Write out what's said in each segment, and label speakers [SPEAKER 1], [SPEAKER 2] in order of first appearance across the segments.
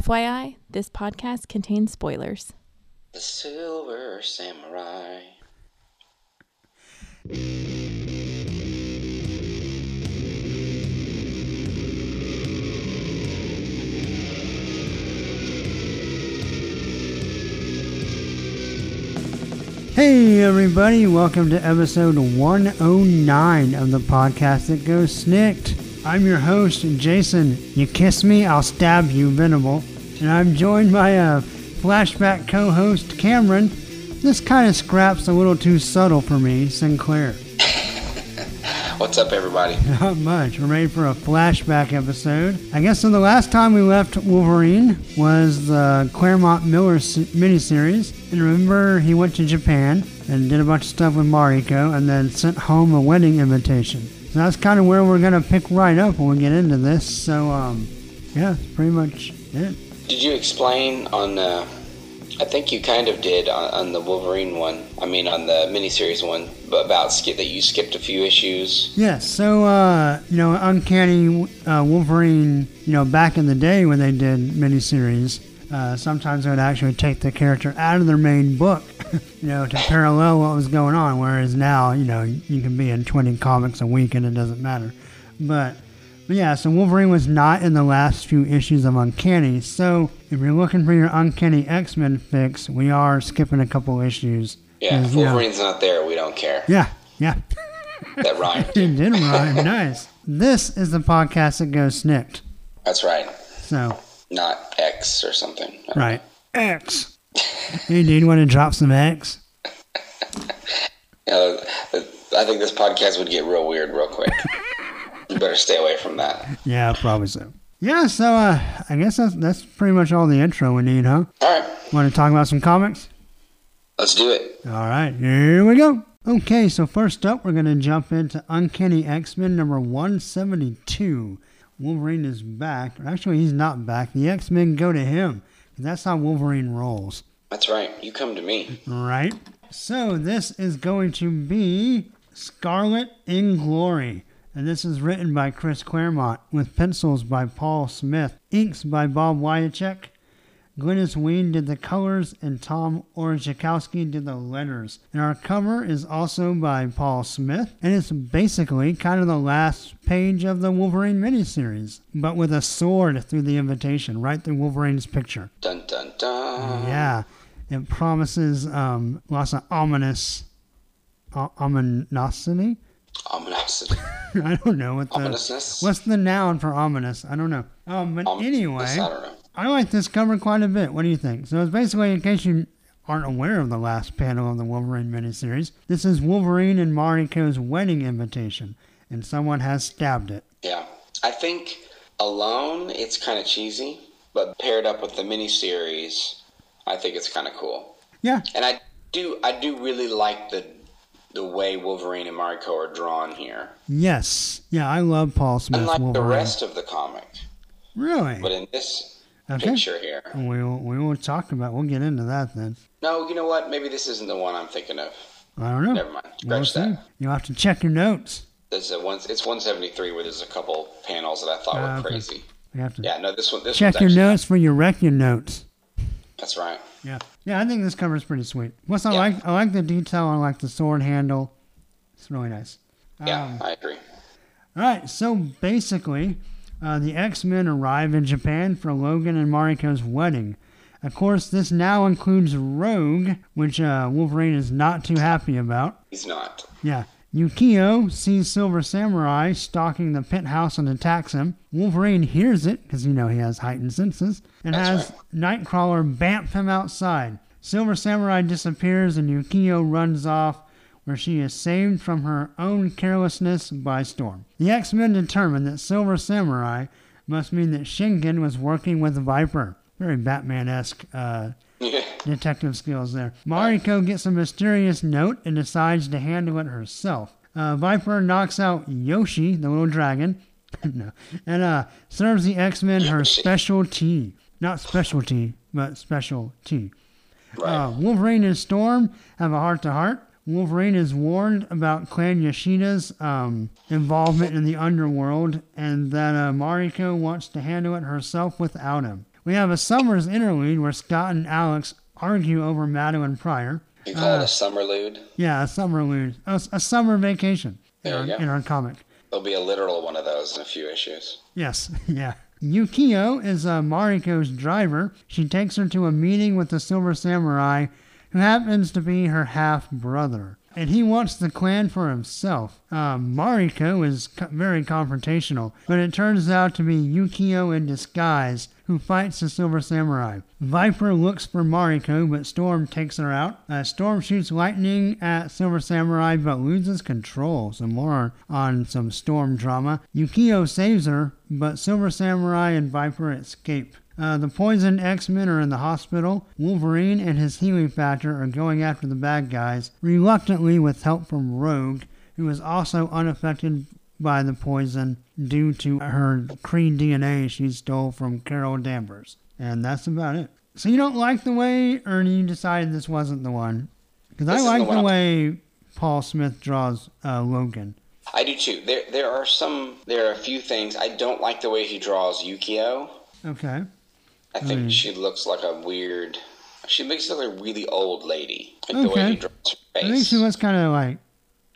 [SPEAKER 1] FYI, this podcast contains spoilers.
[SPEAKER 2] The Silver Samurai.
[SPEAKER 3] Hey, everybody, welcome to episode 109 of the podcast that goes snicked. I'm your host, Jason. You kiss me, I'll stab you, Venable. And I'm joined by a flashback co host, Cameron. This kind of scrap's a little too subtle for me, Sinclair.
[SPEAKER 2] What's up, everybody?
[SPEAKER 3] Not much. We're ready for a flashback episode. I guess so. The last time we left Wolverine was the Claremont Miller s- miniseries. And remember, he went to Japan and did a bunch of stuff with Mariko and then sent home a wedding invitation. So that's kind of where we're going to pick right up when we get into this. So, um, yeah, that's pretty much it.
[SPEAKER 2] Did you explain on? Uh, I think you kind of did on, on the Wolverine one. I mean, on the miniseries one b- about skip that you skipped a few issues.
[SPEAKER 3] Yes, so uh, you know, Uncanny uh, Wolverine. You know, back in the day when they did miniseries, uh, sometimes they would actually take the character out of their main book, you know, to parallel what was going on. Whereas now, you know, you can be in 20 comics a week and it doesn't matter. But, but yeah, so Wolverine was not in the last few issues of Uncanny. So if you're looking for your Uncanny X-Men fix, we are skipping a couple issues.
[SPEAKER 2] Yeah, if
[SPEAKER 3] Because, you know-
[SPEAKER 2] Wolverine's not there. We don't care.
[SPEAKER 3] Yeah, yeah.
[SPEAKER 2] That rhymed.
[SPEAKER 3] It did rhyme. nice. This is the podcast that goes snicked.
[SPEAKER 2] That's right.
[SPEAKER 3] So,
[SPEAKER 2] Not X or something.
[SPEAKER 3] right. X. Hey, dude, want to drop some X?
[SPEAKER 2] Uh, I think this podcast would get real weird real quick. you better stay away from that.
[SPEAKER 3] Yeah, probably so. Yeah, so uh, I guess that's, that's pretty much all the intro we need, huh?
[SPEAKER 2] All right,
[SPEAKER 3] Want to talk about some comics?
[SPEAKER 2] let's do it.
[SPEAKER 3] All right, here we go. Okay, so first up, we're going to jump into Uncanny X Men number 172. Wolverine is back. Actually, he's not back. The X Men go to him. That's how Wolverine rolls.
[SPEAKER 2] That's right. You come to me.
[SPEAKER 3] Right. So this is going to be Scarlet in Glory. And this is written by Chris Claremont with pencils by Paul Smith, inks by Bob Wyachek. Glynis Ween did the colors and Tom Orzechowski did the letters. And our cover is also by Paul Smith. And it's basically kind of the last page of the Wolverine miniseries, but with a sword through the invitation, right through Wolverine's picture.
[SPEAKER 2] Dun dun dun.
[SPEAKER 3] Yeah, it promises um, lots of ominous, o- ominosity.
[SPEAKER 2] Ominousity.
[SPEAKER 3] I don't know what the
[SPEAKER 2] Ominousness.
[SPEAKER 3] what's the noun for ominous. I don't know. Um, but
[SPEAKER 2] Om-
[SPEAKER 3] anyway,
[SPEAKER 2] I don't know.
[SPEAKER 3] I like this cover quite a bit. What do you think? So it's basically, in case you aren't aware of the last panel of the Wolverine miniseries, this is Wolverine and Mariko's wedding invitation, and someone has stabbed it.
[SPEAKER 2] Yeah. I think alone it's kind of cheesy, but paired up with the miniseries, I think it's kind of cool.
[SPEAKER 3] Yeah,
[SPEAKER 2] And I do I do really like the the way Wolverine and Mariko are drawn here.
[SPEAKER 3] yes, yeah. I love Paul Smith.
[SPEAKER 2] Unlike the
[SPEAKER 3] Wolverine.
[SPEAKER 2] rest of the comic,
[SPEAKER 3] really?
[SPEAKER 2] but in this
[SPEAKER 3] Okay.
[SPEAKER 2] picture here.
[SPEAKER 3] We will, we will talk about. We'll get into that then.
[SPEAKER 2] No, you know what? Maybe this isn't the one I'm thinking of.
[SPEAKER 3] I don't know.
[SPEAKER 2] Never mind.
[SPEAKER 3] We'll
[SPEAKER 2] Scratch
[SPEAKER 3] see.
[SPEAKER 2] that.
[SPEAKER 3] You'll have to check your notes.
[SPEAKER 2] There's a one, it's 173 where there's a couple panels that I thought
[SPEAKER 3] Ah,
[SPEAKER 2] were
[SPEAKER 3] okay.
[SPEAKER 2] crazy.
[SPEAKER 3] You have to
[SPEAKER 2] Yeah, no, this one. This
[SPEAKER 3] check
[SPEAKER 2] one's
[SPEAKER 3] your
[SPEAKER 2] actually-
[SPEAKER 3] notes for your wreck your notes.
[SPEAKER 2] That's right.
[SPEAKER 3] Yeah. Yeah, I think this cover is pretty sweet. What's I
[SPEAKER 2] Yeah.
[SPEAKER 3] like? I like the detail. I like the sword handle. It's really nice.
[SPEAKER 2] Yeah,
[SPEAKER 3] Ah.
[SPEAKER 2] I agree.
[SPEAKER 3] All right, so basically, uh, the X Men arrive in Japan for Logan and Mariko's wedding. Of course, this now includes Rogue, which uh, Wolverine is not too happy about.
[SPEAKER 2] He's not.
[SPEAKER 3] Yeah. Yukio sees Silver Samurai stalking the penthouse and attacks him. Wolverine hears it, because you know he has heightened senses, and
[SPEAKER 2] That's
[SPEAKER 3] has Nightcrawler bamf him outside. Silver Samurai disappears and Yukio runs off, where she is saved from her own carelessness by Storm. The X Men determine that Silver Samurai must mean that Shingen was working with Viper. Very Batman esque uh, detective skills there. Mariko gets a mysterious note and decides to handle it herself. Uh, Viper knocks out Yoshi, the little dragon, no, and uh, serves the X Men her
[SPEAKER 2] Yoshi.
[SPEAKER 3] special tea. Not specialty, but special tea.
[SPEAKER 2] right.
[SPEAKER 3] Uh, Wolverine and Storm have a heart to heart. Wolverine is warned about Clan Yoshida's um, involvement in the underworld and that uh, Mariko wants to handle it herself without him. We have a summer's interlude where Scott and Alex argue over Madeline Pryor.
[SPEAKER 2] You call
[SPEAKER 3] Ah.
[SPEAKER 2] it a summerlude?
[SPEAKER 3] Yeah, a summer lude, a, a summer vacation in
[SPEAKER 2] There
[SPEAKER 3] our,
[SPEAKER 2] you go.
[SPEAKER 3] in our comic.
[SPEAKER 2] There'll be a literal one of those in a few issues.
[SPEAKER 3] Yes, yeah. Yukio is uh, Mariko's driver. She takes her to a meeting with the Silver Samurai, who happens to be her half brother. And he wants the clan for himself. Um, Mariko is co- very confrontational, but it turns out to be Yukio in disguise who fights the Silver Samurai. Viper looks for Mariko, but Storm takes her out. Uh, Storm shoots lightning at Silver Samurai, but loses control. Some more on some Storm drama. Yukio saves her, but Silver Samurai and Viper escape. Uh, the poisoned X-Men are in the hospital. Wolverine and his healing factor are going after the bad guys, reluctantly with help from Rogue, who is also unaffected by the poison due to her Kree DNA she stole from Carol Danvers. And that's about it. So you don't like the way, or you decided this wasn't the one? Because I
[SPEAKER 2] This is
[SPEAKER 3] like
[SPEAKER 2] the
[SPEAKER 3] the,
[SPEAKER 2] one.
[SPEAKER 3] way Paul Smith draws uh, Logan.
[SPEAKER 2] I do too. There, there are some. There are a few things I don't like the way he draws Yukio.
[SPEAKER 3] Okay.
[SPEAKER 2] I
[SPEAKER 3] Hmm.
[SPEAKER 2] think she looks like a weird. She looks like a really old lady. Like the
[SPEAKER 3] Okay.
[SPEAKER 2] way he draws her
[SPEAKER 3] I
[SPEAKER 2] face.
[SPEAKER 3] think she was kind of like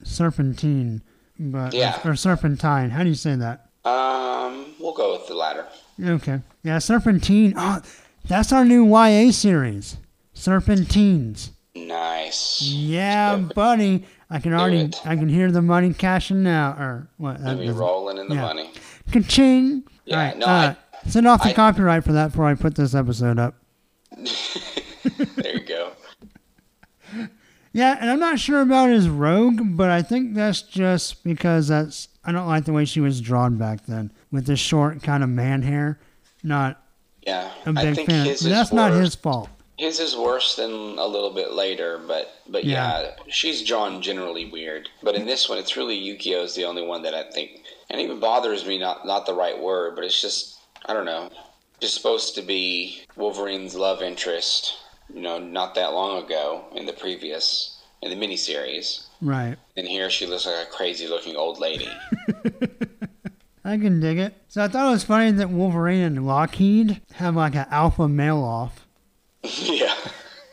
[SPEAKER 3] serpentine, but
[SPEAKER 2] Yeah.
[SPEAKER 3] or serpentine. How do you say that?
[SPEAKER 2] Um, we'll go with the latter.
[SPEAKER 3] Okay. Yeah, serpentine. Oh, that's our new YA series, Serpentines.
[SPEAKER 2] Nice.
[SPEAKER 3] Yeah,
[SPEAKER 2] Serpent-
[SPEAKER 3] buddy. I can already,
[SPEAKER 2] it.
[SPEAKER 3] I can hear the money cashing out, or what? that
[SPEAKER 2] Be
[SPEAKER 3] doesn't-
[SPEAKER 2] rolling in the
[SPEAKER 3] yeah.
[SPEAKER 2] money.
[SPEAKER 3] Ka-ching.
[SPEAKER 2] Yeah,
[SPEAKER 3] All right.
[SPEAKER 2] no,
[SPEAKER 3] uh,
[SPEAKER 2] I-
[SPEAKER 3] send off the
[SPEAKER 2] I-
[SPEAKER 3] copyright for that before I put this episode up.
[SPEAKER 2] There you go.
[SPEAKER 3] Yeah, and I'm not sure about his rogue, but I think that's just because that's I don't like the way she was drawn back then with the short kind of man hair. Not
[SPEAKER 2] Yeah,
[SPEAKER 3] a
[SPEAKER 2] I
[SPEAKER 3] big
[SPEAKER 2] think
[SPEAKER 3] fan.
[SPEAKER 2] his
[SPEAKER 3] But
[SPEAKER 2] is
[SPEAKER 3] that's not
[SPEAKER 2] worse.
[SPEAKER 3] his fault.
[SPEAKER 2] His is worse than a little bit later, but but
[SPEAKER 3] Yeah.
[SPEAKER 2] yeah. she's drawn generally weird. But in this one, it's really Yukio is the only one that I think, and even bothers me not not the right word, but it's just I don't know, just supposed to be Wolverine's love interest, you know, not that long ago in the previous in the miniseries,
[SPEAKER 3] Right.
[SPEAKER 2] and here she looks like a crazy looking old lady.
[SPEAKER 3] I can dig it. So I thought it was funny that Wolverine and Lockheed have like an alpha male off.
[SPEAKER 2] yeah,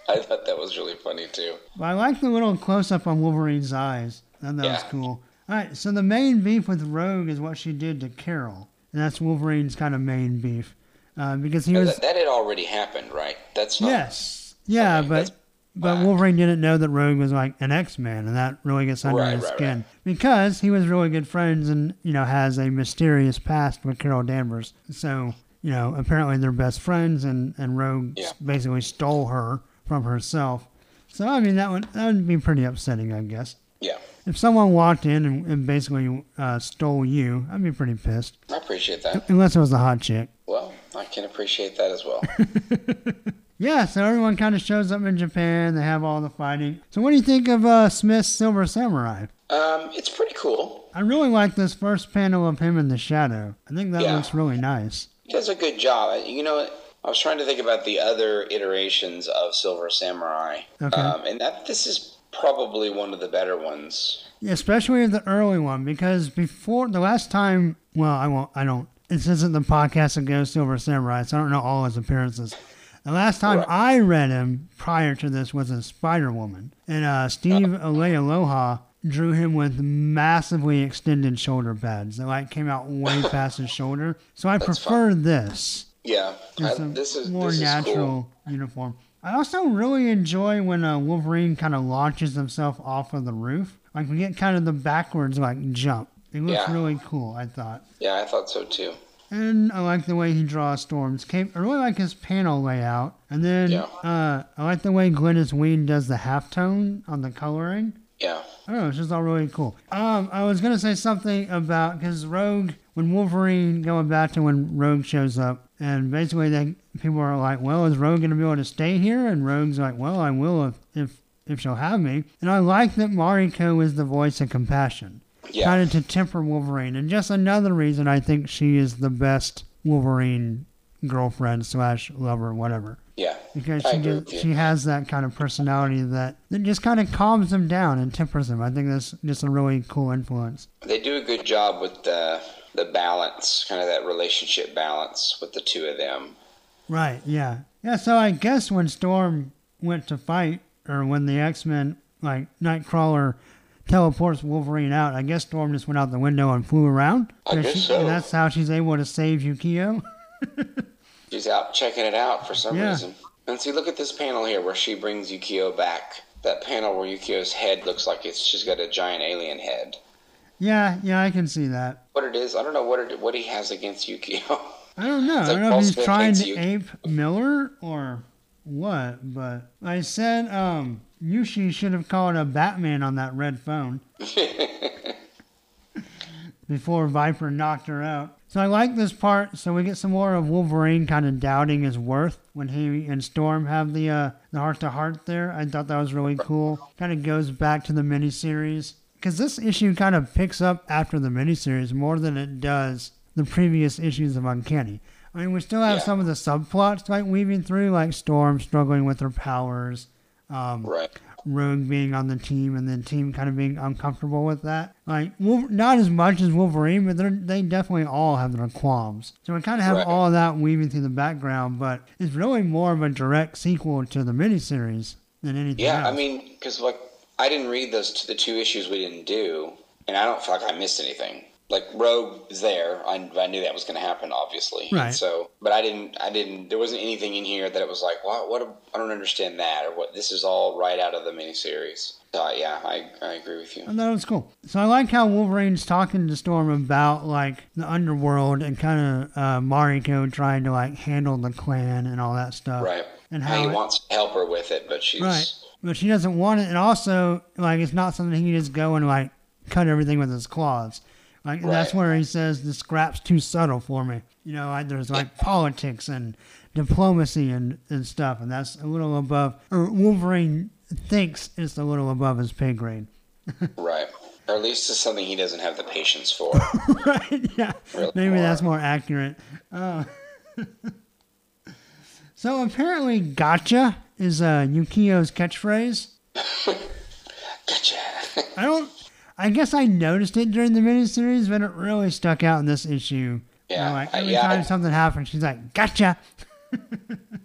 [SPEAKER 2] I thought that was really funny too.
[SPEAKER 3] But I like the little close up on Wolverine's eyes. I thought that was
[SPEAKER 2] Yeah.
[SPEAKER 3] cool. All right, so the main beef with Rogue is what she did to Carol, and that's Wolverine's kind of main beef uh, because he was
[SPEAKER 2] That, that had already happened, right? That's not
[SPEAKER 3] Yes. Yeah,
[SPEAKER 2] Okay,
[SPEAKER 3] but
[SPEAKER 2] that's
[SPEAKER 3] but
[SPEAKER 2] whack.
[SPEAKER 3] Wolverine didn't know that Rogue was like an X Man, and that really gets under
[SPEAKER 2] Right,
[SPEAKER 3] his
[SPEAKER 2] right,
[SPEAKER 3] skin because he was really good friends and you know has a mysterious past with Carol Danvers. So you know apparently they're best friends, and and Rogue
[SPEAKER 2] Yeah.
[SPEAKER 3] basically stole her from herself. So I mean that would that would be pretty upsetting, I guess.
[SPEAKER 2] yeah.
[SPEAKER 3] If someone walked in and, and basically uh, stole you, I'd be pretty pissed.
[SPEAKER 2] I appreciate that.
[SPEAKER 3] Unless it was a hot chick.
[SPEAKER 2] Well, I can appreciate that as well.
[SPEAKER 3] Yeah, so everyone kind of shows up in Japan. They have all the fighting. So, what do you think of uh, Smith's Silver Samurai?
[SPEAKER 2] um, it's pretty cool.
[SPEAKER 3] I really like this first panel of him in the shadow. I think that
[SPEAKER 2] Yeah.
[SPEAKER 3] looks really nice.
[SPEAKER 2] He does a good job. You know, I was trying to think about the other iterations of Silver Samurai,
[SPEAKER 3] Okay.
[SPEAKER 2] um, and that this is probably one of the better ones.
[SPEAKER 3] especially the early one because before the last time well i won't i don't this isn't the podcast that goes silver samurai so i don't know all his appearances the last time
[SPEAKER 2] Right.
[SPEAKER 3] i read him prior to this was in spider-woman and uh, steve alealoha drew him with massively extended shoulder pads that like came out way past his shoulder so i prefer this
[SPEAKER 2] Yeah, I,
[SPEAKER 3] it's a
[SPEAKER 2] this is
[SPEAKER 3] more
[SPEAKER 2] this is cool.
[SPEAKER 3] natural uniform. I also really enjoy when uh, Wolverine kind of launches himself off of the roof. Like we get kind of the backwards like jump. It looks
[SPEAKER 2] Yeah.
[SPEAKER 3] really cool, I thought.
[SPEAKER 2] Yeah, I thought so too.
[SPEAKER 3] And I like the way he draws storms. Came, I really like his panel layout. And then
[SPEAKER 2] Yeah.
[SPEAKER 3] uh, I like the way Glennis Ween does the halftone on the coloring.
[SPEAKER 2] Yeah,
[SPEAKER 3] I don't know, it's just all really cool. Um, I was gonna say something about because Rogue, when Wolverine going back to when Rogue shows up, and basically they people are like, "Well, is Rogue gonna be able to stay here?" And Rogue's like, "Well, I will if if if she'll have me." And I like that Mariko is the voice of compassion,
[SPEAKER 2] yeah,
[SPEAKER 3] kind of to temper Wolverine, and just another reason I think she is the best Wolverine girlfriend slash lover, whatever
[SPEAKER 2] yeah.
[SPEAKER 3] because
[SPEAKER 2] I
[SPEAKER 3] she
[SPEAKER 2] agree
[SPEAKER 3] just,
[SPEAKER 2] with you.
[SPEAKER 3] she has that kind of personality that, that just kind of calms them down and tempers them. I think that's just a really cool influence.
[SPEAKER 2] They do a good job with the the balance, kind of that relationship balance with the two of them.
[SPEAKER 3] Right, yeah. Yeah, so I guess when Storm went to fight, or when the X Men, like Nightcrawler, teleports Wolverine out, I guess Storm just went out the window and flew around.
[SPEAKER 2] I
[SPEAKER 3] And
[SPEAKER 2] guess
[SPEAKER 3] she-
[SPEAKER 2] so.
[SPEAKER 3] and that's how she's able to save Yukio.
[SPEAKER 2] She's out checking it out for some
[SPEAKER 3] Yeah.
[SPEAKER 2] reason. And see, look at this panel here where she brings Yukio back. That panel where Yukio's head looks like it's she's got a giant alien head.
[SPEAKER 3] yeah, yeah, I can see that.
[SPEAKER 2] What it is, I don't know what it, what he has against Yukio.
[SPEAKER 3] I don't know.
[SPEAKER 2] It's
[SPEAKER 3] I
[SPEAKER 2] like
[SPEAKER 3] don't know
[SPEAKER 2] Paul
[SPEAKER 3] if he's
[SPEAKER 2] Smith
[SPEAKER 3] trying
[SPEAKER 2] hates
[SPEAKER 3] to
[SPEAKER 2] you.
[SPEAKER 3] ape Miller or what, but I said um Yushi should have called a Batman on that red phone before Viper knocked her out. So I like this part. So we get some more of Wolverine kind of doubting his worth when he and Storm have the uh, the heart to heart there. I thought that was really cool. Kind of goes back to the miniseries because this issue kind of picks up after the miniseries more than it does the previous issues of Uncanny. I mean, we still have
[SPEAKER 2] Yeah.
[SPEAKER 3] some of the subplots like weaving through, like Storm struggling with her powers, um,
[SPEAKER 2] right.
[SPEAKER 3] Rogue being on the team and then team kind of being uncomfortable with that. Like, Wolver- not as much as Wolverine, but they're, they definitely all have their qualms. So we kind of have
[SPEAKER 2] Right.
[SPEAKER 3] all that weaving through the background, but it's really more of a direct sequel to the miniseries than anything
[SPEAKER 2] Yeah,
[SPEAKER 3] else.
[SPEAKER 2] I mean, because like I didn't read those t- the two issues we didn't do, and I don't feel like I missed anything. Like Rogue is there, I, I knew that was going to happen, obviously. And
[SPEAKER 3] Right.
[SPEAKER 2] So, but I didn't, I didn't. There wasn't anything in here that it was like, what, what? I don't understand that, or what. This is all right out of the miniseries. So yeah, I, I agree with you.
[SPEAKER 3] I thought it was cool. So I like how Wolverine's talking to Storm about like the underworld and kind of uh, Mariko trying to like handle the clan and all that stuff.
[SPEAKER 2] Right.
[SPEAKER 3] And
[SPEAKER 2] how,
[SPEAKER 3] how
[SPEAKER 2] he
[SPEAKER 3] it-
[SPEAKER 2] wants to help her with it, but she's
[SPEAKER 3] Right. But she doesn't want it. And also, like, it's not something he can just go and, like, cut everything with his claws. Like, and that's
[SPEAKER 2] Right.
[SPEAKER 3] where he says the scrap's too subtle for me. You know, like, there's, like, politics and diplomacy and, and stuff. And that's a little above, or Wolverine thinks it's a little above his pay grade.
[SPEAKER 2] right, or at least it's something he doesn't have the patience for.
[SPEAKER 3] right? Yeah.
[SPEAKER 2] Really
[SPEAKER 3] Maybe that's
[SPEAKER 2] more.
[SPEAKER 3] more accurate. Uh, so apparently, gotcha is uh, Yukio's catchphrase.
[SPEAKER 2] gotcha.
[SPEAKER 3] I don't. I guess I noticed it during the miniseries, but it really stuck out in this issue. You know,
[SPEAKER 2] Yeah,
[SPEAKER 3] like
[SPEAKER 2] I-
[SPEAKER 3] every
[SPEAKER 2] yeah,
[SPEAKER 3] time
[SPEAKER 2] I-
[SPEAKER 3] something happens, she's like, "Gotcha."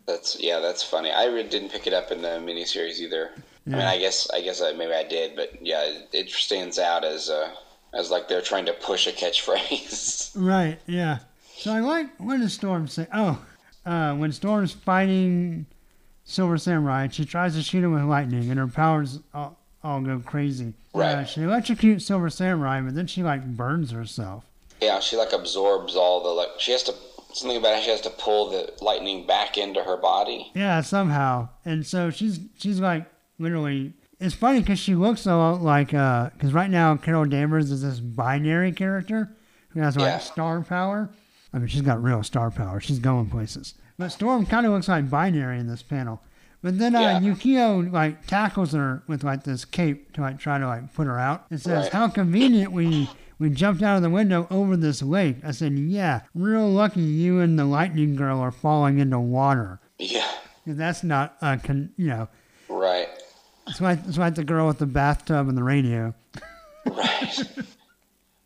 [SPEAKER 2] That's yeah, that's funny. I really didn't pick it up in the miniseries either. I mean,
[SPEAKER 3] Yeah.
[SPEAKER 2] I guess I guess I, maybe I did, but yeah, it, it stands out as uh, as like they're trying to push a catchphrase.
[SPEAKER 3] Right. Yeah. So I like. What does Storm say? Oh, uh, when Storm's fighting Silver Samurai, she tries to shoot him with lightning, and her powers all, all go crazy. Uh,
[SPEAKER 2] Right.
[SPEAKER 3] she electrocutes Silver Samurai, but then she like burns herself.
[SPEAKER 2] yeah, she like absorbs all the like she has to something about how she has to pull the lightning back into her body.
[SPEAKER 3] Yeah, somehow. And so she's she's like literally. It's funny because she looks a lot like uh, because right now Carol Danvers is this binary character who has like
[SPEAKER 2] Yeah.
[SPEAKER 3] star power. I mean, she's got real star power. She's going places. But Storm kind of looks like binary in this panel. But then uh,
[SPEAKER 2] Yeah.
[SPEAKER 3] Yukio like tackles her with like this cape to like try to like put her out. It says,
[SPEAKER 2] Right.
[SPEAKER 3] "How convenient we we jumped out of the window over this lake." I said, "Yeah, real lucky you and the lightning girl are falling into water."
[SPEAKER 2] Yeah,
[SPEAKER 3] That's not a con, you know.
[SPEAKER 2] right,
[SPEAKER 3] It's like it's like the girl with the bathtub and the radio.
[SPEAKER 2] right.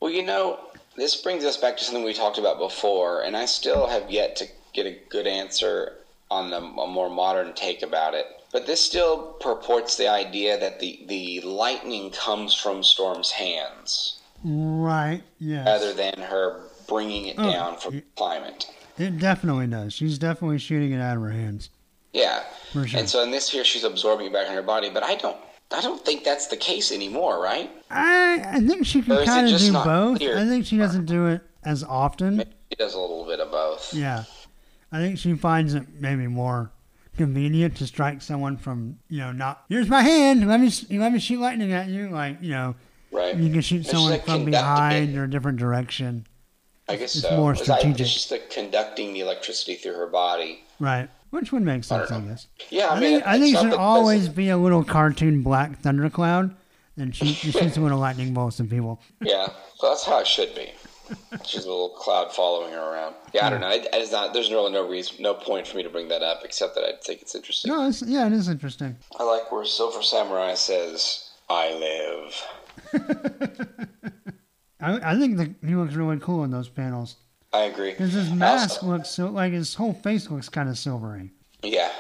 [SPEAKER 2] well, you know, this brings us back to something we talked about before, and I still have yet to get a good answer on the, a more modern take about it. But this still purports the idea that the, the lightning comes from Storm's hands
[SPEAKER 3] Right. Yes.
[SPEAKER 2] rather than her bringing it
[SPEAKER 3] Oh,
[SPEAKER 2] down from
[SPEAKER 3] y-
[SPEAKER 2] climate.
[SPEAKER 3] It definitely does. She's definitely shooting it out of her hands.
[SPEAKER 2] Yeah.
[SPEAKER 3] For sure.
[SPEAKER 2] And so in this here, she's absorbing it back in her body, but I don't. I don't think that's the case anymore, right?
[SPEAKER 3] I I think she
[SPEAKER 2] Or
[SPEAKER 3] can
[SPEAKER 2] is it
[SPEAKER 3] kind of
[SPEAKER 2] just
[SPEAKER 3] do
[SPEAKER 2] not
[SPEAKER 3] both.
[SPEAKER 2] clear?
[SPEAKER 3] I think she doesn't do it as often.
[SPEAKER 2] She does a little bit of both.
[SPEAKER 3] Yeah. I think she finds it maybe more convenient to strike someone from you know not here's my hand let me s- let me shoot lightning at you like you know
[SPEAKER 2] Right.
[SPEAKER 3] you can
[SPEAKER 2] And
[SPEAKER 3] shoot
[SPEAKER 2] she's,
[SPEAKER 3] someone
[SPEAKER 2] like,
[SPEAKER 3] from
[SPEAKER 2] conducting
[SPEAKER 3] behind
[SPEAKER 2] it.
[SPEAKER 3] or a different direction
[SPEAKER 2] I guess
[SPEAKER 3] It's
[SPEAKER 2] so.
[SPEAKER 3] more
[SPEAKER 2] It's like-
[SPEAKER 3] strategic.
[SPEAKER 2] She's like conducting the electricity through her body.
[SPEAKER 3] right which would make sense I
[SPEAKER 2] know.
[SPEAKER 3] guess
[SPEAKER 2] Yeah, I,
[SPEAKER 3] I
[SPEAKER 2] mean,
[SPEAKER 3] think, I think it should
[SPEAKER 2] something-
[SPEAKER 3] always be a little cartoon black thundercloud and shoot, just shoots a little lightning bolts at people.
[SPEAKER 2] Yeah, so that's how it should be. She's a little cloud following her around. Yeah, I don't know. It, it's not. There's really no reason, no point for me to bring that up, except that I think it's interesting.
[SPEAKER 3] No, it's, yeah, it is interesting.
[SPEAKER 2] I like where Silver Samurai says, "I live."
[SPEAKER 3] I, I think the, he looks really cool in those panels.
[SPEAKER 2] I agree.
[SPEAKER 3] Because his
[SPEAKER 2] I
[SPEAKER 3] mask
[SPEAKER 2] also-
[SPEAKER 3] looks so like his whole face looks kind of silvery.
[SPEAKER 2] yeah,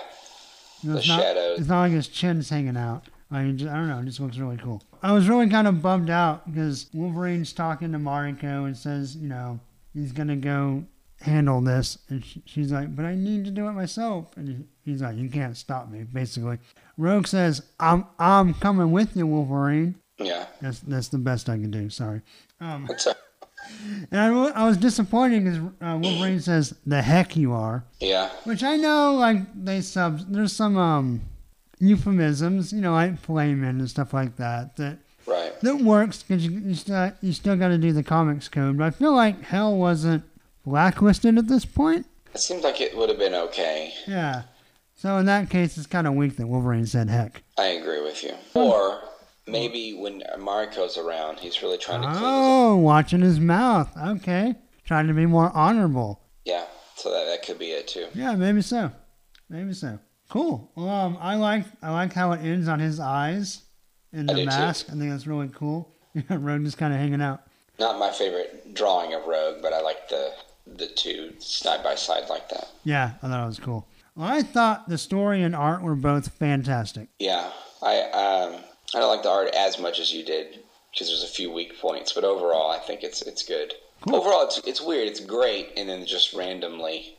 [SPEAKER 3] You know,
[SPEAKER 2] The
[SPEAKER 3] it's not,
[SPEAKER 2] shadows.
[SPEAKER 3] It's not like his chin's hanging out. I mean, just, I don't know. It just looks really cool. I was really kind of bummed out because Wolverine's talking to Mariko and says, you know, he's gonna go handle this, and sh- she's like, but I need to do it myself. And he- he's like, you can't stop me, basically. Rogue says, I'm I'm coming with you, Wolverine.
[SPEAKER 2] yeah.
[SPEAKER 3] That's that's the best I can do. Sorry. Um,
[SPEAKER 2] It's a,
[SPEAKER 3] and I, wa- I was disappointed because uh, Wolverine says, the heck you are.
[SPEAKER 2] yeah,
[SPEAKER 3] Which I know, like they sub. There's some um euphemisms, you know, like flaming and stuff like that. That
[SPEAKER 2] right.
[SPEAKER 3] that works because you you, st- you still got to do the comics code. But I feel like Hell wasn't blacklisted at this point.
[SPEAKER 2] It seems like it would have been okay.
[SPEAKER 3] Yeah. So in that case, it's kind of weak that Wolverine said heck.
[SPEAKER 2] I agree with you.
[SPEAKER 3] Hmm.
[SPEAKER 2] Or maybe when Mariko's around, he's really trying to clean. his-
[SPEAKER 3] Oh, watching his mouth. Okay, trying to be more honorable.
[SPEAKER 2] Yeah, so that, that could be it too.
[SPEAKER 3] Yeah, maybe so. Maybe so. Cool. Well, um, I like I like how it ends on his eyes in
[SPEAKER 2] I do
[SPEAKER 3] the
[SPEAKER 2] too.
[SPEAKER 3] mask. I think that's really cool. Yeah, Rogue just kind of hanging out.
[SPEAKER 2] Not my favorite drawing of Rogue, but I like the the two side by side like that.
[SPEAKER 3] Yeah, I thought it was cool. Well, I thought the story and art were both fantastic.
[SPEAKER 2] Yeah, I um, I don't like the art as much as you did because there's a few weak points, but overall, I think it's it's good.
[SPEAKER 3] Cool.
[SPEAKER 2] Overall, it's it's weird, it's great, and then just randomly,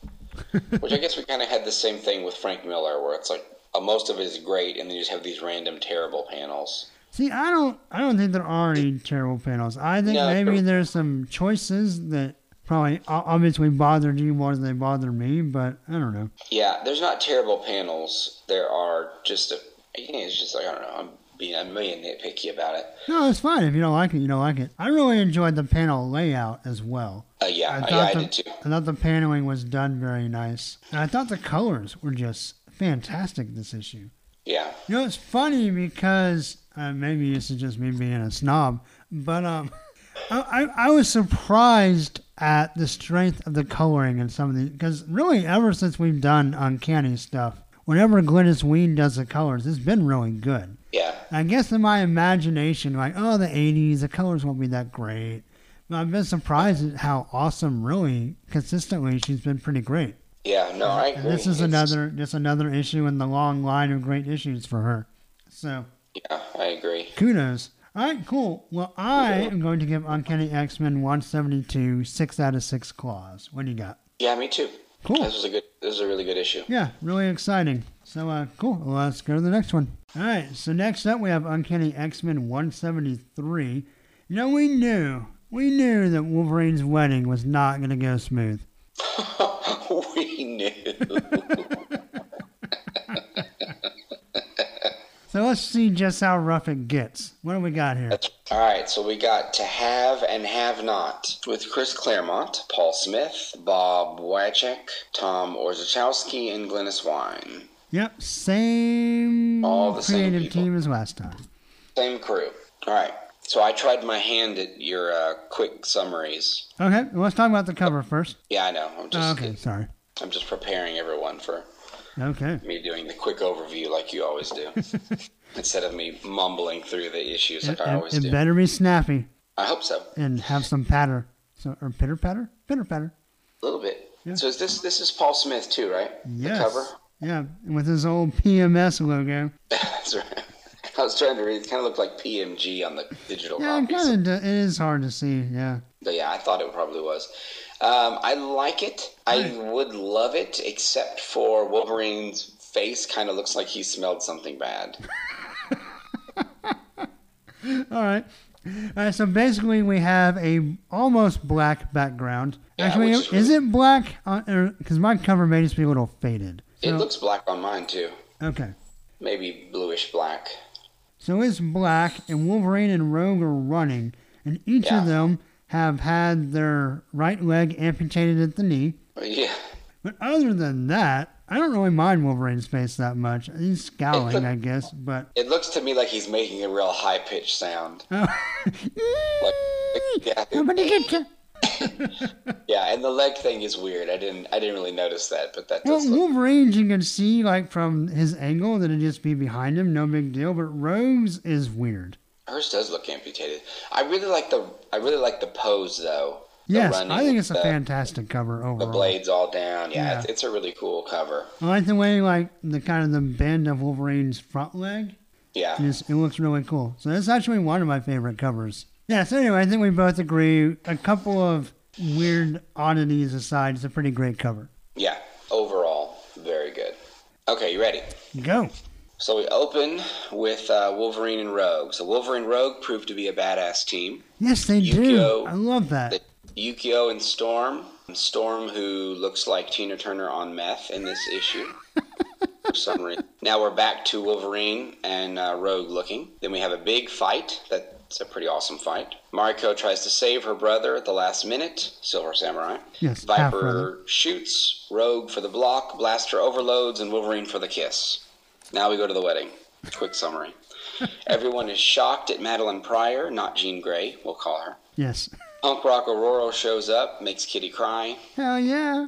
[SPEAKER 2] which I guess we kind of had the same thing with Frank Miller, where it's like uh, most of it is great, and then you just have these random terrible panels.
[SPEAKER 3] See, I don't I don't think there are any terrible panels. I think
[SPEAKER 2] No,
[SPEAKER 3] maybe
[SPEAKER 2] true.
[SPEAKER 3] there's some choices that probably o- obviously bothered you more than they bothered me, but I don't know.
[SPEAKER 2] Yeah, there's not terrible panels. There are just a, yeah, it's just like I don't know. I'm being I'm being nitpicky about it.
[SPEAKER 3] No, it's fine. If you don't like it, you don't like it. I really enjoyed the panel layout as well.
[SPEAKER 2] Uh, yeah,
[SPEAKER 3] I
[SPEAKER 2] I,
[SPEAKER 3] thought,
[SPEAKER 2] yeah, I
[SPEAKER 3] the,
[SPEAKER 2] did too.
[SPEAKER 3] I thought the paneling was done very nice. And I thought the colors were just fantastic this issue.
[SPEAKER 2] Yeah,
[SPEAKER 3] You know, it's funny because uh, maybe this is just me being a snob, but um, I, I, I was surprised at the strength of the coloring in some of these. Because really, ever since we've done Uncanny stuff, whenever Glynis Ween does the colors, it's been really good.
[SPEAKER 2] yeah,
[SPEAKER 3] I guess in my imagination, like, oh, the 80s, the colors won't be that great. But I've been surprised at how awesome, really, consistently, she's been pretty great.
[SPEAKER 2] yeah. No, I
[SPEAKER 3] And
[SPEAKER 2] agree.
[SPEAKER 3] this is
[SPEAKER 2] It's-
[SPEAKER 3] another just another issue in the long line of great issues for her. So
[SPEAKER 2] Yeah, I agree.
[SPEAKER 3] kudos. All right, cool. Well, I am going to give Uncanny X Men 172 six out of six claws. What do you got?
[SPEAKER 2] Yeah, me too.
[SPEAKER 3] Cool.
[SPEAKER 2] This was a good. This was a really good issue.
[SPEAKER 3] Yeah, really exciting. So uh, cool. Well, let's go to the next one. All right. So next up, we have Uncanny X Men 173. You know, we knew we knew that Wolverine's wedding was not going to go smooth.
[SPEAKER 2] we knew.
[SPEAKER 3] So let's see just how rough it gets. What do we got here?
[SPEAKER 2] All right, so we got to have and have not with Chris Claremont, Paul Smith, Bob Wycheck, Tom Orzechowski, and Glennis Wine.
[SPEAKER 3] Yep, same
[SPEAKER 2] All the same
[SPEAKER 3] creative
[SPEAKER 2] people.
[SPEAKER 3] team as last time.
[SPEAKER 2] Same crew. All right. So I tried my hand at your uh, quick summaries.
[SPEAKER 3] Okay, well, let's talk about the cover first.
[SPEAKER 2] Yeah, I know. I'm
[SPEAKER 3] Oh,
[SPEAKER 2] just
[SPEAKER 3] okay, sorry.
[SPEAKER 2] I'm just preparing everyone for
[SPEAKER 3] Okay.
[SPEAKER 2] me doing the quick overview like you always do, instead of me mumbling through the issues
[SPEAKER 3] It,
[SPEAKER 2] like I always
[SPEAKER 3] it- it
[SPEAKER 2] do.
[SPEAKER 3] better be snappy
[SPEAKER 2] I hope so.
[SPEAKER 3] and have some patter. So, or pitter patter? Pitter patter.
[SPEAKER 2] A little bit.
[SPEAKER 3] Yeah.
[SPEAKER 2] So is this this is Paul Smith too, right?
[SPEAKER 3] Yes.
[SPEAKER 2] The cover.
[SPEAKER 3] Yeah, with his old PMS logo.
[SPEAKER 2] That's right. I was trying to read. It kind of looked like PMG on the digital
[SPEAKER 3] Yeah, it
[SPEAKER 2] copy. so-
[SPEAKER 3] kind of. It is hard to see. Yeah.
[SPEAKER 2] But yeah, I thought it probably was. Um, I like it. I would love it, except for Wolverine's face kind of looks like he smelled something bad.
[SPEAKER 3] All right. All right. So basically, we have a almost black background.
[SPEAKER 2] Yeah,
[SPEAKER 3] Actually,
[SPEAKER 2] which is
[SPEAKER 3] is
[SPEAKER 2] really-
[SPEAKER 3] it black? Because my cover may just be a little faded.
[SPEAKER 2] It
[SPEAKER 3] So-
[SPEAKER 2] looks black on mine too,
[SPEAKER 3] okay.
[SPEAKER 2] maybe bluish black.
[SPEAKER 3] So it's black, and Wolverine and Rogue are running, and each of
[SPEAKER 2] Yeah.
[SPEAKER 3] them have had their right leg amputated at the knee.
[SPEAKER 2] Yeah,
[SPEAKER 3] But other than that, I don't really mind Wolverine's face that much. He's scowling, I guess, but
[SPEAKER 2] it looks to me like he's making a real high pitched sound.
[SPEAKER 3] oh.
[SPEAKER 2] Like, yeah,
[SPEAKER 3] I'm gonna get you.
[SPEAKER 2] yeah, and the leg thing is weird. I didn't, I didn't really notice that, but that
[SPEAKER 3] Well,
[SPEAKER 2] does look.
[SPEAKER 3] Wolverine, you can see like from his angle that it'd just be behind him, no big deal. But Rogue's is weird.
[SPEAKER 2] Hers does look amputated. I really like the, I really like the pose though.
[SPEAKER 3] Yes,
[SPEAKER 2] running,
[SPEAKER 3] I think it's a
[SPEAKER 2] the-
[SPEAKER 3] fantastic cover overall.
[SPEAKER 2] The blades all down. Yeah,
[SPEAKER 3] Yeah.
[SPEAKER 2] It's, it's a really cool cover.
[SPEAKER 3] I like the way like the kind of the bend of Wolverine's front leg.
[SPEAKER 2] Yeah.
[SPEAKER 3] It, is, it looks really cool. So that's actually one of my favorite covers. Yeah. So anyway, I think we both agree. A couple of weird oddities aside, it's a pretty great cover.
[SPEAKER 2] Yeah. Overall, very good. Okay, you ready?
[SPEAKER 3] Go.
[SPEAKER 2] So we open with uh, Wolverine and Rogue. So Wolverine and Rogue proved to be a badass team.
[SPEAKER 3] Yes, they
[SPEAKER 2] You
[SPEAKER 3] do.
[SPEAKER 2] go.
[SPEAKER 3] I love
[SPEAKER 2] The
[SPEAKER 3] that.
[SPEAKER 2] Yukio and Storm. Storm, who looks like Tina Turner on meth in this issue. For some reason. Now we're back to Wolverine and uh, Rogue looking. Then we have a big fight. That's a pretty awesome fight. Mariko tries to save her brother at the last minute. Silver Samurai.
[SPEAKER 3] Yes, half-brother.
[SPEAKER 2] Viper shoots. Rogue for the block. Blaster overloads, and Wolverine for the kiss. Now we go to the wedding. Quick summary. Everyone is shocked at Madeline Pryor, not Jean Grey, we'll call her.
[SPEAKER 3] Yes.
[SPEAKER 2] Punk Rock Aurora shows up, makes Kitty cry.
[SPEAKER 3] Hell yeah.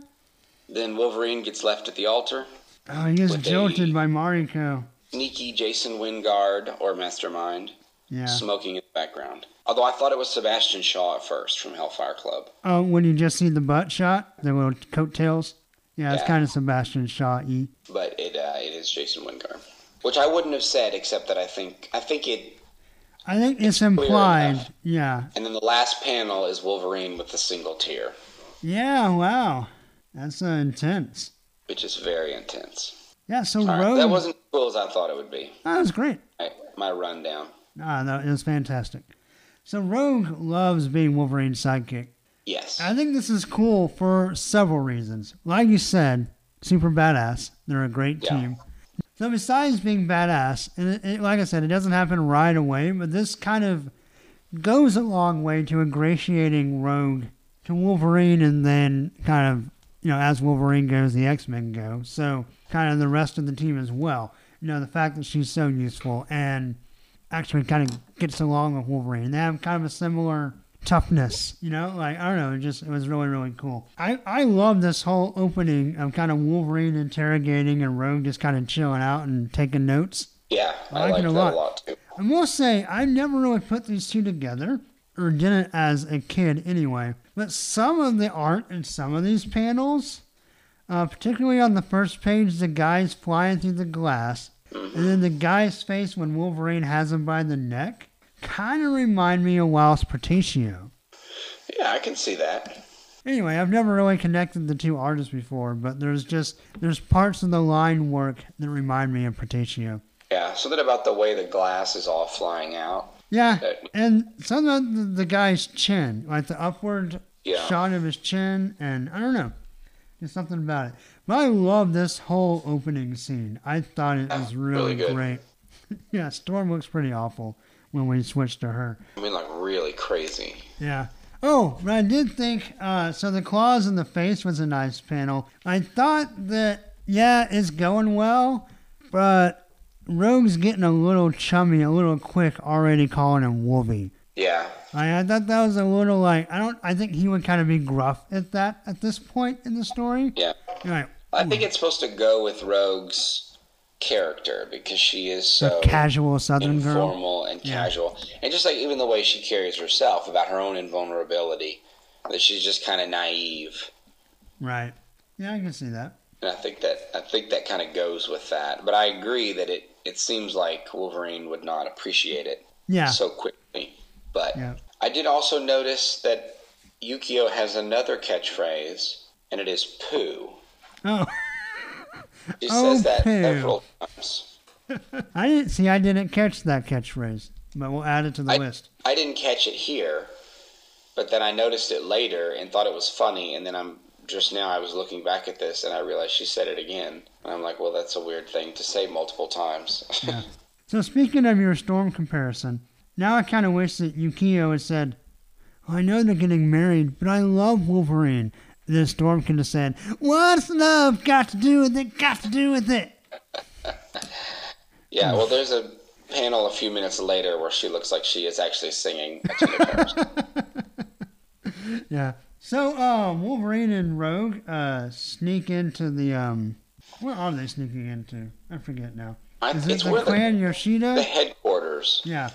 [SPEAKER 2] Then Wolverine gets left at the altar.
[SPEAKER 3] Oh, he gets
[SPEAKER 2] With a-
[SPEAKER 3] jolted by Mariko.
[SPEAKER 2] Sneaky Jason Wingard, or Mastermind,
[SPEAKER 3] Yeah.
[SPEAKER 2] smoking in the background. Although I thought it was Sebastian Shaw at first from Hellfire Club.
[SPEAKER 3] Oh, when you just see the butt shot, the little coattails. Yeah, it's
[SPEAKER 2] Yeah.
[SPEAKER 3] kind of Sebastian Shaw y.
[SPEAKER 2] But it uh, it is Jason Wingard, which I wouldn't have said except that I think I think it.
[SPEAKER 3] I think it's
[SPEAKER 2] clear
[SPEAKER 3] implied.
[SPEAKER 2] enough.
[SPEAKER 3] Yeah.
[SPEAKER 2] And then the last panel is Wolverine with the single tear,
[SPEAKER 3] Yeah, wow. That's uh, intense.
[SPEAKER 2] which is very intense.
[SPEAKER 3] Yeah, so
[SPEAKER 2] All right,
[SPEAKER 3] Rogue. Ah,
[SPEAKER 2] that wasn't as cool as I thought it would be.
[SPEAKER 3] that was great.
[SPEAKER 2] My, my rundown.
[SPEAKER 3] Ah, that was fantastic. So Rogue loves being Wolverine's sidekick.
[SPEAKER 2] Yes.
[SPEAKER 3] I think this is cool for several reasons. Like you said, super badass. They're a great
[SPEAKER 2] Yeah.
[SPEAKER 3] team. So besides being badass, and it, it, like I said, it doesn't happen right away, but this kind of goes a long way to ingratiating Rogue to Wolverine, and then kind of you know as Wolverine goes, the X Men go. So kind of the rest of the team as well. You know the fact that she's so useful and actually kind of gets along with Wolverine. They have kind of a similar toughness, you know? Like, I don't know, it just it was really, really cool. I, I love this whole opening of kind of Wolverine interrogating and Rogue just kind of chilling out and taking notes.
[SPEAKER 2] Yeah,
[SPEAKER 3] I
[SPEAKER 2] I,
[SPEAKER 3] like it
[SPEAKER 2] like
[SPEAKER 3] a
[SPEAKER 2] that
[SPEAKER 3] lot.
[SPEAKER 2] a lot too.
[SPEAKER 3] I will say, I never really put these two together, or did it as a kid anyway. But some of the art in some of these panels, uh, particularly on the first page, the guy's flying through the glass, and then the guy's face when Wolverine has him by the neck, kind of remind me of Wiles Porticio.
[SPEAKER 2] Yeah, I can see that.
[SPEAKER 3] Anyway, I've never really connected the two artists before, but there's just there's parts of the line work that remind me of Porticio.
[SPEAKER 2] Yeah, something about the way the glass is all flying out.
[SPEAKER 3] Yeah,
[SPEAKER 2] that-
[SPEAKER 3] and some of the, the guy's chin, like the upward
[SPEAKER 2] Yeah.
[SPEAKER 3] shot of his chin, and I don't know, there's something about it. But I love this whole opening scene. I thought it
[SPEAKER 2] Yeah,
[SPEAKER 3] was really,
[SPEAKER 2] really good.
[SPEAKER 3] great. yeah, Storm looks pretty awful when we switch to her.
[SPEAKER 2] I mean, like really crazy.
[SPEAKER 3] Yeah. Oh, but I did think uh, so. The claws in the face was a nice panel. I thought that yeah, it's going well, but Rogue's getting a little chummy, a little quick already, calling him Wolvie.
[SPEAKER 2] Yeah,
[SPEAKER 3] I, I thought that was a little like I don't. I think he would kind of be gruff at that at this point in the story.
[SPEAKER 2] yeah.
[SPEAKER 3] You're like
[SPEAKER 2] I think it's supposed to go with Rogue's character because she is so
[SPEAKER 3] the casual Southern girl.
[SPEAKER 2] informal and
[SPEAKER 3] Yeah.
[SPEAKER 2] casual, and just like even the way she carries herself about her own invulnerability, that she's just kind of naive.
[SPEAKER 3] Right. Yeah, I can see that.
[SPEAKER 2] And I think that I think that kind of goes with that. But I agree that it it seems like Wolverine would not appreciate it
[SPEAKER 3] Yeah.
[SPEAKER 2] so quickly. But
[SPEAKER 3] Yeah.
[SPEAKER 2] I did also notice that Yukio has another catchphrase, and it is "poo."
[SPEAKER 3] oh,
[SPEAKER 2] She
[SPEAKER 3] Oh,
[SPEAKER 2] says that
[SPEAKER 3] poo.
[SPEAKER 2] several times.
[SPEAKER 3] I didn't see. I didn't catch that catchphrase, but we'll add it to the
[SPEAKER 2] I-
[SPEAKER 3] list.
[SPEAKER 2] I didn't catch it here, but then I noticed it later and thought it was funny. And then I'm just now I was looking back at this and I realized she said it again. And I'm like, well, that's a weird thing to say multiple times.
[SPEAKER 3] Yeah. So speaking of your storm comparison, now I kind of wish that Yukio had said, "Oh, "I know they're getting married, but I love Wolverine." Then Storm could have said, "What's love got to do with it? Got to do with it."
[SPEAKER 2] yeah. Well, there's a panel a few minutes later where she looks like she is actually singing. a Tina Turner song.
[SPEAKER 3] Yeah. So um, Wolverine and Rogue uh, sneak into the um, what are they sneaking into? I forget now.
[SPEAKER 2] I-
[SPEAKER 3] Is it
[SPEAKER 2] it's
[SPEAKER 3] the
[SPEAKER 2] where
[SPEAKER 3] Clan
[SPEAKER 2] the, the
[SPEAKER 3] Yoshida?
[SPEAKER 2] headquarters.
[SPEAKER 3] Yeah.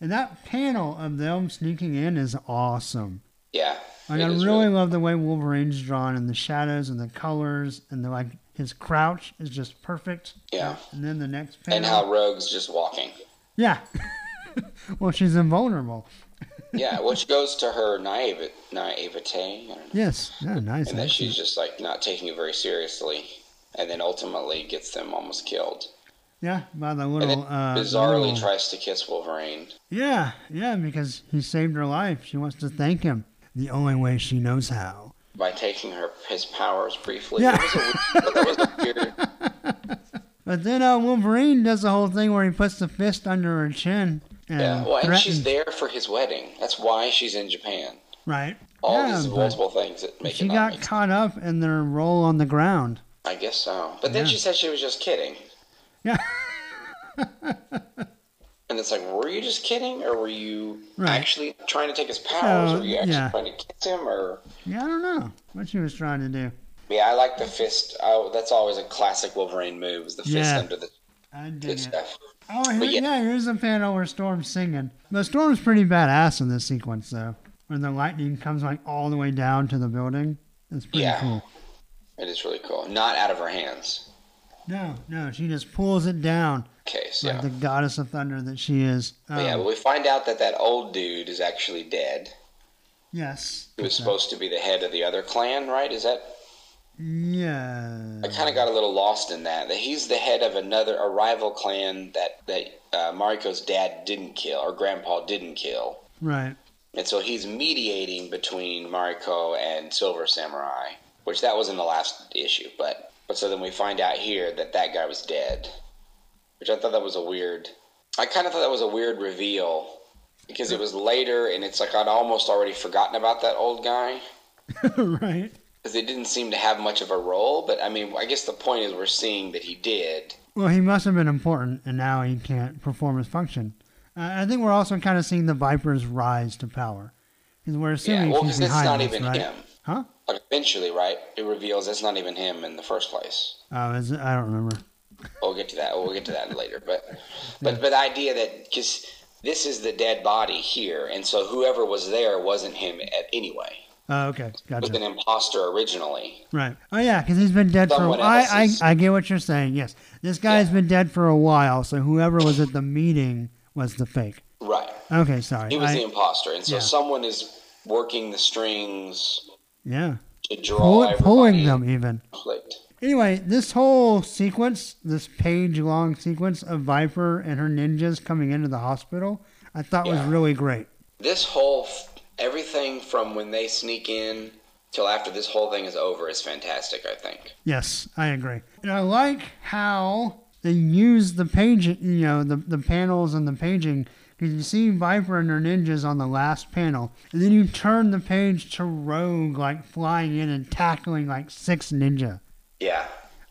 [SPEAKER 3] And that panel of them sneaking in is awesome.
[SPEAKER 2] Yeah.
[SPEAKER 3] Like, I
[SPEAKER 2] It is
[SPEAKER 3] really,
[SPEAKER 2] really-
[SPEAKER 3] love the way Wolverine's drawn and the shadows and the colors and the like. His crouch is just perfect.
[SPEAKER 2] Yeah.
[SPEAKER 3] And then the next panel.
[SPEAKER 2] And how Rogue's just walking.
[SPEAKER 3] yeah. well, she's invulnerable.
[SPEAKER 2] Yeah, which goes to her naive, naivete. I don't know.
[SPEAKER 3] Yes. Yeah, nice.
[SPEAKER 2] and that
[SPEAKER 3] actually.
[SPEAKER 2] she's just like not taking it very seriously, and then ultimately gets them almost killed.
[SPEAKER 3] Yeah, by the
[SPEAKER 2] And
[SPEAKER 3] little
[SPEAKER 2] then
[SPEAKER 3] uh,
[SPEAKER 2] bizarrely
[SPEAKER 3] little-
[SPEAKER 2] tries to kiss Wolverine.
[SPEAKER 3] Yeah, yeah, because he saved her life. She wants to thank him. The only way she knows how.
[SPEAKER 2] by taking her his powers briefly.
[SPEAKER 3] Yeah.
[SPEAKER 2] It was a weird, that was a weird.
[SPEAKER 3] But then uh, Wolverine does the whole thing where he puts the fist under her chin and
[SPEAKER 2] Yeah. Well, and she's
[SPEAKER 3] threatens-
[SPEAKER 2] there for his wedding. That's why she's in Japan.
[SPEAKER 3] Right.
[SPEAKER 2] All
[SPEAKER 3] yeah,
[SPEAKER 2] these
[SPEAKER 3] but
[SPEAKER 2] multiple things that make
[SPEAKER 3] she
[SPEAKER 2] it not
[SPEAKER 3] got
[SPEAKER 2] make sense.
[SPEAKER 3] caught up in their roll on the ground.
[SPEAKER 2] I guess so. But then
[SPEAKER 3] Yeah.
[SPEAKER 2] she said she was just kidding.
[SPEAKER 3] Yeah.
[SPEAKER 2] And it's like, were you just kidding, or were you
[SPEAKER 3] Right.
[SPEAKER 2] actually trying to take his powers?
[SPEAKER 3] So,
[SPEAKER 2] were you actually
[SPEAKER 3] yeah.
[SPEAKER 2] trying to kiss him, or?
[SPEAKER 3] Yeah, I don't know what she was trying to do.
[SPEAKER 2] Yeah, I like the fist. Oh, that's always a classic Wolverine move. Is the fist
[SPEAKER 3] Yeah.
[SPEAKER 2] under the
[SPEAKER 3] I
[SPEAKER 2] good
[SPEAKER 3] dig it.
[SPEAKER 2] stuff.
[SPEAKER 3] Oh, here,
[SPEAKER 2] But
[SPEAKER 3] yeah.
[SPEAKER 2] yeah.
[SPEAKER 3] here's a panel where Storm's singing. The Storm's pretty badass in this sequence, though. When the lightning comes like all the way down to the building, it's pretty
[SPEAKER 2] Yeah.
[SPEAKER 3] cool.
[SPEAKER 2] It is really cool. Not out of her hands.
[SPEAKER 3] No, no, she just pulls it down
[SPEAKER 2] Case.
[SPEAKER 3] like
[SPEAKER 2] yeah.
[SPEAKER 3] the goddess of thunder that she is.
[SPEAKER 2] But yeah,
[SPEAKER 3] Um,
[SPEAKER 2] but we find out that that old dude is actually dead.
[SPEAKER 3] yes.
[SPEAKER 2] He was supposed to be the head of the other clan, right? Is that?
[SPEAKER 3] Yeah.
[SPEAKER 2] I kind
[SPEAKER 3] Uh-huh.
[SPEAKER 2] of got a little lost in that. That he's the head of another a rival clan that that uh, Mariko's dad didn't kill or grandpa didn't kill,
[SPEAKER 3] Right.
[SPEAKER 2] and so he's mediating between Mariko and Silver Samurai, which that was in the last issue. But but so then we find out here that that guy was dead, which I thought that was a weird. I kind of thought that was a weird reveal because it was later, and it's like I'd almost already forgotten about that old guy.
[SPEAKER 3] right.
[SPEAKER 2] because they didn't seem to have much of a role. But I mean, I guess the point is we're seeing that he did.
[SPEAKER 3] Well, he must have been important, and now he can't perform his function. Uh, I think we're also kind of seeing the Viper's rise to power. Because we're
[SPEAKER 2] Yeah,
[SPEAKER 3] assuming
[SPEAKER 2] well,
[SPEAKER 3] she's
[SPEAKER 2] because it's
[SPEAKER 3] behind
[SPEAKER 2] not
[SPEAKER 3] this,
[SPEAKER 2] even
[SPEAKER 3] right?
[SPEAKER 2] him.
[SPEAKER 3] Huh?
[SPEAKER 2] Like, eventually, right? It reveals it's not even him in the first place.
[SPEAKER 3] Oh, is it? I don't remember.
[SPEAKER 2] We'll get to that. We'll get to that later. But but but the idea that because this is the dead body here, and so whoever was there wasn't him at anyway.
[SPEAKER 3] Oh, okay.
[SPEAKER 2] It was
[SPEAKER 3] Gotcha.
[SPEAKER 2] an imposter originally.
[SPEAKER 3] Right. Oh, yeah, because he's been dead for a
[SPEAKER 2] Someone
[SPEAKER 3] while. I, I,
[SPEAKER 2] else's-
[SPEAKER 3] I get what you're saying. Yes. This guy's
[SPEAKER 2] Yeah.
[SPEAKER 3] been dead for a while, so whoever was at the meeting was the fake.
[SPEAKER 2] Right.
[SPEAKER 3] Okay, sorry.
[SPEAKER 2] He was
[SPEAKER 3] I-
[SPEAKER 2] the imposter, and so
[SPEAKER 3] yeah.
[SPEAKER 2] someone is working the strings
[SPEAKER 3] yeah.
[SPEAKER 2] to draw
[SPEAKER 3] Pull, pulling
[SPEAKER 2] everybody
[SPEAKER 3] them, even.
[SPEAKER 2] conflict.
[SPEAKER 3] Anyway, this whole sequence, this page long sequence of Viper and her ninjas coming into the hospital, I thought was
[SPEAKER 2] Yeah.
[SPEAKER 3] really great.
[SPEAKER 2] this whole f- everything from when they sneak in till after this whole thing is over is fantastic i think
[SPEAKER 3] Yes, I agree. And I like how they use the page, you know, the, the panels and the paging. Because you see Viper and her ninjas on the last panel, and then you turn the page to Rogue, like flying in and tackling like six ninja.
[SPEAKER 2] yeah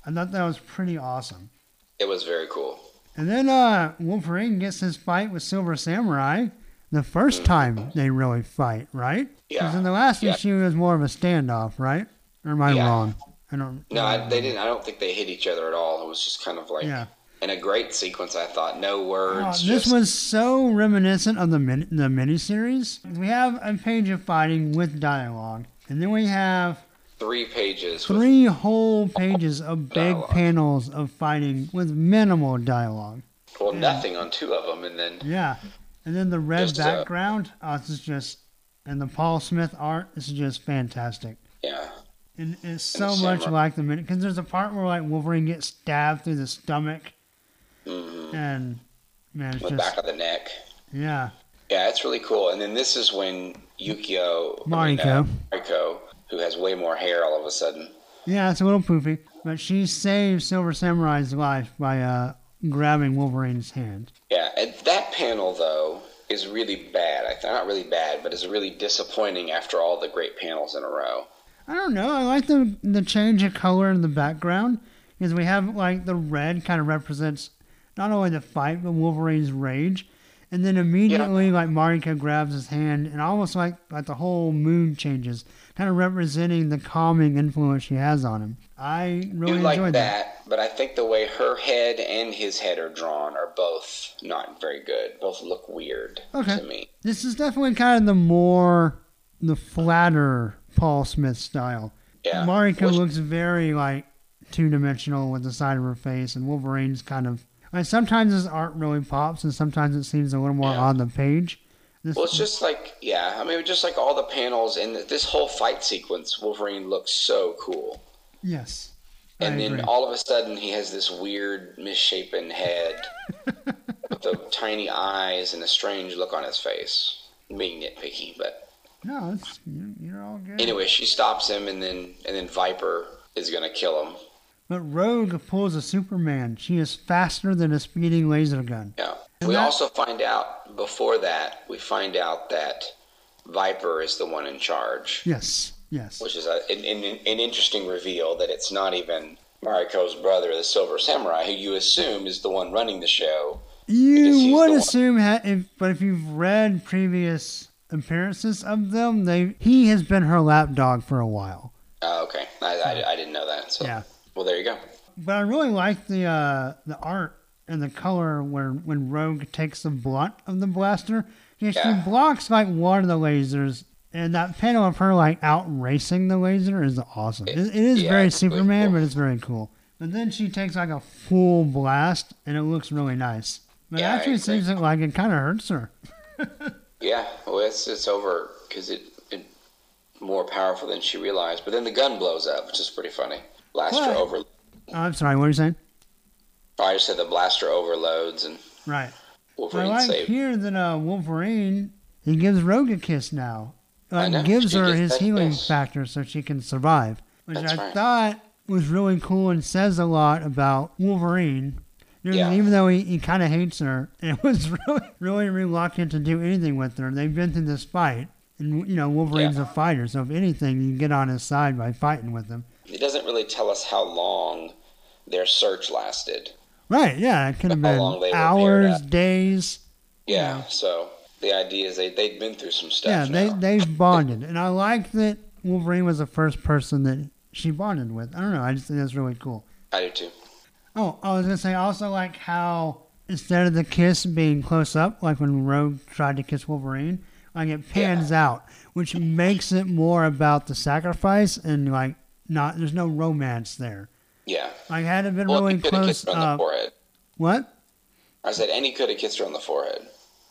[SPEAKER 3] I thought that was pretty awesome.
[SPEAKER 2] it was very cool
[SPEAKER 3] And then uh, Wolverine gets his fight with Silver Samurai the first time they really fight, right? Because
[SPEAKER 2] Mm. Yeah.
[SPEAKER 3] in the last
[SPEAKER 2] Yeah.
[SPEAKER 3] issue, it was more of a standoff, right? Or am I
[SPEAKER 2] Yeah.
[SPEAKER 3] wrong? I don't.
[SPEAKER 2] no I, they didn't i don't think they hit each other at all it was just kind of like
[SPEAKER 3] Mm-hmm. Yeah.
[SPEAKER 2] in a great sequence i thought no
[SPEAKER 3] Oh,
[SPEAKER 2] words
[SPEAKER 3] this
[SPEAKER 2] just,
[SPEAKER 3] was so reminiscent of the min- the miniseries. We have a page of fighting with dialogue, and then we have
[SPEAKER 2] three pages with-
[SPEAKER 3] three whole pages of big
[SPEAKER 2] Dialogue.
[SPEAKER 3] panels of fighting with minimal dialogue.
[SPEAKER 2] well nothing on two of them and then
[SPEAKER 3] Yeah, and then the red
[SPEAKER 2] Just, uh,
[SPEAKER 3] background, oh, this is just, and the Paul Smith art, this is just fantastic.
[SPEAKER 2] yeah
[SPEAKER 3] And it's
[SPEAKER 2] And the
[SPEAKER 3] so much
[SPEAKER 2] samurai.
[SPEAKER 3] like the minute because there's a part where like Wolverine gets stabbed through the stomach, and man, it's
[SPEAKER 2] the
[SPEAKER 3] just
[SPEAKER 2] mm-hmm, back of the neck
[SPEAKER 3] yeah,
[SPEAKER 2] yeah it's really cool and then this is when yukio I mean, uh,
[SPEAKER 3] Mariko.
[SPEAKER 2] mariko who has way more hair all of a sudden
[SPEAKER 3] yeah, it's a little poofy, but she saves Silver Samurai's life by uh grabbing Wolverine's hand.
[SPEAKER 2] Yeah, and that panel though is really bad. I th- not really bad, but is really disappointing after all the great panels in a row.
[SPEAKER 3] I don't know. I like the the change of color in the background because we have like the red kind of represents not only the fight but Wolverine's rage, and then immediately like Marika grabs his hand and almost like like the whole mood changes, kind of representing the calming influence she has on him. I really
[SPEAKER 2] you like
[SPEAKER 3] enjoyed
[SPEAKER 2] that,
[SPEAKER 3] that.
[SPEAKER 2] but I think the way her head and his head are drawn are both not very good. Both look weird
[SPEAKER 3] Okay.
[SPEAKER 2] to me.
[SPEAKER 3] This is definitely kind of the more the flatter Paul Smith style.
[SPEAKER 2] Yeah.
[SPEAKER 3] Mariko
[SPEAKER 2] Which-
[SPEAKER 3] looks very like two dimensional with the side of her face, and Wolverine's kind of like sometimes his art really pops, and sometimes it seems a little more
[SPEAKER 2] Yeah.
[SPEAKER 3] on the page. This,
[SPEAKER 2] Well, it's just like, yeah, I mean, just like all the panels and this whole fight sequence, Wolverine looks so cool.
[SPEAKER 3] yes, I
[SPEAKER 2] And then
[SPEAKER 3] agree.
[SPEAKER 2] all of a sudden, he has this weird, misshapen head with the tiny eyes and a strange look on his face. I'm being nitpicky, but
[SPEAKER 3] no, it's, you're, you're all good.
[SPEAKER 2] anyway, she stops him, and then and then Viper is gonna kill him.
[SPEAKER 3] But Rogue pulls a Superman. She is faster than a speeding laser gun.
[SPEAKER 2] Yeah.
[SPEAKER 3] And
[SPEAKER 2] we
[SPEAKER 3] that-
[SPEAKER 2] also find out before that we find out that Viper is the one in charge,
[SPEAKER 3] Yes, yes.
[SPEAKER 2] which is a, an, an, an interesting reveal that it's not even Mariko's brother, the Silver Samurai, who you assume is the one running the show. Because he's
[SPEAKER 3] You
[SPEAKER 2] the
[SPEAKER 3] would
[SPEAKER 2] one-
[SPEAKER 3] assume, ha- if, but if you've read previous appearances of them, they he has been her lapdog for a while.
[SPEAKER 2] Uh, okay, I, I, I didn't know that. So
[SPEAKER 3] Yeah.
[SPEAKER 2] well, there you go.
[SPEAKER 3] But I really like the uh, the art and the color where when Rogue takes the blunt of the blaster, yeah,
[SPEAKER 2] Yeah.
[SPEAKER 3] she blocks like one of the lasers, and that panel of her like out racing the laser is awesome. It, it is
[SPEAKER 2] Yeah,
[SPEAKER 3] very
[SPEAKER 2] it's really
[SPEAKER 3] Superman,
[SPEAKER 2] cool.
[SPEAKER 3] but it's very cool. But then she takes like a full blast, and it looks really nice. But
[SPEAKER 2] Yeah, I
[SPEAKER 3] actually, it
[SPEAKER 2] agree.
[SPEAKER 3] seems like it kind of hurts her.
[SPEAKER 2] Yeah, well, it's it's over because it, it more powerful than she realized. But then the gun blows up, which is pretty funny. Blaster
[SPEAKER 3] What?
[SPEAKER 2] over.
[SPEAKER 3] Oh, I'm sorry, what are you saying?
[SPEAKER 2] I just said the blaster overloads and
[SPEAKER 3] Right. I
[SPEAKER 2] Wolverine
[SPEAKER 3] like
[SPEAKER 2] saved.
[SPEAKER 3] here that uh, Wolverine he gives Rogue a kiss now. Like,
[SPEAKER 2] know,
[SPEAKER 3] gives
[SPEAKER 2] she
[SPEAKER 3] her
[SPEAKER 2] gets
[SPEAKER 3] his
[SPEAKER 2] that
[SPEAKER 3] healing
[SPEAKER 2] kiss.
[SPEAKER 3] factor so she can survive, which
[SPEAKER 2] That's
[SPEAKER 3] I
[SPEAKER 2] right.
[SPEAKER 3] thought was really cool and says a lot about Wolverine. You know,
[SPEAKER 2] Yeah.
[SPEAKER 3] Even though he, he kind of hates her and was really really reluctant to do anything with her, they've been through this fight, and you know Wolverine's a fighter, so if anything, you get on his side by fighting with him.
[SPEAKER 2] It doesn't really tell us how long their search lasted.
[SPEAKER 3] Right? Yeah, it could have
[SPEAKER 2] How long they
[SPEAKER 3] been
[SPEAKER 2] were paired
[SPEAKER 3] hours,
[SPEAKER 2] up.
[SPEAKER 3] days.
[SPEAKER 2] Yeah.
[SPEAKER 3] Yeah.
[SPEAKER 2] So the idea is they they'd been through some
[SPEAKER 3] Yeah,
[SPEAKER 2] stuff.
[SPEAKER 3] they
[SPEAKER 2] now.
[SPEAKER 3] they've bonded, and I like that Wolverine was the first person that she bonded with. I don't know, I just think that's really cool.
[SPEAKER 2] I do too.
[SPEAKER 3] Oh, I was gonna say, I also like how instead of the kiss being close up, like when Rogue tried to kiss Wolverine, like it pans out, which makes it more about the sacrifice and like not there's no romance there.
[SPEAKER 2] Yeah.
[SPEAKER 3] Like had it been
[SPEAKER 2] Well,
[SPEAKER 3] really
[SPEAKER 2] he could have
[SPEAKER 3] close
[SPEAKER 2] kissed her on the
[SPEAKER 3] up,
[SPEAKER 2] forehead.
[SPEAKER 3] what?
[SPEAKER 2] I said, and he could have kissed her on the forehead.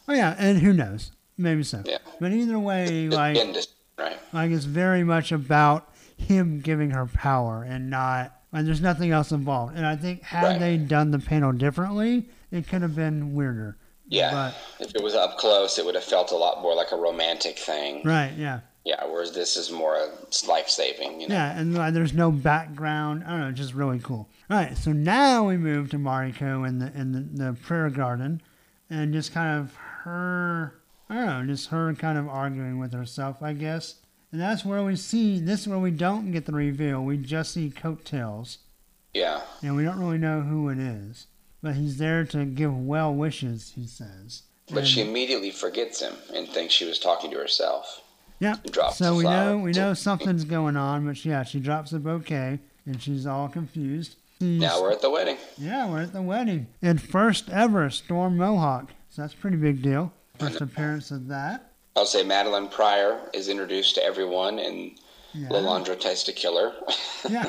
[SPEAKER 3] Oh yeah, and who knows? Maybe so.
[SPEAKER 2] Yeah.
[SPEAKER 3] But either way,
[SPEAKER 2] Just
[SPEAKER 3] like
[SPEAKER 2] been dis- right.
[SPEAKER 3] Like it's very much about him giving her power and not like there's nothing else involved. And I think had
[SPEAKER 2] Right.
[SPEAKER 3] they done the panel differently, it could have been weirder.
[SPEAKER 2] Yeah. if it was up close, it would have felt a lot more like a romantic thing.
[SPEAKER 3] But right, yeah.
[SPEAKER 2] Yeah. Whereas this is more a life saving. You know.
[SPEAKER 3] Yeah, and like, there's no background. I don't know, it's just really cool. All right, so now we move to Mariko in the in the, the prayer garden, and just kind of her. I don't know, just her kind of arguing with herself, I guess. And that's where we see this is where we don't get the reveal. We just see coattails.
[SPEAKER 2] Yeah.
[SPEAKER 3] and we don't really know who it is. But he's there to give well wishes, he says.
[SPEAKER 2] But
[SPEAKER 3] And-
[SPEAKER 2] she immediately forgets him and thinks she was talking to herself.
[SPEAKER 3] Yep.
[SPEAKER 2] drops uh,
[SPEAKER 3] So
[SPEAKER 2] the
[SPEAKER 3] we
[SPEAKER 2] flower.
[SPEAKER 3] know we know something's going on, but yeah, she drops a bouquet and she's all confused. She's-
[SPEAKER 2] Now we're at the wedding.
[SPEAKER 3] yeah, we're at the wedding. And first ever Storm Mohawk. So that's a pretty big deal. First appearance of that.
[SPEAKER 2] I'll say Madeline Pryor is introduced to everyone, and
[SPEAKER 3] Yeah.
[SPEAKER 2] Lalandra tries to kill her.
[SPEAKER 3] Yeah.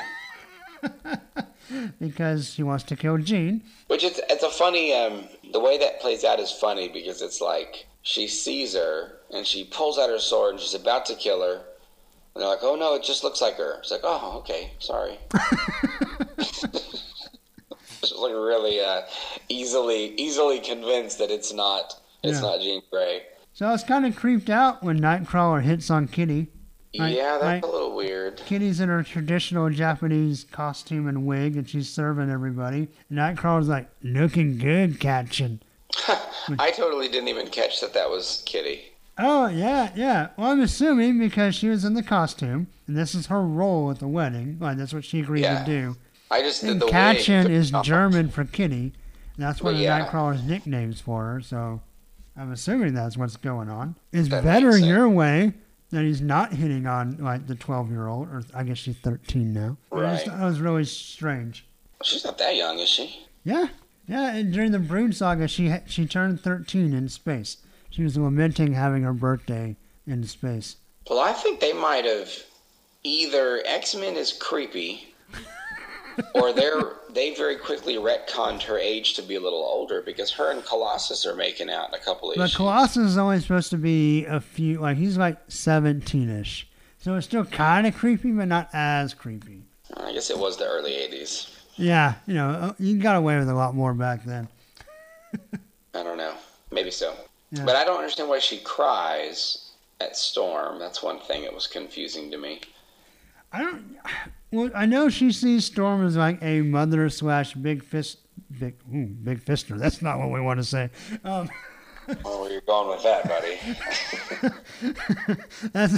[SPEAKER 3] because she wants to kill Jean.
[SPEAKER 2] Which it's it's a funny um, the way that plays out is funny because it's like she sees her and she pulls out her sword and she's about to kill her, and they're like, "Oh no, it just looks like her." It's like, "Oh, okay, sorry." she's like really uh, easily easily convinced that it's not it's
[SPEAKER 3] Yeah.
[SPEAKER 2] not Jean Grey.
[SPEAKER 3] So I was kind of creeped out when Nightcrawler hits on Kitty. Right,
[SPEAKER 2] yeah, that's
[SPEAKER 3] right.
[SPEAKER 2] a little weird.
[SPEAKER 3] Kitty's in her traditional Japanese costume and wig, and she's serving everybody. And Nightcrawler's like, looking good, catching.
[SPEAKER 2] I totally didn't even catch that that was Kitty.
[SPEAKER 3] Oh, yeah, yeah. Well, I'm assuming because she was in the costume, and this is her role at the wedding. Like, that's what she agreed
[SPEAKER 2] Yeah.
[SPEAKER 3] to do.
[SPEAKER 2] I just did
[SPEAKER 3] And
[SPEAKER 2] the wig.
[SPEAKER 3] Katchen
[SPEAKER 2] The-
[SPEAKER 3] is German for Kitty. And that's one
[SPEAKER 2] Well,
[SPEAKER 3] of
[SPEAKER 2] yeah.
[SPEAKER 3] Nightcrawler's nicknames for her, so I'm assuming that's what's going on. It's
[SPEAKER 2] That
[SPEAKER 3] better
[SPEAKER 2] makes sense.
[SPEAKER 3] your way that he's not hitting on, like, the 12 year old, or I guess she's 13 now. I just
[SPEAKER 2] Right.
[SPEAKER 3] thought it was really strange.
[SPEAKER 2] She's not that young, is she?
[SPEAKER 3] Yeah, yeah. And during the Brood Saga, she ha- she turned 13 in space. She was lamenting having her birthday in space.
[SPEAKER 2] Well, I think they might have either X Men is creepy, or they're they very quickly retconned her age to be a little older because her and Colossus are making out in a couple of
[SPEAKER 3] But
[SPEAKER 2] issues.
[SPEAKER 3] Colossus is only supposed to be a few, like he's like 17 ish. So it's still kind of creepy, but not as creepy.
[SPEAKER 2] I guess it was the early '80s.
[SPEAKER 3] Yeah, you know, uh, you got away with a lot more back then.
[SPEAKER 2] I don't know. Maybe so.
[SPEAKER 3] Yeah.
[SPEAKER 2] But I don't understand why she cries at Storm. That's one thing that was confusing to me.
[SPEAKER 3] I don't. Well, I know she sees Storm as like a mother slash big fist, big ooh, big fister. That's not what we want to say. Um,
[SPEAKER 2] Oh, where you're going with that, buddy?
[SPEAKER 3] that's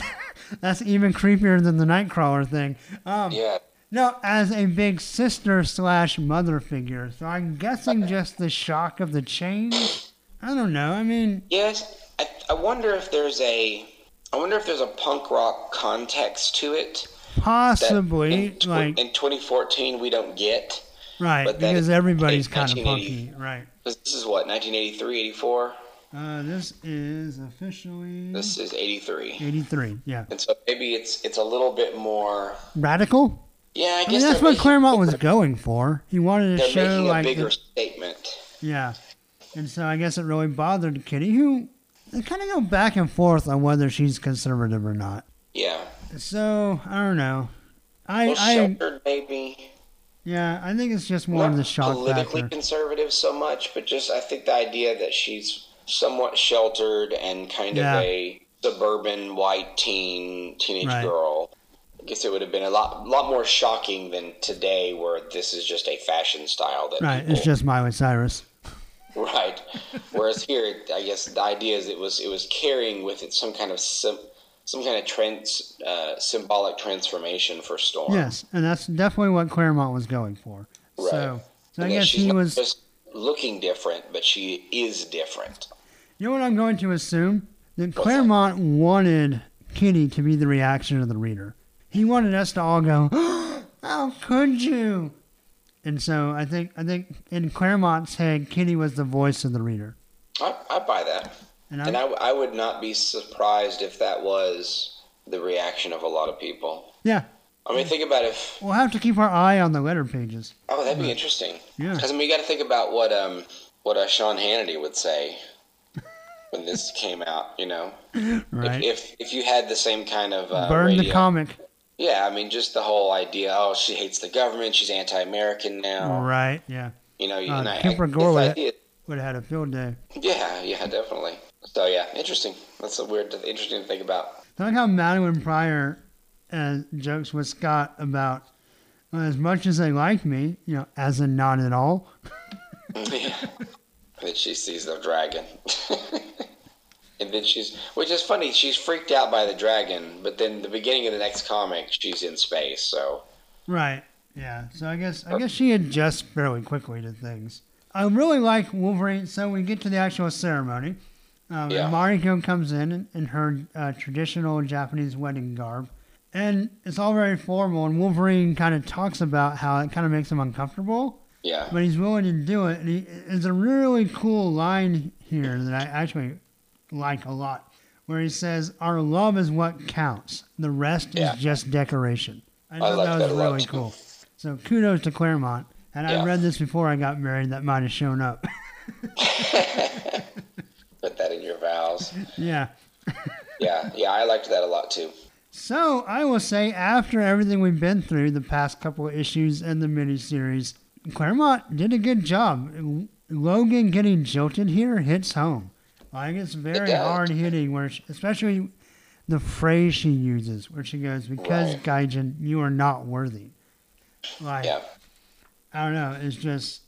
[SPEAKER 3] that's even creepier than the Nightcrawler thing. Um,
[SPEAKER 2] yeah.
[SPEAKER 3] No, as a big sister slash mother figure. So I'm guessing just the shock of the change. I don't know. I mean,
[SPEAKER 2] Yes. I, I wonder if there's a I wonder if there's a punk rock context to it. that
[SPEAKER 3] possibly
[SPEAKER 2] in, tw-
[SPEAKER 3] like
[SPEAKER 2] in 2014 we don't get
[SPEAKER 3] right
[SPEAKER 2] but that
[SPEAKER 3] because
[SPEAKER 2] is-
[SPEAKER 3] everybody's
[SPEAKER 2] it's
[SPEAKER 3] kind of
[SPEAKER 2] 1980.
[SPEAKER 3] punky, right?
[SPEAKER 2] 'Cause this is what 1983 84
[SPEAKER 3] Uh, this is officially
[SPEAKER 2] this is 83
[SPEAKER 3] 83. Yeah,
[SPEAKER 2] and so maybe it's it's a little bit more
[SPEAKER 3] radical.
[SPEAKER 2] yeah i guess
[SPEAKER 3] I mean, that's
[SPEAKER 2] they're
[SPEAKER 3] what
[SPEAKER 2] making-
[SPEAKER 3] Claremont was going for. He wanted to
[SPEAKER 2] they're
[SPEAKER 3] show
[SPEAKER 2] making
[SPEAKER 3] like
[SPEAKER 2] a bigger
[SPEAKER 3] the-
[SPEAKER 2] statement
[SPEAKER 3] yeah, and so I guess it really bothered Kitty, who they kind of go back and forth on whether she's conservative or not.
[SPEAKER 2] yeah
[SPEAKER 3] So I don't know. I,
[SPEAKER 2] well,
[SPEAKER 3] I
[SPEAKER 2] sheltered maybe
[SPEAKER 3] yeah, I think it's just more of the
[SPEAKER 2] not
[SPEAKER 3] shock
[SPEAKER 2] politically
[SPEAKER 3] factor.
[SPEAKER 2] conservative so much but just i think the idea that she's somewhat sheltered and kind
[SPEAKER 3] Yeah.
[SPEAKER 2] of a suburban white teen teenage
[SPEAKER 3] Right.
[SPEAKER 2] girl I guess it would have been a lot, lot more shocking than today, where this is just a fashion style that
[SPEAKER 3] Right,
[SPEAKER 2] people
[SPEAKER 3] it's just Miley Cyrus.
[SPEAKER 2] Right. Whereas here, I guess the idea is it was it was carrying with it some kind of sim, some kind of trans, uh, symbolic transformation for Storm.
[SPEAKER 3] Yes, and that's definitely what Claremont was going for.
[SPEAKER 2] Right.
[SPEAKER 3] So, so I
[SPEAKER 2] And that
[SPEAKER 3] guess
[SPEAKER 2] she's
[SPEAKER 3] he
[SPEAKER 2] not
[SPEAKER 3] was.
[SPEAKER 2] just looking different, but she is different.
[SPEAKER 3] You know what I'm going to assume? That
[SPEAKER 2] that?
[SPEAKER 3] Claremont wanted Kitty to be the reaction of the reader. He wanted us to all go, "How could you?" And so I think I think in Claremont's head, Kitty was the voice of the reader.
[SPEAKER 2] I, I buy that,
[SPEAKER 3] And,
[SPEAKER 2] and
[SPEAKER 3] I,
[SPEAKER 2] I, I would not be surprised if that was the reaction of a lot of people.
[SPEAKER 3] yeah,
[SPEAKER 2] I mean, think about if
[SPEAKER 3] we'll have to keep our eye on the letter pages.
[SPEAKER 2] oh, that'd be interesting.
[SPEAKER 3] Yeah.
[SPEAKER 2] Because I mean, you got to think about what um what uh, Sean Hannity would say when this came out. You know.
[SPEAKER 3] Right.
[SPEAKER 2] If, if if you had the same kind of uh,
[SPEAKER 3] Burn the
[SPEAKER 2] radio-
[SPEAKER 3] comic.
[SPEAKER 2] yeah, I mean, just the whole idea. Oh, she hates the government. She's anti-American now.
[SPEAKER 3] Right. Yeah.
[SPEAKER 2] You know,
[SPEAKER 3] Uh,
[SPEAKER 2] and I,
[SPEAKER 3] Kemper
[SPEAKER 2] I, this
[SPEAKER 3] Gorwitt.
[SPEAKER 2] idea-
[SPEAKER 3] Would have had a field day.
[SPEAKER 2] Yeah, yeah, definitely. So yeah, interesting. That's a weird, interesting thing about.
[SPEAKER 3] I like how Madeline Pryor uh, jokes with Scott about well, as much as they like me, you know, as in not at all.
[SPEAKER 2] yeah. That she sees the dragon. And then she's, which is funny, she's freaked out by the dragon, but then the beginning of the next comic, she's in space, so.
[SPEAKER 3] Right. Yeah. So I guess I guess she adjusts fairly quickly to things. I really like Wolverine. So we get to the actual ceremony. Um,
[SPEAKER 2] Yeah.
[SPEAKER 3] and Mariko comes in in, in her uh, traditional Japanese wedding garb, and it's all very formal. And Wolverine kind of talks about how it kind of makes him uncomfortable.
[SPEAKER 2] Yeah.
[SPEAKER 3] but he's willing to do it. And he, it's a really cool line here that I actually like a lot, where he says, "Our love is what counts. The rest
[SPEAKER 2] Yeah.
[SPEAKER 3] is just decoration." I thought
[SPEAKER 2] like
[SPEAKER 3] that
[SPEAKER 2] that
[SPEAKER 3] was
[SPEAKER 2] a lot,
[SPEAKER 3] really
[SPEAKER 2] too.
[SPEAKER 3] cool. So kudos to Claremont. And I
[SPEAKER 2] Yeah.
[SPEAKER 3] read this before I got married. That might have shown up.
[SPEAKER 2] Put that in your vows.
[SPEAKER 3] yeah.
[SPEAKER 2] Yeah, yeah, I liked that a lot too.
[SPEAKER 3] So I will say, after everything we've been through the past couple of issues and the miniseries, Claremont did a good job. Logan getting jilted here hits home. Like it's very
[SPEAKER 2] does.
[SPEAKER 3] hard hitting, where she, especially the phrase she uses, where she goes, "Because
[SPEAKER 2] Right.
[SPEAKER 3] Gaijin, you are not worthy." Like
[SPEAKER 2] Yeah.
[SPEAKER 3] I don't know, it's just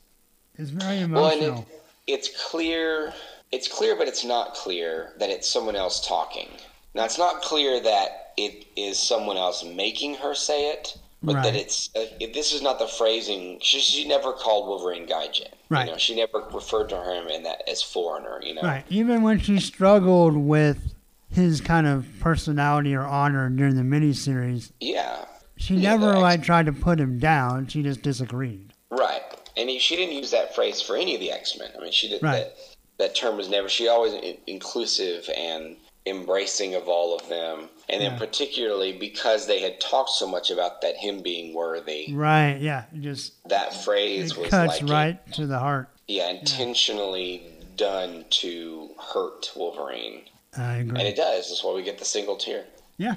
[SPEAKER 3] it's very
[SPEAKER 2] Well,
[SPEAKER 3] emotional.
[SPEAKER 2] and it, it's clear, it's clear, but it's not clear that it's someone else talking. Now, it's not clear that it is someone else making her say it, but
[SPEAKER 3] Right.
[SPEAKER 2] that it's uh, if this is not the phrasing. She, she never called Wolverine Gaijin.
[SPEAKER 3] Right.
[SPEAKER 2] You know, she never referred to him in that as foreigner. You know.
[SPEAKER 3] Right. Even when she struggled with his kind of personality or honor during the miniseries,
[SPEAKER 2] Yeah.
[SPEAKER 3] She
[SPEAKER 2] Yeah,
[SPEAKER 3] never
[SPEAKER 2] they're
[SPEAKER 3] like tried to put him down. She just disagreed.
[SPEAKER 2] Right. And he, she didn't use that phrase for any of the X Men. I mean, she did
[SPEAKER 3] Right.
[SPEAKER 2] that. That term was never. She always in- inclusive and embracing of all of them, and then
[SPEAKER 3] Yeah.
[SPEAKER 2] particularly because they had talked so much about that him being worthy,
[SPEAKER 3] Right. Yeah. It just
[SPEAKER 2] that phrase
[SPEAKER 3] it
[SPEAKER 2] was
[SPEAKER 3] cuts
[SPEAKER 2] like
[SPEAKER 3] right to the heart.
[SPEAKER 2] yeah, intentionally done to hurt Wolverine,
[SPEAKER 3] I
[SPEAKER 2] and
[SPEAKER 3] agree.
[SPEAKER 2] it does. That's why we get the single tear.
[SPEAKER 3] Yeah.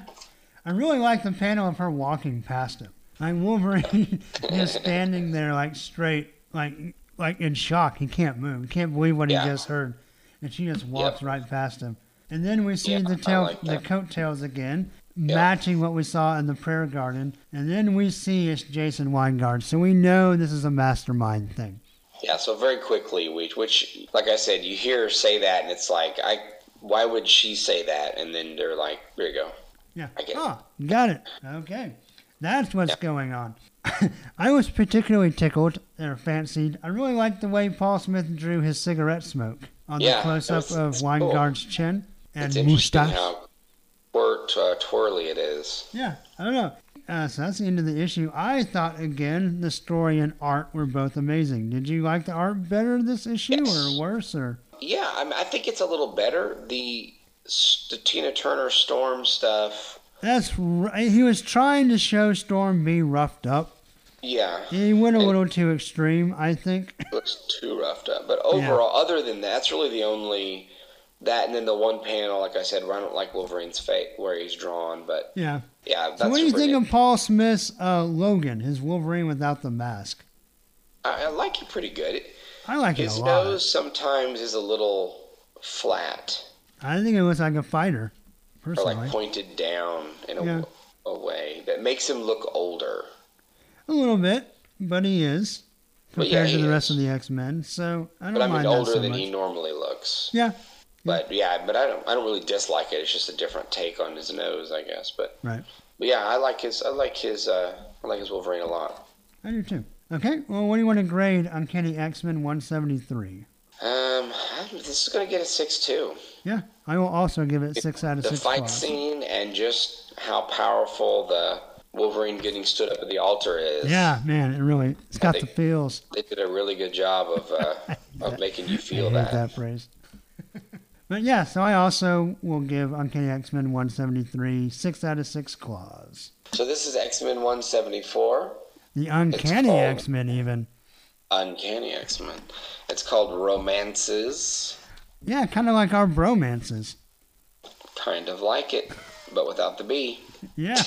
[SPEAKER 3] I really like the panel of her walking past him. Like Wolverine just standing there like straight, like like in shock. He can't move. He can't believe what
[SPEAKER 2] Yeah.
[SPEAKER 3] he just heard. And she just walks right past him. And then we see
[SPEAKER 2] Yeah,
[SPEAKER 3] the
[SPEAKER 2] I
[SPEAKER 3] tail
[SPEAKER 2] like
[SPEAKER 3] the
[SPEAKER 2] that.
[SPEAKER 3] coattails again, matching what we saw in the prayer garden. And then we see it's Jason Weingard. So we know this is a mastermind thing.
[SPEAKER 2] Yeah, so very quickly, which, which, like I said, you hear her say that, and it's like, I, why would she say that? And then they're like, there you go.
[SPEAKER 3] Yeah.
[SPEAKER 2] I get it.
[SPEAKER 3] Ah, got it. Okay. That's what's going on. I was particularly tickled or fancied. I really liked the way Paul Smith drew his cigarette smoke on
[SPEAKER 2] Yeah,
[SPEAKER 3] the close up
[SPEAKER 2] that's-
[SPEAKER 3] of
[SPEAKER 2] that's cool.
[SPEAKER 3] Weingard's chin and
[SPEAKER 2] it's interesting
[SPEAKER 3] mustache.
[SPEAKER 2] how twir- uh, twirly it is.
[SPEAKER 3] Yeah, I don't know. Uh, so that's the end of the issue. I thought again the story and art were both amazing. Did you like the art better this issue
[SPEAKER 2] Yes.
[SPEAKER 3] or worse or
[SPEAKER 2] Yeah, I, mean, I think it's a little better. The, s- the Tina Turner Storm stuff.
[SPEAKER 3] that's r- eh, he was trying to show Storm be roughed up.
[SPEAKER 2] Yeah,
[SPEAKER 3] He went a
[SPEAKER 2] And-
[SPEAKER 3] little too extreme, I think.
[SPEAKER 2] it looks too roughed up. But overall, other than that, that's really the only that, and then the one panel, like I said, where I don't like Wolverine's fate where he's drawn. But
[SPEAKER 3] Yeah.
[SPEAKER 2] yeah, that's
[SPEAKER 3] So what do you
[SPEAKER 2] really
[SPEAKER 3] think
[SPEAKER 2] it.
[SPEAKER 3] of Paul Smith's uh, Logan, his Wolverine without the mask?
[SPEAKER 2] I, I like it pretty good.
[SPEAKER 3] I like it
[SPEAKER 2] His
[SPEAKER 3] a lot.
[SPEAKER 2] nose sometimes is a little flat
[SPEAKER 3] I think it looks like a fighter,
[SPEAKER 2] or
[SPEAKER 3] personally.
[SPEAKER 2] like pointed down in a,
[SPEAKER 3] Yeah.
[SPEAKER 2] a way that makes him look older.
[SPEAKER 3] a little bit, but he is
[SPEAKER 2] But
[SPEAKER 3] compared
[SPEAKER 2] yeah,
[SPEAKER 3] to
[SPEAKER 2] he
[SPEAKER 3] the rest
[SPEAKER 2] is.
[SPEAKER 3] of the X Men. So I don't
[SPEAKER 2] But I mean,
[SPEAKER 3] mind that
[SPEAKER 2] older
[SPEAKER 3] so
[SPEAKER 2] than
[SPEAKER 3] much.
[SPEAKER 2] he normally looks.
[SPEAKER 3] Yeah,
[SPEAKER 2] But yeah, but I don't, I don't really dislike it. It's just a different take on his nose, I guess. But,
[SPEAKER 3] Right.
[SPEAKER 2] but yeah, I like his, I like his, uh, I like his Wolverine a lot.
[SPEAKER 3] I do too. Okay, well, what do you want to grade Uncanny X Men 173?
[SPEAKER 2] Um, I- this is gonna get a six-two.
[SPEAKER 3] Yeah, I will also give it six out of
[SPEAKER 2] The
[SPEAKER 3] six.
[SPEAKER 2] fight
[SPEAKER 3] claws.
[SPEAKER 2] scene and just how powerful the Wolverine getting stood up at the altar is.
[SPEAKER 3] Yeah, man, it really it's got
[SPEAKER 2] think-
[SPEAKER 3] the feels.
[SPEAKER 2] they did a really good job of uh, of making you
[SPEAKER 3] I
[SPEAKER 2] feel
[SPEAKER 3] hate
[SPEAKER 2] that.
[SPEAKER 3] that, phrase. but yeah, so I also will give Uncanny X Men 173 six out of six claws.
[SPEAKER 2] So this is X Men one seventy four,
[SPEAKER 3] The Uncanny
[SPEAKER 2] called-
[SPEAKER 3] X Men, even.
[SPEAKER 2] Uncanny X Men. It's called Romances,
[SPEAKER 3] Yeah, kind of like our bromances.
[SPEAKER 2] kind of like it, but without the B.
[SPEAKER 3] Yeah.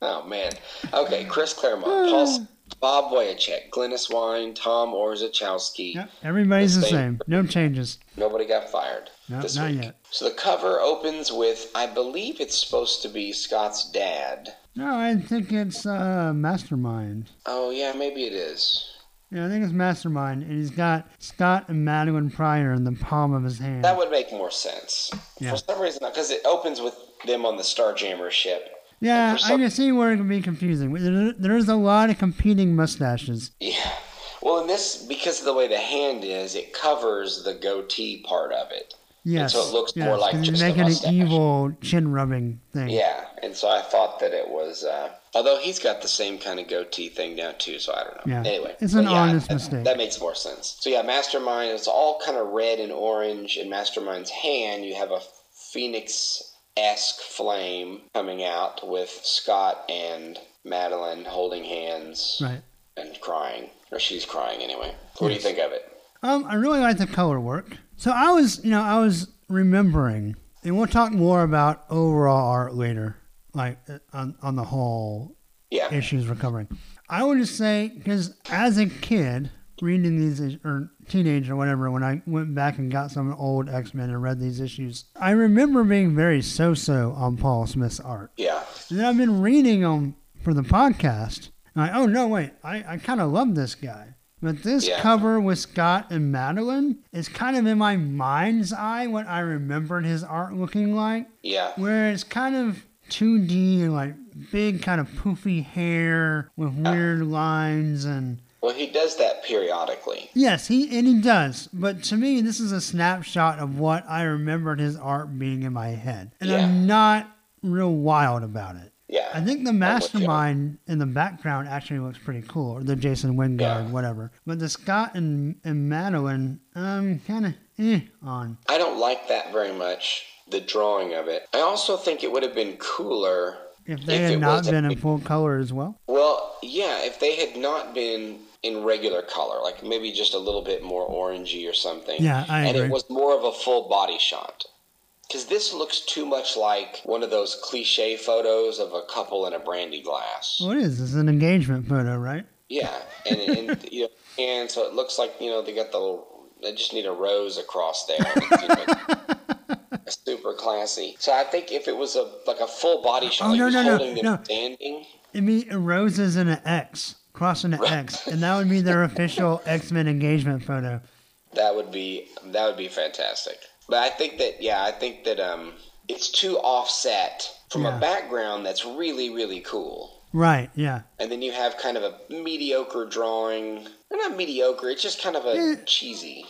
[SPEAKER 2] Oh man. Okay, Chris Claremont, Paul, S- Bob Wojcik, Glennis Wine, Tom Orzechowski.
[SPEAKER 3] Yep. Everybody's the
[SPEAKER 2] The same.
[SPEAKER 3] same. No changes.
[SPEAKER 2] Nobody got fired
[SPEAKER 3] No,
[SPEAKER 2] this
[SPEAKER 3] not
[SPEAKER 2] week.
[SPEAKER 3] yet.
[SPEAKER 2] So the cover opens with, I believe it's supposed to be Scott's dad.
[SPEAKER 3] No, I think it's uh, Mastermind.
[SPEAKER 2] Oh yeah, maybe it is.
[SPEAKER 3] Yeah, I think it's Mastermind. And he's got Scott and Madeline Pryor in the palm of his hand.
[SPEAKER 2] That would make more sense.
[SPEAKER 3] Mm. Yeah.
[SPEAKER 2] For some reason, because it opens with them on the Starjammer ship.
[SPEAKER 3] yeah,
[SPEAKER 2] and for some-
[SPEAKER 3] I can see where it can be confusing. There- There's a lot of competing mustaches.
[SPEAKER 2] Yeah. Well, in this, because of the way the hand is, it covers the goatee part of it.
[SPEAKER 3] Yes.
[SPEAKER 2] so it looks
[SPEAKER 3] yes,
[SPEAKER 2] more like
[SPEAKER 3] 'cause he's
[SPEAKER 2] just a
[SPEAKER 3] making
[SPEAKER 2] mustache.
[SPEAKER 3] an evil chin rubbing thing.
[SPEAKER 2] Yeah. And so I thought that it was. Uh, although he's got the same kind of goatee thing now too, so I don't know.
[SPEAKER 3] Yeah.
[SPEAKER 2] Anyway,
[SPEAKER 3] It's
[SPEAKER 2] but
[SPEAKER 3] an
[SPEAKER 2] yeah,
[SPEAKER 3] honest
[SPEAKER 2] that,
[SPEAKER 3] mistake.
[SPEAKER 2] That makes more sense. So yeah, Mastermind is all kind of red and orange. In Mastermind's hand, you have a phoenix esque flame coming out with Scott and Madeline holding hands
[SPEAKER 3] Right.
[SPEAKER 2] and crying, or she's crying anyway. What do you think of it?
[SPEAKER 3] Um, I really like the color work. So I was, you know, I was remembering, and we'll talk more about overall art later, like uh, on on the whole
[SPEAKER 2] Yeah.
[SPEAKER 3] issues recovering. I would just say because as a kid reading these is- or teenager or whatever, when I went back and got some old X Men and read these issues, I remember being very so so on Paul Smith's art.
[SPEAKER 2] Yeah.
[SPEAKER 3] And then I've been reading them for the podcast. And I, oh no, wait, I, I kind of love this guy. But this
[SPEAKER 2] Yeah.
[SPEAKER 3] cover with Scott and Madeline is kind of in my mind's eye what I remembered his art looking like,
[SPEAKER 2] Yeah.
[SPEAKER 3] where it's kind of 2D and like big, kind of poofy hair with weird lines and
[SPEAKER 2] Well, he does that periodically.
[SPEAKER 3] Yes, he and he does. But to me, this is a snapshot of what I remembered his art being in my head, and I'm not real wild about it.
[SPEAKER 2] Yeah.
[SPEAKER 3] I think the
[SPEAKER 2] I'm with you.
[SPEAKER 3] mastermind in the background actually looks pretty cool, or the Jason Wingard,
[SPEAKER 2] Yeah.
[SPEAKER 3] whatever. But the Scott and, and Madeline, um, kind of eh on.
[SPEAKER 2] I don't like that very much, the drawing of it. I also think it would have been cooler
[SPEAKER 3] If they
[SPEAKER 2] If
[SPEAKER 3] had
[SPEAKER 2] it
[SPEAKER 3] not
[SPEAKER 2] was a
[SPEAKER 3] been in
[SPEAKER 2] big-
[SPEAKER 3] full color as well.
[SPEAKER 2] Well, yeah, if they had not been in regular color, like maybe just a little bit more orangey or something.
[SPEAKER 3] Yeah, I
[SPEAKER 2] And
[SPEAKER 3] agree.
[SPEAKER 2] it was more of a full body shot. Because this looks too much like one of those cliche photos of a couple in a brandy glass.
[SPEAKER 3] What is this? An engagement photo, right?
[SPEAKER 2] Yeah, and and you know, and so it looks like you know they got the little. They just need a rose across there. Super classy. So I think if it was a like a full body shot,
[SPEAKER 3] Oh,
[SPEAKER 2] like
[SPEAKER 3] no,
[SPEAKER 2] it was
[SPEAKER 3] no, no,
[SPEAKER 2] holding them
[SPEAKER 3] no.
[SPEAKER 2] standing.
[SPEAKER 3] It'd be roses and an X, crossing an X, and that would be their official X Men engagement photo.
[SPEAKER 2] That would be that would be fantastic. But I think that yeah, I think that um, it's too offset from
[SPEAKER 3] Yeah.
[SPEAKER 2] a background that's really really cool,
[SPEAKER 3] Right? Yeah.
[SPEAKER 2] and then you have kind of a mediocre drawing. Well, not mediocre. It's just kind of a
[SPEAKER 3] Eh.
[SPEAKER 2] cheesy.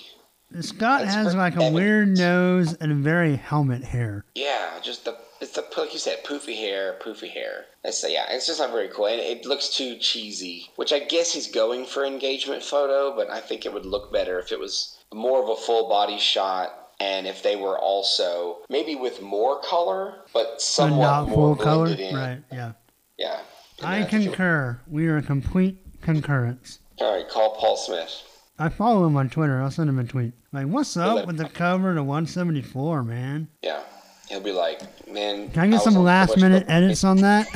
[SPEAKER 3] Scott
[SPEAKER 2] That's
[SPEAKER 3] has
[SPEAKER 2] for
[SPEAKER 3] like a
[SPEAKER 2] evidence.
[SPEAKER 3] weird nose and very helmet hair.
[SPEAKER 2] Yeah, just the it's the like you said, poofy hair, poofy hair. That's yeah, it's just not very cool, and it looks too cheesy. Which I guess he's going for engagement photo, but I think it would look better if it was more of a full body shot, and if they were also maybe with more color, but
[SPEAKER 3] But
[SPEAKER 2] somewhat
[SPEAKER 3] not
[SPEAKER 2] more
[SPEAKER 3] full color.
[SPEAKER 2] blended in.
[SPEAKER 3] Right? Yeah.
[SPEAKER 2] Yeah. And
[SPEAKER 3] I
[SPEAKER 2] I think it
[SPEAKER 3] concur. We are a complete concurrence.
[SPEAKER 2] would- All right, call Paul Smith.
[SPEAKER 3] I follow him on Twitter. I'll send him a tweet. Like, what's up with the cover to 174, man?
[SPEAKER 2] Yeah, he'll be like, man.
[SPEAKER 3] Can I get
[SPEAKER 2] was
[SPEAKER 3] some
[SPEAKER 2] on so
[SPEAKER 3] last
[SPEAKER 2] much
[SPEAKER 3] minute
[SPEAKER 2] dope."
[SPEAKER 3] edits on that?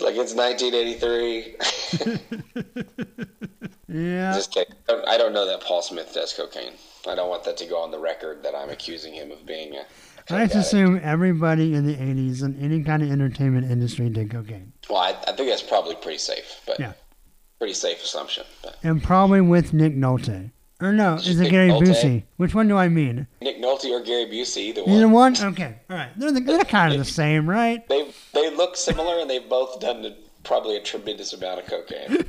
[SPEAKER 2] Like it's 1983.
[SPEAKER 3] Yeah.
[SPEAKER 2] Just kidding. I don't- I don't know that Paul Smith does cocaine. I don't want that to go on the record that I'm accusing him of being a. coke
[SPEAKER 3] I just
[SPEAKER 2] addict.
[SPEAKER 3] assume everybody in the 80s in any kind of entertainment industry did cocaine.
[SPEAKER 2] Well, I, I think that's probably pretty safe, but
[SPEAKER 3] Yeah.
[SPEAKER 2] pretty safe assumption. But
[SPEAKER 3] And probably with Nick Nolte. Or no, is it Gary
[SPEAKER 2] Nolte?
[SPEAKER 3] Busey? Which one do I mean?
[SPEAKER 2] Nick Nolte or Gary Busey, either one.
[SPEAKER 3] Either one? Okay. All right. They're, the, they're kind of the same, right?
[SPEAKER 2] They they look similar, and they've both done a, probably a tremendous amount of cocaine.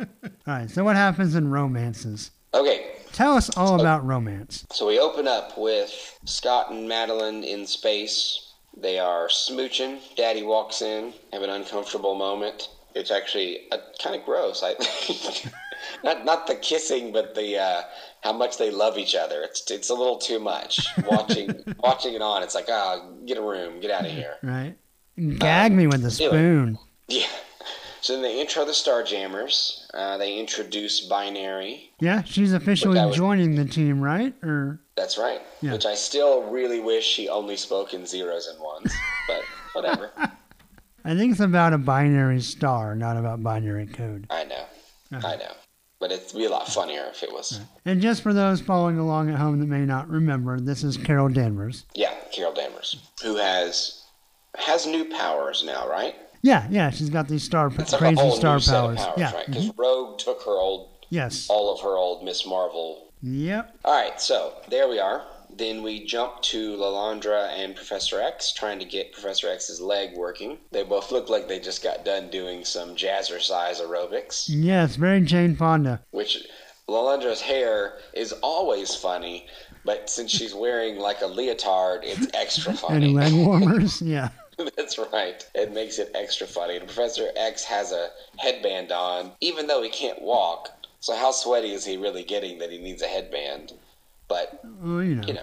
[SPEAKER 3] All right. So, what happens in romances?
[SPEAKER 2] Okay,
[SPEAKER 3] Tell us all about romance.
[SPEAKER 2] so we open up with Scott and Madeline in space. They are smooching. Daddy walks in, have an uncomfortable moment. It's actually uh, kind of gross. I not not the kissing, but the uh, how much they love each other. It's it's a little too much. Watching watching it on, it's like ah, get a room, get out of here.
[SPEAKER 3] Right? Gag me with a
[SPEAKER 2] do it.
[SPEAKER 3] spoon.
[SPEAKER 2] Yeah. So then they intro the Starjammers. Uh, they introduce binary.
[SPEAKER 3] Yeah, she's officially
[SPEAKER 2] that was-
[SPEAKER 3] joining the team, right? Or
[SPEAKER 2] That's right.
[SPEAKER 3] Yeah.
[SPEAKER 2] Which I still really wish she only spoke in zeros and ones, but whatever.
[SPEAKER 3] I think it's about a binary star, not about binary code.
[SPEAKER 2] I know.
[SPEAKER 3] Uh-huh.
[SPEAKER 2] I know. But it'd be a lot funnier if it was.
[SPEAKER 3] And just for those following along at home that may not remember, this is Carol Danvers.
[SPEAKER 2] Yeah, Carol Danvers, who has has new powers now, right?
[SPEAKER 3] Yeah, yeah, she's got these star
[SPEAKER 2] It's like a
[SPEAKER 3] crazy
[SPEAKER 2] whole new
[SPEAKER 3] star powers.
[SPEAKER 2] set of powers,
[SPEAKER 3] yeah.
[SPEAKER 2] right?
[SPEAKER 3] mhm.
[SPEAKER 2] Because Rogue took her old,
[SPEAKER 3] Yes.
[SPEAKER 2] all of her old Miss Marvel.
[SPEAKER 3] Yep.
[SPEAKER 2] All right, so there we are. Then we jump to Lalandra and Professor X trying to get Professor X's leg working. They both look like they just got done doing some jazzercise aerobics.
[SPEAKER 3] Yes, very Jane Fonda.
[SPEAKER 2] which Lalandra's hair is always funny, but since she's wearing like a leotard, it's extra
[SPEAKER 3] And leg
[SPEAKER 2] funny.
[SPEAKER 3] warmers. yeah.
[SPEAKER 2] That's right. It makes it extra funny. And Professor X has a headband on, even though he can't walk. So how sweaty is he really getting that he needs a headband? But
[SPEAKER 3] Well, you know.
[SPEAKER 2] you know,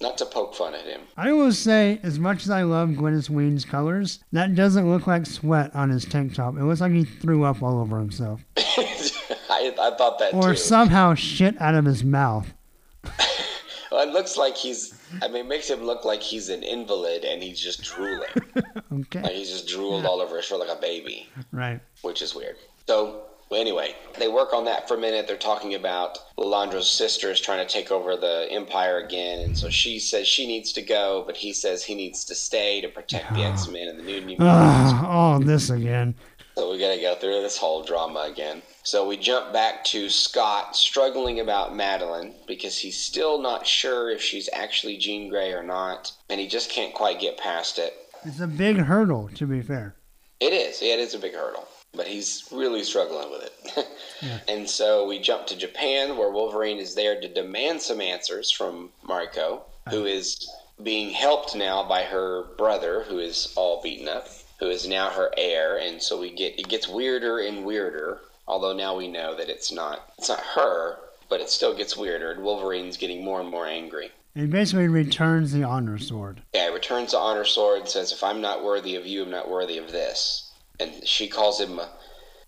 [SPEAKER 2] not to poke fun at him.
[SPEAKER 3] I will say, as much as I love Gwyneth Wayne's colors, that doesn't look like sweat on his tank top. It looks like he threw up all over himself.
[SPEAKER 2] I, I thought that
[SPEAKER 3] Or
[SPEAKER 2] too.
[SPEAKER 3] somehow shit out of his mouth.
[SPEAKER 2] well, it looks like he's. I mean, it makes him look like he's an invalid and he's just drooling. like
[SPEAKER 3] Okay.
[SPEAKER 2] he's just drooled all over his shirt like a baby.
[SPEAKER 3] Right.
[SPEAKER 2] which is weird. So anyway, they work on that for a minute. They're talking about Lalandra's sister is trying to take over the empire again, and so she says she needs to go, but he says he needs to stay to protect the X Men and the new mutants.
[SPEAKER 3] Ugh, all this again.
[SPEAKER 2] So we gotta go through this whole drama again. So we jump back to Scott struggling about Madeline because he's still not sure if she's actually Jean Grey or not, and he just can't quite get past it.
[SPEAKER 3] It's a big hurdle, to be fair.
[SPEAKER 2] It is. Yeah, it is a big hurdle, but he's really struggling with it. And so we jump to Japan, where Wolverine is there to demand some answers from Mariko, who is being helped now by her brother, who is all beaten up, who is now her heir, and so we get it gets weirder and weirder. Although now we know that it's not it's not her, but it still gets weirder. And Wolverine's getting more and more angry.
[SPEAKER 3] He basically returns the honor sword.
[SPEAKER 2] Yeah, he returns the honor sword and says, "If I'm not worthy of you, I'm not worthy of this." And she calls him a,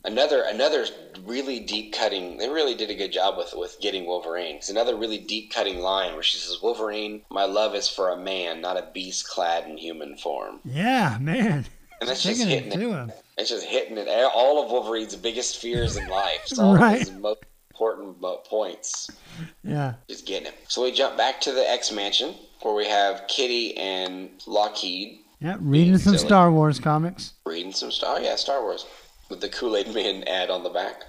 [SPEAKER 2] another another really deep cutting. They really did a good job with with getting Wolverine. It's another really deep cutting line where she says, "Wolverine, my love is for a man, not a beast clad in human form."
[SPEAKER 3] Yeah, man.
[SPEAKER 2] And that's just
[SPEAKER 3] Taking it
[SPEAKER 2] hitting
[SPEAKER 3] to
[SPEAKER 2] it.
[SPEAKER 3] him.
[SPEAKER 2] It's just hitting it. All of Wolverine's biggest fears in life, it's all
[SPEAKER 3] Right.
[SPEAKER 2] of his most important mo- points.
[SPEAKER 3] Yeah.
[SPEAKER 2] Just getting him. So we jump back to the X Mansion where we have Kitty and Lockheed
[SPEAKER 3] Yeah, reading some
[SPEAKER 2] silly.
[SPEAKER 3] Star Wars comics.
[SPEAKER 2] reading some Star. Oh yeah, Star Wars with the Kool Aid Man ad on the back.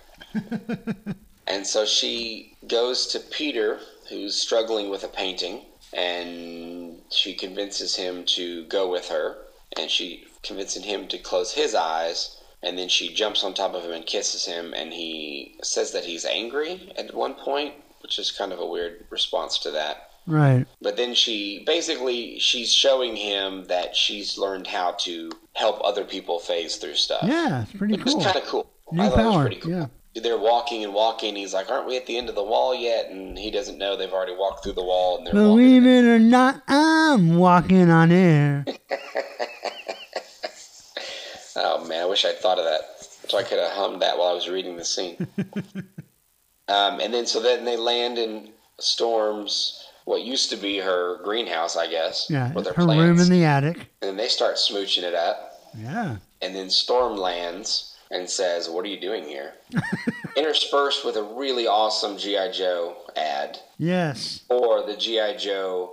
[SPEAKER 2] and so she goes to Peter, who's struggling with a painting, and she convinces him to go with her, and she convincing him to close his eyes. And then she jumps on top of him and kisses him, and he says that he's angry at one point, which is kind of a weird response to that
[SPEAKER 3] Right.
[SPEAKER 2] but then she basically she's showing him that she's learned how to help other people phase through stuff.
[SPEAKER 3] Yeah, it's pretty
[SPEAKER 2] which
[SPEAKER 3] cool.
[SPEAKER 2] is kind of cool.
[SPEAKER 3] New
[SPEAKER 2] I thought it was
[SPEAKER 3] power,
[SPEAKER 2] pretty cool.
[SPEAKER 3] yeah.
[SPEAKER 2] They're walking and walking. He's like, "Aren't we at the end of the wall yet?" And he doesn't know they've already walked through the wall. And they're
[SPEAKER 3] Believe
[SPEAKER 2] walking.
[SPEAKER 3] it or not, I'm walking on air.
[SPEAKER 2] Oh man, I wish I'd thought of that, so I could have hummed that while I was reading the scene. um, and then so then they land in storms. What used to be her greenhouse, I guess.
[SPEAKER 3] Yeah,
[SPEAKER 2] with her,
[SPEAKER 3] her
[SPEAKER 2] plants.
[SPEAKER 3] room in the attic.
[SPEAKER 2] and then they start smooching it up.
[SPEAKER 3] Yeah.
[SPEAKER 2] and then Storm lands and says, "What are you doing here?" Interspersed with a really awesome GI Joe ad
[SPEAKER 3] Yes.
[SPEAKER 2] or the GI Joe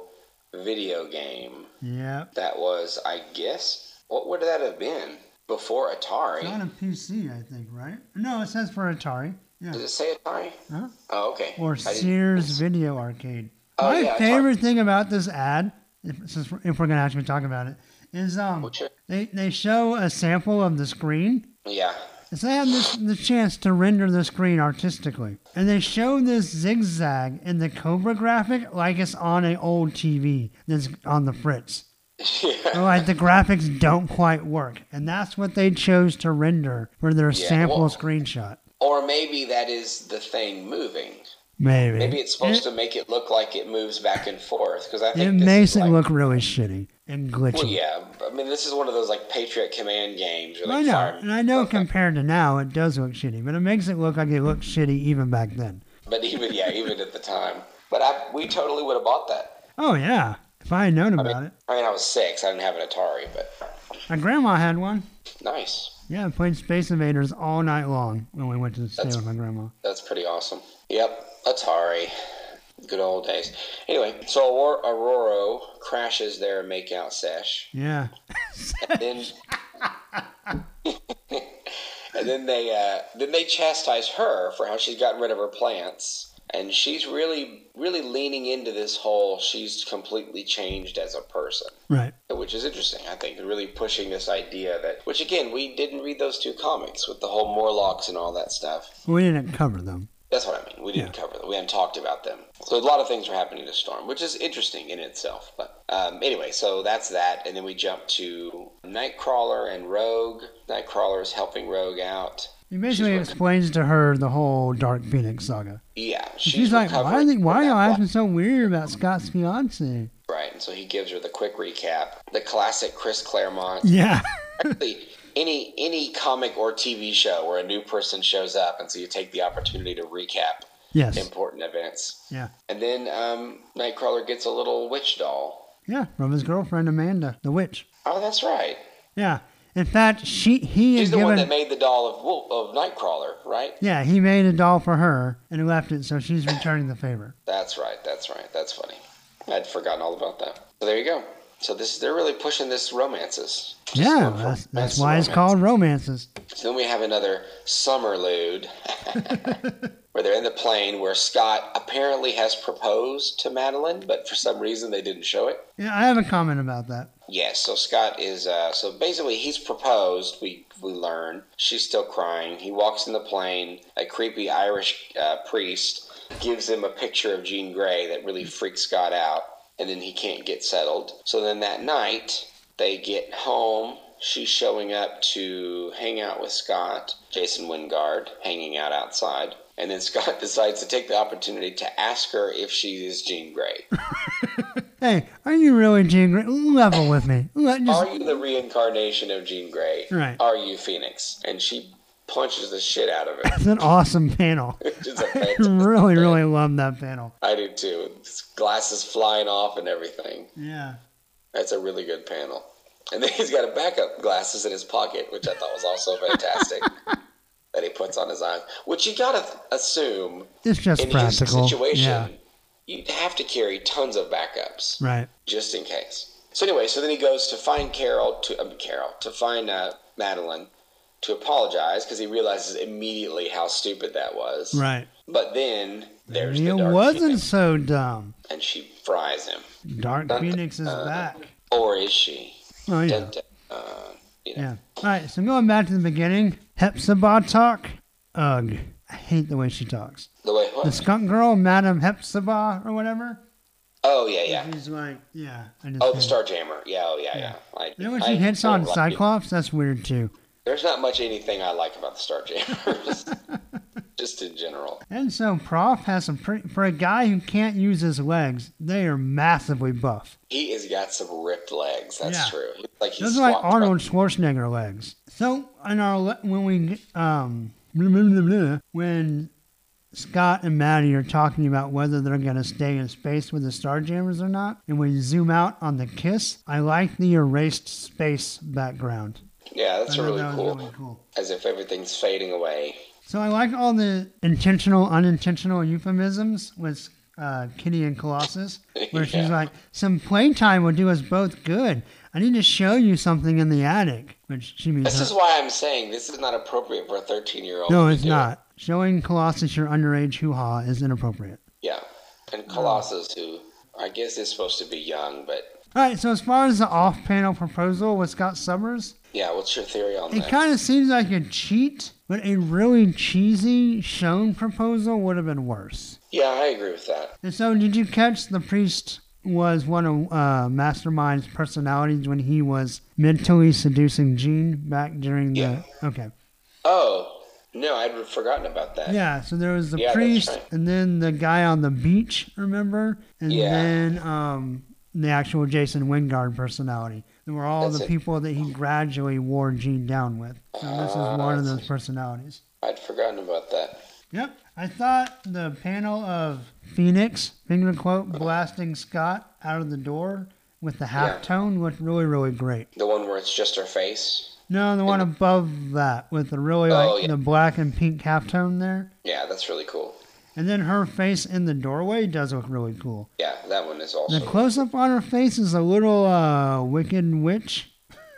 [SPEAKER 2] video game
[SPEAKER 3] Yep.
[SPEAKER 2] that was, I guess, what would that have been before
[SPEAKER 3] It's on
[SPEAKER 2] Atari?
[SPEAKER 3] a PC, I think, right? No, it says for Atari. Yeah.
[SPEAKER 2] Does it say Atari?
[SPEAKER 3] Huh?
[SPEAKER 2] Oh, okay.
[SPEAKER 3] Or
[SPEAKER 2] I didn't-
[SPEAKER 3] Sears Video Arcade.
[SPEAKER 2] Oh,
[SPEAKER 3] My
[SPEAKER 2] yeah, Atari.
[SPEAKER 3] favorite thing about this ad, if, since we're- if we're gonna actually talk about it, is um
[SPEAKER 2] What's your-
[SPEAKER 3] they, they show a sample of the screen
[SPEAKER 2] Yeah.
[SPEAKER 3] So they had this, the chance to render the screen artistically. And they show this zigzag in the Cobra graphic like it's on an old TV that's on the fritz.
[SPEAKER 2] yeah.
[SPEAKER 3] Like the graphics don't quite work. And that's what they chose to render for their
[SPEAKER 2] Yeah,
[SPEAKER 3] sample
[SPEAKER 2] well-
[SPEAKER 3] screenshot.
[SPEAKER 2] Or maybe that is the thing moving.
[SPEAKER 3] Maybe.
[SPEAKER 2] Maybe it's supposed
[SPEAKER 3] it,
[SPEAKER 2] to make it look like it moves back and forth because I think
[SPEAKER 3] It
[SPEAKER 2] this is
[SPEAKER 3] makes it
[SPEAKER 2] like-
[SPEAKER 3] look really shitty and glitchy.
[SPEAKER 2] Well, yeah. I mean, this is one of those like Patriot Command games. Where,
[SPEAKER 3] I
[SPEAKER 2] like,
[SPEAKER 3] know.
[SPEAKER 2] fire-
[SPEAKER 3] And I know
[SPEAKER 2] Okay.
[SPEAKER 3] compared to now, it does look shitty, but it makes it look like it looked shitty even back then.
[SPEAKER 2] But even yeah, even at the time. But I we totally would have bought that.
[SPEAKER 3] Oh, yeah. If I had known about it,
[SPEAKER 2] I mean, I was six. I didn't have an Atari, but
[SPEAKER 3] my grandma had one.
[SPEAKER 2] nice.
[SPEAKER 3] Yeah, I played Space Invaders all night long when we went to stay
[SPEAKER 2] That's-
[SPEAKER 3] with my grandma.
[SPEAKER 2] That's pretty awesome. Yep, Atari. Good old days. Anyway, so Aur- Aurora crashes their makeout sesh.
[SPEAKER 3] Yeah.
[SPEAKER 2] Then. And then they uh, then they chastise her for how she's gotten rid of her plants, and she's really really leaning into this whole she's completely changed as a person.
[SPEAKER 3] Right.
[SPEAKER 2] which is interesting. I think really pushing this idea that, which again, we didn't read those two comics with the whole Morlocks and all that stuff.
[SPEAKER 3] We didn't cover them.
[SPEAKER 2] That's what I mean. We didn't cover them. We haven't talked about them. So a lot of things are happening to Storm, which is interesting in itself. But um, anyway, so that's that, and then we jump to Nightcrawler and Rogue. Nightcrawler is helping Rogue out.
[SPEAKER 3] He basically
[SPEAKER 2] She's working-
[SPEAKER 3] explains to her the whole Dark Phoenix saga.
[SPEAKER 2] Yeah,
[SPEAKER 3] She's, like, why, are
[SPEAKER 2] recovering
[SPEAKER 3] they, why are
[SPEAKER 2] from
[SPEAKER 3] y'all
[SPEAKER 2] that
[SPEAKER 3] acting so weird about Scott's fiance?
[SPEAKER 2] Right, and so he gives her the quick recap, the classic Chris Claremont.
[SPEAKER 3] Yeah.
[SPEAKER 2] Actually, any any comic or TV show where a new person shows up, and so you take the opportunity to recap
[SPEAKER 3] yes.
[SPEAKER 2] important events,
[SPEAKER 3] Yeah.
[SPEAKER 2] and then um, Nightcrawler gets a little witch doll.
[SPEAKER 3] Yeah. From his girlfriend Amanda, the witch.
[SPEAKER 2] Oh, that's right.
[SPEAKER 3] Yeah. In fact, she he
[SPEAKER 2] He's
[SPEAKER 3] is
[SPEAKER 2] the one that
[SPEAKER 3] given.
[SPEAKER 2] made the doll of Wolf, of Nightcrawler, right?
[SPEAKER 3] Yeah, he made a doll for her and left it, so she's returning the favor.
[SPEAKER 2] That's right. That's right. That's funny. I'd forgotten all about that. So there you go. So this they're really pushing this romances. Just going
[SPEAKER 3] Yeah,
[SPEAKER 2] from
[SPEAKER 3] that's,
[SPEAKER 2] romance
[SPEAKER 3] that's
[SPEAKER 2] to
[SPEAKER 3] why it's
[SPEAKER 2] romance.
[SPEAKER 3] called romances.
[SPEAKER 2] So then we have another summerlude where they're in the plane where Scott apparently has proposed to Madeline, but for some reason they didn't show it.
[SPEAKER 3] Yeah, I have a comment about that.
[SPEAKER 2] Yes, so Scott is uh, so basically he's proposed. We we learn she's still crying. He walks in the plane. A creepy Irish uh, priest gives him a picture of Jean Grey that really freaks Scott out. and then he can't get settled. So then that night, they get home. She's showing up to hang out with Scott, Jason Wingard, hanging out outside. And then Scott decides to take the opportunity to ask her if she is Jean Grey.
[SPEAKER 3] Hey, are you really Jean Grey? Level with me. Let- just-
[SPEAKER 2] Are you the reincarnation of Jean Grey?
[SPEAKER 3] Right.
[SPEAKER 2] Are you Phoenix? And she punches the shit out of it.
[SPEAKER 3] it's an awesome panel.
[SPEAKER 2] Which is a
[SPEAKER 3] I
[SPEAKER 2] fantastic
[SPEAKER 3] really,
[SPEAKER 2] thing.
[SPEAKER 3] really love that panel.
[SPEAKER 2] I do too. It's glasses flying off and everything.
[SPEAKER 3] Yeah.
[SPEAKER 2] That's a really good panel. And then he's got a backup glasses in his pocket, which I thought was also fantastic. that he puts on his eyes, which you gotta assume
[SPEAKER 3] It's just
[SPEAKER 2] in
[SPEAKER 3] practical.
[SPEAKER 2] his situation,
[SPEAKER 3] Yeah.
[SPEAKER 2] you'd have to carry tons of backups
[SPEAKER 3] Right.
[SPEAKER 2] just in case. So anyway, so then he goes to find Carol to um, Carol to find uh, Madeline to apologize because he realizes immediately how stupid that was.
[SPEAKER 3] Right.
[SPEAKER 2] But then there's
[SPEAKER 3] It
[SPEAKER 2] the dark
[SPEAKER 3] wasn't
[SPEAKER 2] Phoenix,
[SPEAKER 3] so dumb.
[SPEAKER 2] and she fries him,
[SPEAKER 3] Dark
[SPEAKER 2] Dun-
[SPEAKER 3] Phoenix is
[SPEAKER 2] uh,
[SPEAKER 3] back.
[SPEAKER 2] or is she?
[SPEAKER 3] Oh yeah.
[SPEAKER 2] Dun- dun- uh, you know.
[SPEAKER 3] Yeah. All right. So going back to the beginning, Hepzibah talk. Ugh. I hate the way she talks.
[SPEAKER 2] The way
[SPEAKER 3] The
[SPEAKER 2] what?
[SPEAKER 3] skunk girl, Madame Hepzibah or whatever.
[SPEAKER 2] Oh yeah, yeah.
[SPEAKER 3] She's like, yeah. I just
[SPEAKER 2] Oh, the
[SPEAKER 3] hate it.
[SPEAKER 2] Starjammer. Yeah, oh yeah, yeah. I,
[SPEAKER 3] You know when
[SPEAKER 2] I
[SPEAKER 3] she hits
[SPEAKER 2] don't
[SPEAKER 3] on
[SPEAKER 2] like it.
[SPEAKER 3] Cyclops? That's weird too.
[SPEAKER 2] There's not much anything I like about the Starjammer, just, just in general.
[SPEAKER 3] And so Prof has some pretty, for a guy who can't use his legs, they are massively buff.
[SPEAKER 2] He has got some ripped legs. That's
[SPEAKER 3] Yeah.
[SPEAKER 2] true. He- Like he's
[SPEAKER 3] Those are like
[SPEAKER 2] swapped
[SPEAKER 3] Arnold Schwarzenegger legs. So in our le- when we um when Scott and Maddie are talking about whether they're gonna stay in space with the Starjammers or not, and we zoom out on the kiss, I like the erased space background.
[SPEAKER 2] from- Yeah, that's
[SPEAKER 3] I thought
[SPEAKER 2] really
[SPEAKER 3] that was
[SPEAKER 2] cool.
[SPEAKER 3] really cool.
[SPEAKER 2] As if everything's fading away.
[SPEAKER 3] So I like all the intentional, unintentional euphemisms with uh, Kitty and Colossus, where she's
[SPEAKER 2] Yeah.
[SPEAKER 3] like, "Some playtime will do us both good. I need to show you something in the attic," which she means.
[SPEAKER 2] This
[SPEAKER 3] her-
[SPEAKER 2] is why I'm saying this is not appropriate for a 13 year old.
[SPEAKER 3] Mm-hmm. no, it's not. Showing Colossus your underage hoo ha is inappropriate.
[SPEAKER 2] Yeah, and Colossus, who I guess is supposed to be young, but
[SPEAKER 3] All right. So as far as the off-panel proposal with Scott Summers,
[SPEAKER 2] yeah. What's your theory on
[SPEAKER 3] it
[SPEAKER 2] that?
[SPEAKER 3] kind of seems like a cheat, but a really cheesy shown proposal would have been worse.
[SPEAKER 2] yeah, I agree with that.
[SPEAKER 3] And so, did you catch the priest was one of uh, Mastermind's personalities when he was mentally seducing Jean back during the.
[SPEAKER 2] Yeah.
[SPEAKER 3] Okay.
[SPEAKER 2] Oh no, I'd forgotten about that.
[SPEAKER 3] Yeah, so there was the
[SPEAKER 2] Yeah, that's
[SPEAKER 3] priest
[SPEAKER 2] right.
[SPEAKER 3] and then the guy on the beach, remember? And
[SPEAKER 2] Yeah.
[SPEAKER 3] then um, the actual Jason Wingard personality. They were all
[SPEAKER 2] That's
[SPEAKER 3] the
[SPEAKER 2] it.
[SPEAKER 3] people that he gradually wore Jean down with. So, this is
[SPEAKER 2] Ah,
[SPEAKER 3] one of those personalities.
[SPEAKER 2] I'd forgotten about that.
[SPEAKER 3] Yep. I thought the panel of Phoenix, finger quote, blasting Scott out of the door with the
[SPEAKER 2] Yeah.
[SPEAKER 3] halftone looked really, really great.
[SPEAKER 2] The one where it's just her face.
[SPEAKER 3] No, the one above that with the really like
[SPEAKER 2] Oh, yeah.
[SPEAKER 3] the black and pink halftone there.
[SPEAKER 2] Yeah, that's really cool.
[SPEAKER 3] And then her face in the doorway does look really cool.
[SPEAKER 2] Yeah, that one is also.
[SPEAKER 3] The close up on her face is a little uh wicked witch.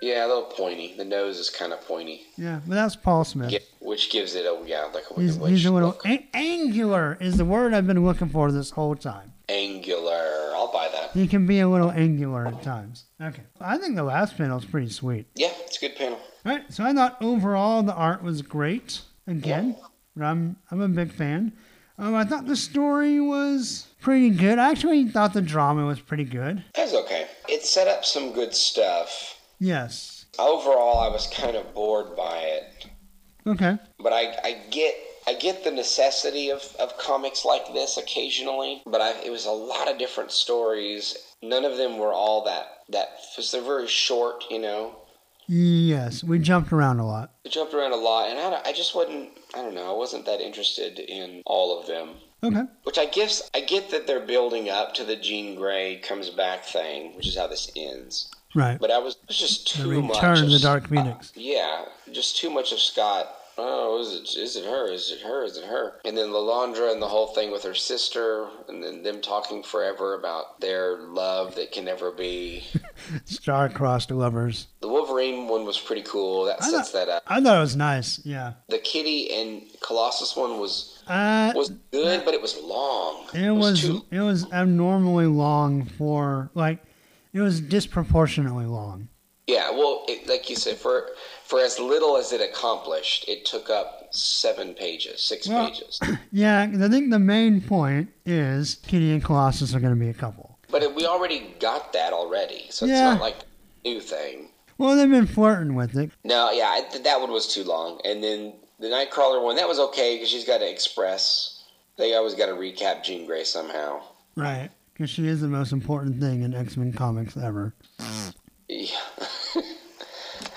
[SPEAKER 2] yeah, a little pointy. The nose is kind of pointy,
[SPEAKER 3] Yeah, but that's Paul Smith.
[SPEAKER 2] yeah, which gives it a yeah like a wicked
[SPEAKER 3] He's,
[SPEAKER 2] witch
[SPEAKER 3] he's a little
[SPEAKER 2] look.
[SPEAKER 3] a- angular is the word I've been looking for this whole time.
[SPEAKER 2] angular. I'll buy that.
[SPEAKER 3] He can be a little angular at times. Okay. I think the last panel's pretty sweet.
[SPEAKER 2] Yeah, it's a good panel.
[SPEAKER 3] All right. So I thought overall the art was great. Again, I'm, I'm a big fan. Um, I thought the story was pretty good. I actually thought the drama was pretty good.
[SPEAKER 2] That's okay. It set up some good stuff.
[SPEAKER 3] Yes.
[SPEAKER 2] Overall, I was kind of bored by it,
[SPEAKER 3] Okay.
[SPEAKER 2] but I, I get I get the necessity of, of comics like this occasionally. But I, it was a lot of different stories. None of them were all that that. Cause they're very short, you know.
[SPEAKER 3] Yes. We jumped around a lot.
[SPEAKER 2] I jumped around a lot, and I, don't- I just wasn't. I don't know. I wasn't that interested in all of them.
[SPEAKER 3] Okay.
[SPEAKER 2] Which I guess I get that they're building up to the Jean Grey comes back thing, which is how this ends.
[SPEAKER 3] Right.
[SPEAKER 2] But I was, it was just
[SPEAKER 3] The
[SPEAKER 2] too much.
[SPEAKER 3] return of the
[SPEAKER 2] S-
[SPEAKER 3] Dark Phoenix.
[SPEAKER 2] yeah, just too much of Scott. Oh, is it? Is it her? Is it her? Is it her? And then Lalandra and the whole thing with her sister, and then them talking forever about their love that can never be.
[SPEAKER 3] Star-crossed lovers.
[SPEAKER 2] The Wolverine one was pretty cool. That
[SPEAKER 3] I
[SPEAKER 2] sets that up.
[SPEAKER 3] I thought it was nice. Yeah.
[SPEAKER 2] The Kitty and Colossus one was
[SPEAKER 3] Uh,
[SPEAKER 2] was good, but it was long.
[SPEAKER 3] It was
[SPEAKER 2] too,
[SPEAKER 3] it was abnormally long for like it was disproportionately long.
[SPEAKER 2] Yeah, well, it, like you said, for for as little as it accomplished, it took up seven pages, six
[SPEAKER 3] Well-
[SPEAKER 2] pages.
[SPEAKER 3] Yeah, 'cause I think the main point is Kitty and Colossus are going to be a couple.
[SPEAKER 2] But it, we already got that already, so
[SPEAKER 3] Yeah.
[SPEAKER 2] it's not like a new thing.
[SPEAKER 3] Well, they've been flirting with it.
[SPEAKER 2] No, yeah, I, th- that one was too long. And then the Nightcrawler one, that was okay because she's got to express. They always got to recap Jean Grey somehow.
[SPEAKER 3] Right. Because she is the most important thing in X Men comics ever.
[SPEAKER 2] Yeah.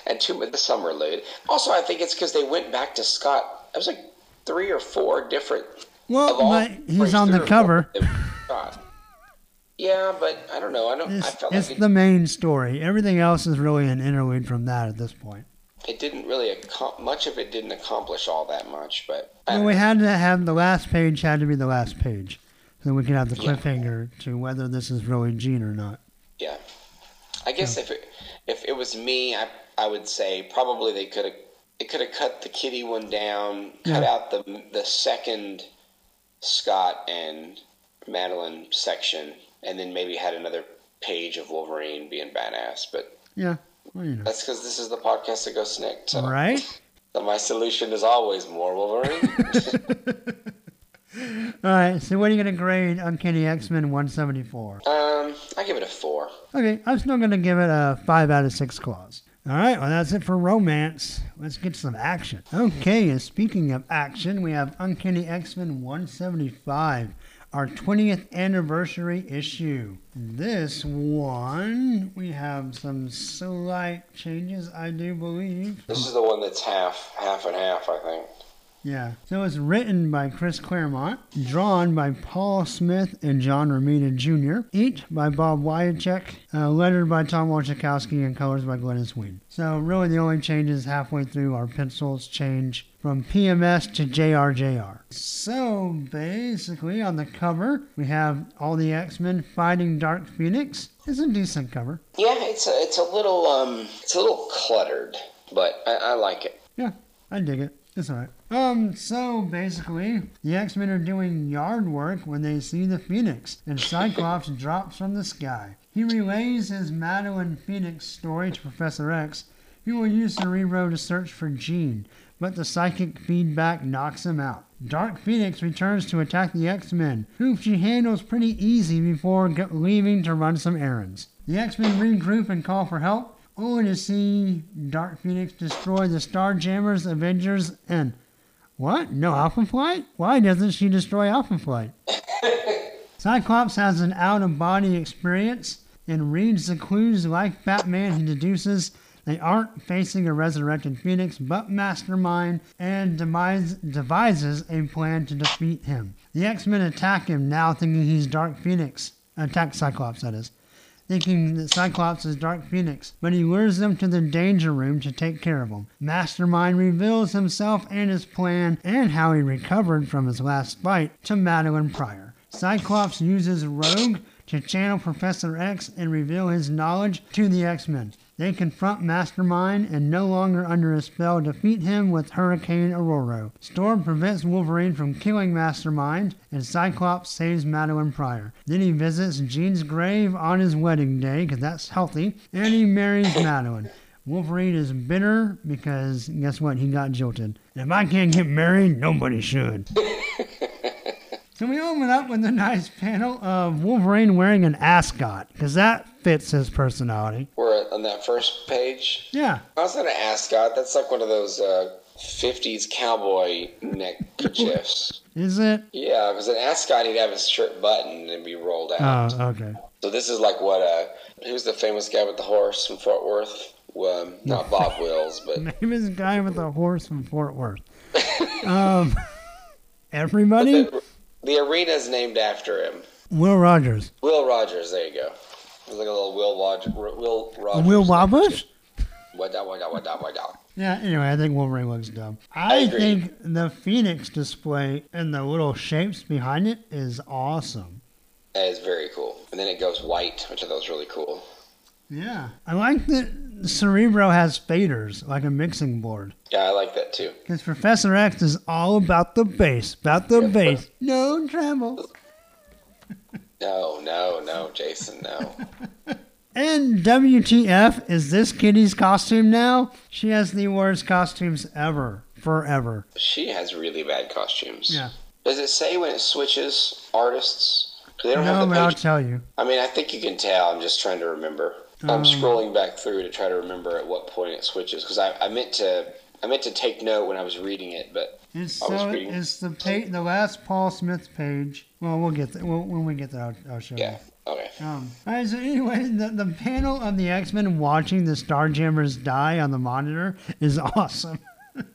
[SPEAKER 2] and Tomb of the Summer Lode. Also, I think it's because they went back to Scott. It was like three or four different.
[SPEAKER 3] Well,
[SPEAKER 2] of all-
[SPEAKER 3] but Oh, he's on
[SPEAKER 2] three
[SPEAKER 3] the
[SPEAKER 2] or four
[SPEAKER 3] cover.
[SPEAKER 2] that we got. Yeah, but I don't know. I don't. I
[SPEAKER 3] It's,
[SPEAKER 2] felt
[SPEAKER 3] it's
[SPEAKER 2] like it,
[SPEAKER 3] the main story. Everything else is really an interlude from that at this point.
[SPEAKER 2] it didn't really accom- much of it didn't accomplish all that much. But I
[SPEAKER 3] Well,
[SPEAKER 2] don't
[SPEAKER 3] we
[SPEAKER 2] know.
[SPEAKER 3] had to have the last page had to be the last page, so we could have the
[SPEAKER 2] Yeah.
[SPEAKER 3] cliffhanger to whether this is really Jean or not.
[SPEAKER 2] yeah, I guess if it, if it was me, I I would say probably they could have it could have cut the kitty one down, cut
[SPEAKER 3] Yeah.
[SPEAKER 2] out the the second Scott and Madeline section, and then maybe had another page of Wolverine being badass. But
[SPEAKER 3] Yeah. Well, you know.
[SPEAKER 2] that's uh, because this is the podcast that goes next. So.
[SPEAKER 3] Right.
[SPEAKER 2] So my solution is always more Wolverine.
[SPEAKER 3] All right. So, what are you gonna grade Uncanny X Men 174?
[SPEAKER 2] um, I give it a four.
[SPEAKER 3] Okay, I'm still gonna give it a five out of six claws. All right. Well, that's it for romance. Let's get some action. Okay. And speaking of action, we have Uncanny X Men 175. Our 20th anniversary issue. This one, we have some slight changes, I do believe.
[SPEAKER 2] This is the one that's half, half and half, I think.
[SPEAKER 3] Yeah. So it's written by Chris Claremont, drawn by Paul Smith and John Romita Jr., inked by Bob Wyacek, uh, lettered by Tom Wachakowski, and colors by Glennis Ween. So really the only changes halfway through are pencils change from PMS to JRJR. So basically on the cover, we have all the X-Men fighting Dark Phoenix. It's a decent cover.
[SPEAKER 2] Yeah, it's a, it's a little um, it's a little cluttered, but I, I like it.
[SPEAKER 3] Yeah, I dig it. It's alright. Um, so basically, the X Men are doing yard work when they see the Phoenix, and Cyclops drops from the sky. He relays his Madeline Phoenix story to Professor X, who will use Cerebro to search for Jean, but the psychic feedback knocks him out. Dark Phoenix returns to attack the X Men, who she handles pretty easy before g- leaving to run some errands. The X Men regroup and call for help, only to see Dark Phoenix destroy the Starjammers, Avengers, and. What? No Alpha Flight? Why doesn't she destroy Alpha Flight? Cyclops has an out of body experience and reads the clues like Batman. He deduces they aren't facing a resurrected Phoenix, but Mastermind, and demise, devises a plan to defeat him. The X Men attack him now, thinking he's Dark Phoenix. Attack Cyclops, that is. Thinking that Cyclops is Dark Phoenix, but he lures them to the danger room to take care of him. Mastermind reveals himself and his plan and how he recovered from his last fight to Madeline Pryor. Cyclops uses Rogue to channel Professor X and reveal his knowledge to the X Men. They confront Mastermind and, no longer under his spell, defeat him with Hurricane Aurora. Storm prevents Wolverine from killing Mastermind, and Cyclops saves Madeline Pryor. Then he visits Jean's grave on his wedding day, 'cause that's healthy, and he marries Madeline. Wolverine is bitter because guess what? He got jilted. If I can't get married, nobody should. So we open up with a nice panel of Wolverine wearing an ascot because that fits his personality.
[SPEAKER 2] We're on that first page.
[SPEAKER 3] Yeah,
[SPEAKER 2] I was gonna ask God. That's like one of those uh, '50s cowboy neckerchiefs.
[SPEAKER 3] is it?
[SPEAKER 2] yeah, because an ascot, he'd have his shirt buttoned and be rolled out.
[SPEAKER 3] Oh, okay.
[SPEAKER 2] so this is like what uh, who's the famous guy with the horse from Fort Worth? Well, um, not Bob Wills, but
[SPEAKER 3] Name is guy with a horse from Fort Worth. Um, everybody,
[SPEAKER 2] the, the arena's named after him.
[SPEAKER 3] Will Rogers,
[SPEAKER 2] Will Rogers. There you go. It was like a little Will Rogers. Will Rogers.
[SPEAKER 3] Will Wobbush.
[SPEAKER 2] What da, what da, what da, what da.
[SPEAKER 3] Yeah. Anyway, I think Wolverine looks dumb.
[SPEAKER 2] I
[SPEAKER 3] I
[SPEAKER 2] agree.
[SPEAKER 3] think the Phoenix display and the little shapes behind it is awesome.
[SPEAKER 2] That is very cool. And then it goes white, which I thought was really cool.
[SPEAKER 3] Yeah, I like that Cerebro has faders like a mixing board.
[SPEAKER 2] Yeah, I like that too.
[SPEAKER 3] Because Professor X is all about the bass, about the bass. No travel.
[SPEAKER 2] No, no, no, Jason, no.
[SPEAKER 3] And WTF, is this kitty's costume now? She has the worst costumes ever. Forever.
[SPEAKER 2] she has really bad costumes.
[SPEAKER 3] Yeah.
[SPEAKER 2] Does it say when it switches artists? They don't
[SPEAKER 3] No,
[SPEAKER 2] have the
[SPEAKER 3] but I'll
[SPEAKER 2] page.
[SPEAKER 3] tell you.
[SPEAKER 2] I mean, I think you can tell. I'm just trying to remember.
[SPEAKER 3] Um,
[SPEAKER 2] I'm scrolling back through to try to remember at what point it switches because I, I meant to I meant to take note when I was reading it, but
[SPEAKER 3] It's
[SPEAKER 2] I was
[SPEAKER 3] so
[SPEAKER 2] reading-
[SPEAKER 3] it's the pa- the last Paul Smith page. Well, we'll get that. Well, when we get there, I'll, I'll show
[SPEAKER 2] yeah, okay.
[SPEAKER 3] you. Um, all right. So anyway, the, the panel of the X Men watching the Starjammers die on the monitor is awesome.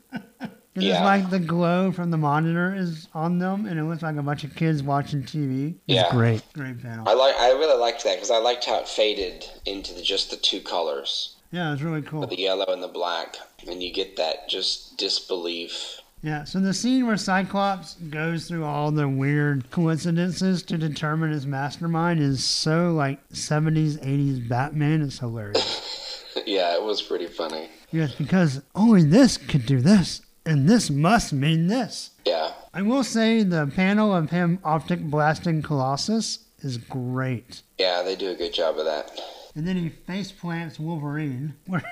[SPEAKER 3] It is
[SPEAKER 2] Yeah.
[SPEAKER 3] like the glow from the monitor is on them, and it looks like a bunch of kids watching TV. It's
[SPEAKER 2] Yeah.
[SPEAKER 3] great. Great panel.
[SPEAKER 2] I like I really liked that because I liked how it faded into the, just the two colors,
[SPEAKER 3] Yeah, it's really cool.
[SPEAKER 2] the yellow and the black, and you get that just disbelief.
[SPEAKER 3] Yeah, so the scene where Cyclops goes through all the weird coincidences to determine his mastermind is so like 70s, 80s Batman. It's hilarious.
[SPEAKER 2] yeah, it was pretty funny.
[SPEAKER 3] yes, because only this could do this, and this must mean this.
[SPEAKER 2] Yeah,
[SPEAKER 3] I will say the panel of him optic blasting Colossus is great.
[SPEAKER 2] yeah, they do a good job of that.
[SPEAKER 3] And then he face plants Wolverine, where,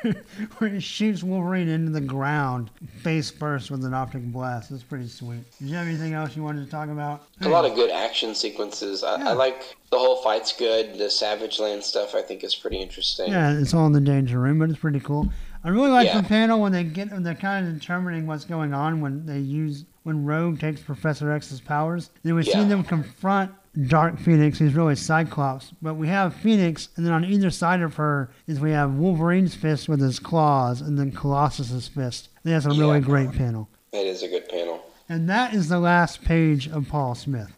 [SPEAKER 3] where he shoots Wolverine into the ground face first with an optic blast. That's pretty sweet. Did you have anything else you wanted to talk about?
[SPEAKER 2] There's a lot of good action sequences. I,
[SPEAKER 3] Yeah.
[SPEAKER 2] I like the whole fight's good. The Savage Land stuff I think is pretty interesting.
[SPEAKER 3] Yeah, it's all in the danger room, but it's pretty cool. I really like
[SPEAKER 2] Yeah.
[SPEAKER 3] the panel when they get when they're kind of determining what's going on when they use when Rogue takes Professor X's powers. Then we see
[SPEAKER 2] Yeah.
[SPEAKER 3] them confront Dark Phoenix, who's really Cyclops, but we have Phoenix, and then on either side of her is we have Wolverine's fist with his claws, and then Colossus's fist. That's a really
[SPEAKER 2] Yeah.
[SPEAKER 3] great panel.
[SPEAKER 2] That is a good panel.
[SPEAKER 3] And that is the last page of Paul Smith.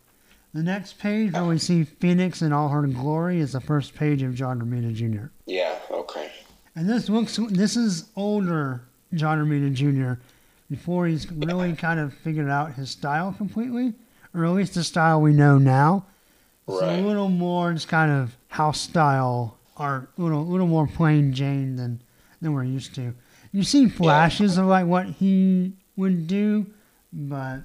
[SPEAKER 3] The next page where we see Phoenix in all her glory is the first page of John Romita Jr.
[SPEAKER 2] Yeah, okay.
[SPEAKER 3] And this looks this is older John Romita Jr. before he's really kind of figured out his style completely, or at least the style we know now. It's
[SPEAKER 2] Right.
[SPEAKER 3] a little more just kind of house style art, a little little more plain Jane than than we're used to. You've seen flashes of like what he would do, but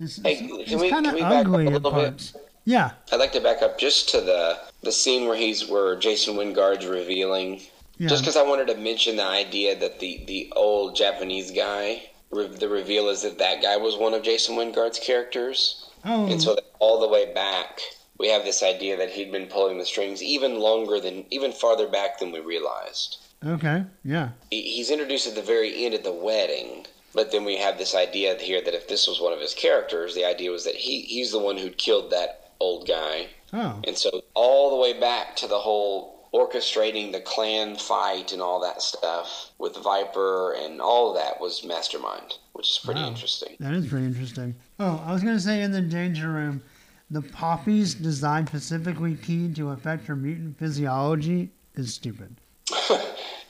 [SPEAKER 3] it's,
[SPEAKER 2] Hey, can
[SPEAKER 3] it's,
[SPEAKER 2] we-
[SPEAKER 3] kind
[SPEAKER 2] can
[SPEAKER 3] of
[SPEAKER 2] we back up a
[SPEAKER 3] ugly at
[SPEAKER 2] little bit?
[SPEAKER 3] parts. Yeah,
[SPEAKER 2] I'd like to back up just to the the scene where he's where Jason Wingard's revealing.
[SPEAKER 3] yeah.
[SPEAKER 2] Just because I wanted to mention the idea that the the old Japanese guy, re- the reveal is that that guy was one of Jason Wingard's characters.
[SPEAKER 3] oh,
[SPEAKER 2] And so that all the way back, we have this idea that he'd been pulling the strings even longer than, even farther back than we realized.
[SPEAKER 3] okay, yeah.
[SPEAKER 2] He- He's introduced at the very end of the wedding, but then we have this idea here that if this was one of his characters, the idea was that he, he's the one who'd killed that old guy.
[SPEAKER 3] Oh,
[SPEAKER 2] And so all the way back to the whole orchestrating the clan fight and all that stuff with Viper and all of that was Mastermind, which is pretty
[SPEAKER 3] Wow.
[SPEAKER 2] interesting.
[SPEAKER 3] That is pretty interesting. Oh, I was going to say in the danger room, the poppies designed specifically keyed to affect your mutant physiology is stupid.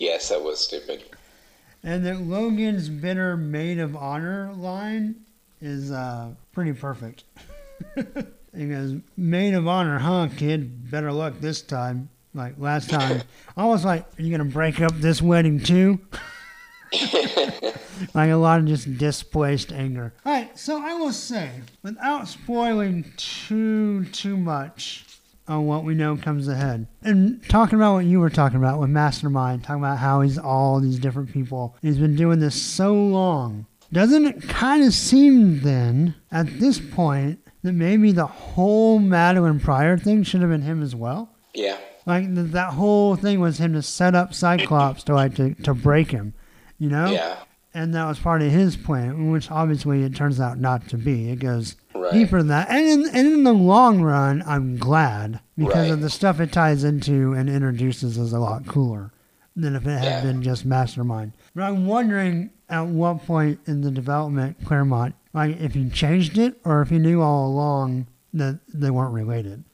[SPEAKER 2] Yes, that was stupid.
[SPEAKER 3] And that Logan's bitter maid of honor line is uh, pretty perfect. he goes, maid of honor, huh, kid? Better luck this time. Like last time. I was like, are you going to break up this wedding too? like a lot of just displaced anger. All right, so I will say, without spoiling too too much on what we know comes ahead, and talking about what you were talking about with Mastermind, talking about how he's all these different people, he's been doing this so long. Doesn't it kind of seem then at this point that maybe the whole Madeline Pryor thing should have been him as well?
[SPEAKER 2] Yeah.
[SPEAKER 3] Like th- that whole thing was him to set up Cyclops to like to, to break him, you know?
[SPEAKER 2] Yeah.
[SPEAKER 3] and that was part of his plan, which obviously it turns out not to be. It goes
[SPEAKER 2] Right.
[SPEAKER 3] deeper than that, and in, and in the long run, I'm glad because of
[SPEAKER 2] Right.
[SPEAKER 3] the stuff it ties into and introduces is a lot cooler than if it had
[SPEAKER 2] Yeah.
[SPEAKER 3] been just Mastermind. But I'm wondering at what point in the development Claremont, like if he changed it or if he knew all along that they weren't related.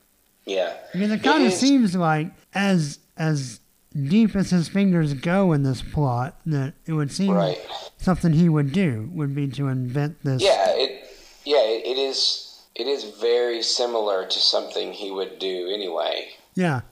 [SPEAKER 2] Yeah.
[SPEAKER 3] Because it kind of
[SPEAKER 2] is-
[SPEAKER 3] seems like as as deep as his fingers go in this plot, that it would seem
[SPEAKER 2] Right.
[SPEAKER 3] something he would do would be to invent this.
[SPEAKER 2] Yeah, it yeah, it, it is it is very similar to something he would do anyway.
[SPEAKER 3] Yeah.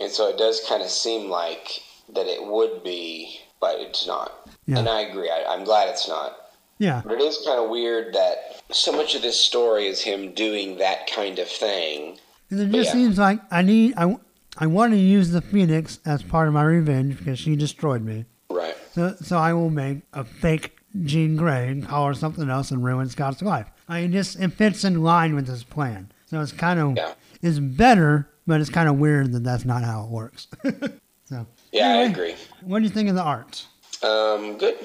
[SPEAKER 2] And so it does kind of seem like that it would be, but it's not.
[SPEAKER 3] Yeah.
[SPEAKER 2] And I agree. I, I'm glad it's not.
[SPEAKER 3] Yeah.
[SPEAKER 2] But it is kind of weird that so much of this story is him doing that kind of thing.
[SPEAKER 3] And it just
[SPEAKER 2] Yeah.
[SPEAKER 3] seems like I need I I want to use the Phoenix as part of my revenge because she destroyed me.
[SPEAKER 2] Right.
[SPEAKER 3] So so I will make a fake Jean Grey and call her something else and ruin Scott's life. I mean, just it fits in line with his plan. So it's kind of
[SPEAKER 2] Yeah.
[SPEAKER 3] it's better, but it's kind of weird that that's not how it works. so
[SPEAKER 2] Yeah, I
[SPEAKER 3] anyway,
[SPEAKER 2] agree.
[SPEAKER 3] What do you think of the art?
[SPEAKER 2] Um, good.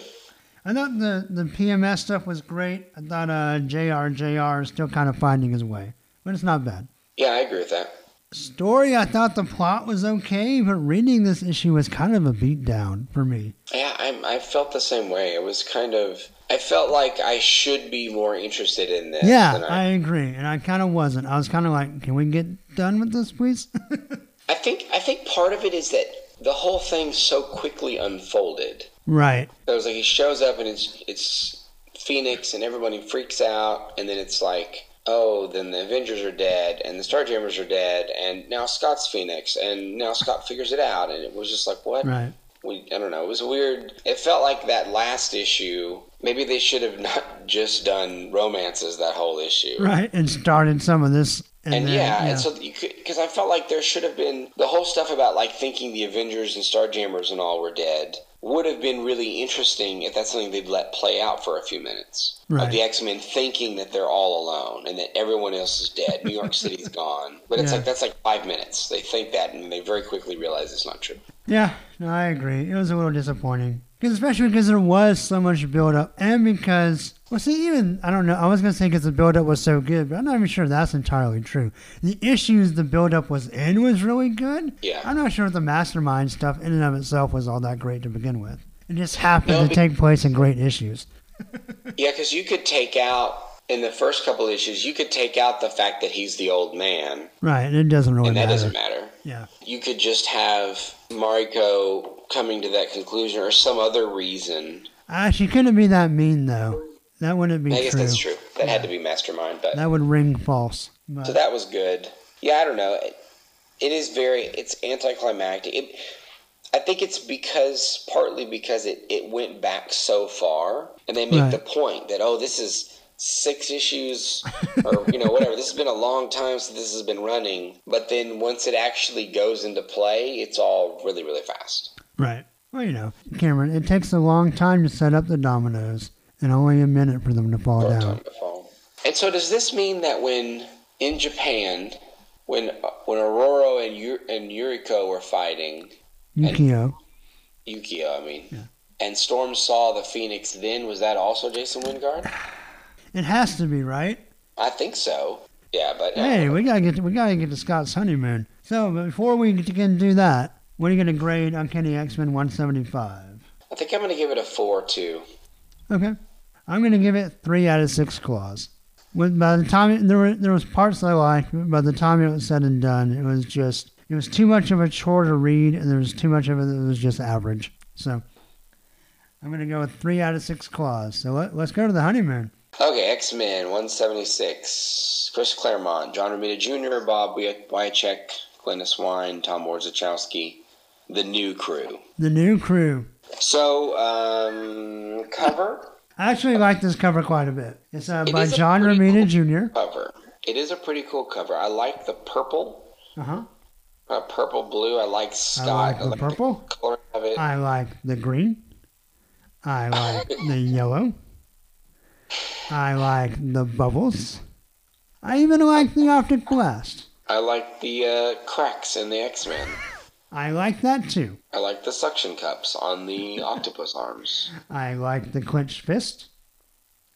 [SPEAKER 3] I thought the the PMS stuff was great. I thought uh, JR JR is still kind of finding his way, but it's not bad.
[SPEAKER 2] Yeah, I agree with that.
[SPEAKER 3] Story, I thought the plot was okay, but reading this issue was kind of a beatdown for me.
[SPEAKER 2] Yeah, I, I felt the same way. It was kind of. I felt like I should be more interested in this.
[SPEAKER 3] Yeah,
[SPEAKER 2] than
[SPEAKER 3] I
[SPEAKER 2] I,
[SPEAKER 3] agree, and I kind of wasn't. I was kind of like, can we get done with this, please?
[SPEAKER 2] I think. I think part of it is that the whole thing so quickly unfolded.
[SPEAKER 3] right.
[SPEAKER 2] So it was like he shows up and it's it's Phoenix and everybody freaks out and then it's like oh then the Avengers are dead and the Starjammers are dead and now Scott's Phoenix and now Scott figures it out and it was just like what
[SPEAKER 3] Right.
[SPEAKER 2] we I don't know it was weird it felt like that last issue maybe they should have not just done romances that whole issue
[SPEAKER 3] Right, and started some of this.
[SPEAKER 2] and
[SPEAKER 3] then-
[SPEAKER 2] yeah, and so because I felt like there should have been the whole stuff about like thinking the Avengers and Starjammers and all were dead would have been really interesting if that's something they'd let play out for a few minutes. Of
[SPEAKER 3] Right.
[SPEAKER 2] the X Men thinking that they're all alone and that everyone else is dead, New York City's gone, but it's
[SPEAKER 3] Yeah.
[SPEAKER 2] like that's like five minutes. They think that and they very quickly realize it's not true.
[SPEAKER 3] Yeah, no, I agree. It was a little disappointing. Because especially because there was so much build up, and because well, see, even I don't know. I was gonna say because the build up was so good, but I'm not even sure that's entirely true. The issues the build up was in was really good.
[SPEAKER 2] Yeah.
[SPEAKER 3] I'm not sure if the mastermind stuff in and of itself was all that great to begin with. It just happened
[SPEAKER 2] No,
[SPEAKER 3] to
[SPEAKER 2] be-
[SPEAKER 3] take place in great issues.
[SPEAKER 2] Yeah, because you could take out in the first couple issues, you could take out the fact that he's the old man,
[SPEAKER 3] Right, and it doesn't really
[SPEAKER 2] and that
[SPEAKER 3] matter.
[SPEAKER 2] doesn't matter.
[SPEAKER 3] Yeah,
[SPEAKER 2] you could just have Mariko coming to that conclusion or some other reason.
[SPEAKER 3] uh, she couldn't be that mean though. That wouldn't be
[SPEAKER 2] I guess
[SPEAKER 3] true.
[SPEAKER 2] that's true. That had to be mastermind, but
[SPEAKER 3] That would ring false. But
[SPEAKER 2] so that was good. Yeah, I don't know. It, it is very it's anticlimactic. It, I think it's because partly because it it went back so far, and they make
[SPEAKER 3] Right.
[SPEAKER 2] the point that oh, this is six issues or you know whatever this has been a long time since this has been running but then once it actually goes into play it's all really really fast
[SPEAKER 3] Right. Well, you know, Cameron, it takes a long time to set up the dominoes and only a minute for them to fall
[SPEAKER 2] Or
[SPEAKER 3] down.
[SPEAKER 2] time to fall. And so, does this mean that when in Japan, when when Aurora and Yu- and Yuriko were fighting
[SPEAKER 3] Yukio.
[SPEAKER 2] Yukio, I mean, and Storm saw the Phoenix, then was that also Jason Wingard?
[SPEAKER 3] It has to be, right?
[SPEAKER 2] I think so. Yeah, but uh,
[SPEAKER 3] Hey, we gotta get to, we gotta get to Scott's honeymoon. So but before we get to get do that, what are you gonna grade Uncanny X Men one seventy five?
[SPEAKER 2] I think I'm going to give it a four too.
[SPEAKER 3] Okay. I'm gonna give it three out of six claws. When, by the time it, there were there was parts I liked, but by the time it was said and done, it was just it was too much of a chore to read, and there was too much of it that was just average. So I'm gonna go with three out of six claws. So let, let's go to the honeymoon.
[SPEAKER 2] Okay, X Men 176. Chris Claremont, John Romita Jr., Bob Wy- Wycheck, Glennis Wine, Tom Warzachowski, the new crew.
[SPEAKER 3] The new crew.
[SPEAKER 2] So, um, cover.
[SPEAKER 3] I actually like this cover quite a bit. It's uh,
[SPEAKER 2] It
[SPEAKER 3] by
[SPEAKER 2] is a
[SPEAKER 3] John
[SPEAKER 2] pretty
[SPEAKER 3] Romita Jr.
[SPEAKER 2] cover. It is a pretty cool cover. I like the purple,
[SPEAKER 3] Uh huh.
[SPEAKER 2] uh, purple blue. I like Scott.
[SPEAKER 3] like the purple.
[SPEAKER 2] color of it.
[SPEAKER 3] I like the green. I like the yellow. I like the bubbles. I even like the optic blast.
[SPEAKER 2] I like the uh, cracks in the X Men.
[SPEAKER 3] I like that too.
[SPEAKER 2] I like the suction cups on the octopus arms.
[SPEAKER 3] I like the clenched fist.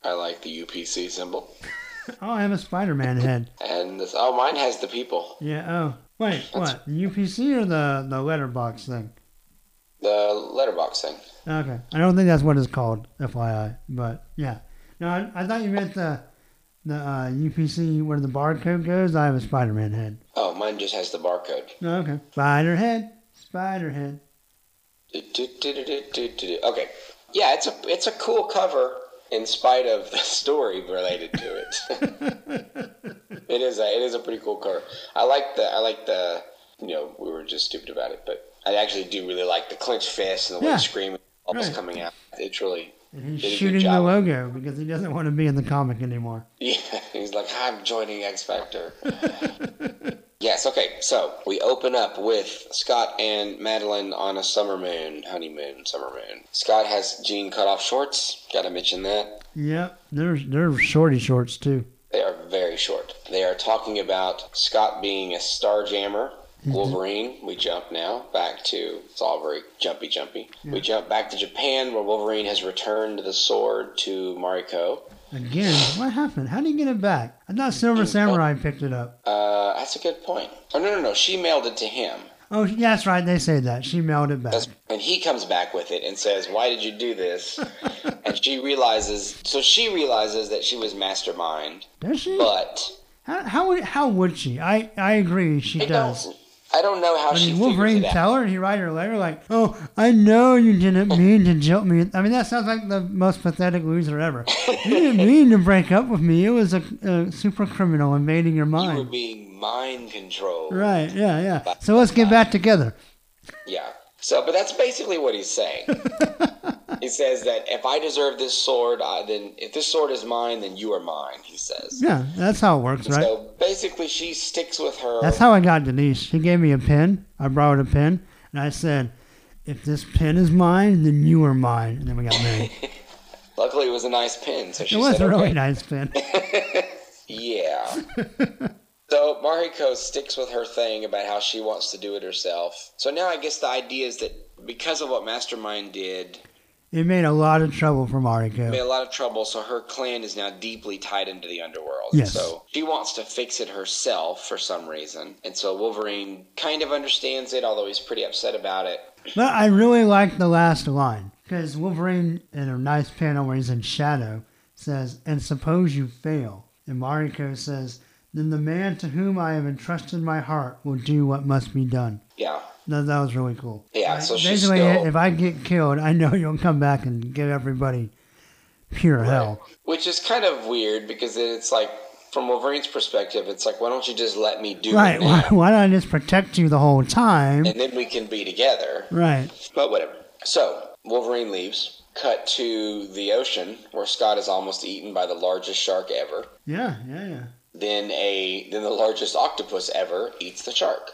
[SPEAKER 2] I like the UPC symbol.
[SPEAKER 3] Oh, I have a Spider Man head.
[SPEAKER 2] And this, oh, mine has the people.
[SPEAKER 3] Yeah, oh. Wait, what? The UPC or the, the letterbox thing?
[SPEAKER 2] The letterbox thing.
[SPEAKER 3] Okay. I don't think that's what it's called, FYI. But yeah. No, I, I thought you meant the the uh, UPC where the barcode goes. I have a Spider Man head.
[SPEAKER 2] Oh, mine just has the barcode.
[SPEAKER 3] Oh, okay. Spider head. Spider head.
[SPEAKER 2] Do-do-do-do-do-do-do. Okay, yeah, it's a it's a cool cover in spite of the story related to it. it is a it is a pretty cool cover. I like the I like the you know we were just stupid about it, but I actually do really like the clenched fist and the way
[SPEAKER 3] Yeah.
[SPEAKER 2] it's screaming almost
[SPEAKER 3] Right.
[SPEAKER 2] coming out. It's really
[SPEAKER 3] And
[SPEAKER 2] Did a
[SPEAKER 3] he's
[SPEAKER 2] good
[SPEAKER 3] shooting the
[SPEAKER 2] job.
[SPEAKER 3] logo because he doesn't want to be in the comic anymore.
[SPEAKER 2] yeah. He's like I'm joining X Factor. yes. Okay. So we open up with Scott and Madeline on a summer moon honeymoon. Summer moon. Scott has jean cut off shorts. Got to mention that.
[SPEAKER 3] Yep. They're, they're shorty shorts, too.
[SPEAKER 2] They are very short. They are talking about Scott being a Starjammer.
[SPEAKER 3] Mhm.
[SPEAKER 2] Wolverine, we jump now back to it's all very jumpy, jumpy. We jump back to Japan where Wolverine has returned the sword to Mariko.
[SPEAKER 3] Again, what happened? How do you get it back? I thought Silver Samurai picked it up.
[SPEAKER 2] Uh, that's a good point. Oh no, no, no! She mailed it to him,
[SPEAKER 3] Oh, yeah, that's right. They say that. She mailed it back.
[SPEAKER 2] That's- and he comes back with it and says, "Why did you do this?" and she realizes. So she realizes that she was Mastermind,
[SPEAKER 3] Does she?
[SPEAKER 2] but
[SPEAKER 3] How, how, would- how would she? I, I agree. She
[SPEAKER 2] I
[SPEAKER 3] does.
[SPEAKER 2] don't. I don't know how
[SPEAKER 3] I
[SPEAKER 2] she
[SPEAKER 3] mean,
[SPEAKER 2] figures
[SPEAKER 3] Wolverine
[SPEAKER 2] it out.
[SPEAKER 3] tell her, he write her a letter like, oh, I know you didn't
[SPEAKER 2] Oh.
[SPEAKER 3] mean to jilt me. I mean, that sounds like the most pathetic loser ever. you didn't mean to break up with me. It was a, a super criminal invading your
[SPEAKER 2] You were
[SPEAKER 3] mind.
[SPEAKER 2] being mind controlled.
[SPEAKER 3] Right, yeah, yeah. So let's get back together.
[SPEAKER 2] Yeah. So, but that's basically what he's saying. he says that if I deserve this sword, I, then if this sword is mine, then you are mine. He says.
[SPEAKER 3] Yeah, that's how it works, right?
[SPEAKER 2] So basically, she sticks with her.
[SPEAKER 3] That's how I got Denise. She gave me a pen. I borrowed a pen, and I said, "If this pen is mine, then you are mine." And then we got married.
[SPEAKER 2] Luckily, it was a nice pin, so she
[SPEAKER 3] it was
[SPEAKER 2] said,
[SPEAKER 3] a really
[SPEAKER 2] "Okay."
[SPEAKER 3] nice pen.
[SPEAKER 2] Yeah. so Mariko sticks with her thing about how she wants to do it herself. So now I guess the idea is that because of what Mastermind did,
[SPEAKER 3] It made a lot of trouble for
[SPEAKER 2] made
[SPEAKER 3] Mariko.
[SPEAKER 2] a lot of trouble, so her clan is now deeply tied into the underworld.
[SPEAKER 3] Yes.
[SPEAKER 2] So she wants to fix it herself for some reason. And so Wolverine kind of understands it, although he's pretty upset about it.
[SPEAKER 3] But I really like the last line because Wolverine, in a nice panel where he's in shadow, says, "And suppose you fail." And Mariko says, "Then the man to whom I have entrusted my heart will do what must be done."
[SPEAKER 2] Yeah.
[SPEAKER 3] No, that was really cool.
[SPEAKER 2] Yeah,
[SPEAKER 3] Like,
[SPEAKER 2] so she's
[SPEAKER 3] basically,
[SPEAKER 2] still-
[SPEAKER 3] if I get killed, I know you'll come back and give everybody pure hell.
[SPEAKER 2] Which is kind of weird because then it's like, from Wolverine's perspective, it's like, why don't you just let me do
[SPEAKER 3] Right?
[SPEAKER 2] it?
[SPEAKER 3] Why,
[SPEAKER 2] now?
[SPEAKER 3] why not just protect you the whole time?
[SPEAKER 2] And then we can be together.
[SPEAKER 3] Right.
[SPEAKER 2] But whatever. So Wolverine leaves. Cut to the ocean, where Scott is almost eaten by the largest shark ever.
[SPEAKER 3] Yeah, yeah, yeah.
[SPEAKER 2] Then a then the largest octopus ever eats the shark.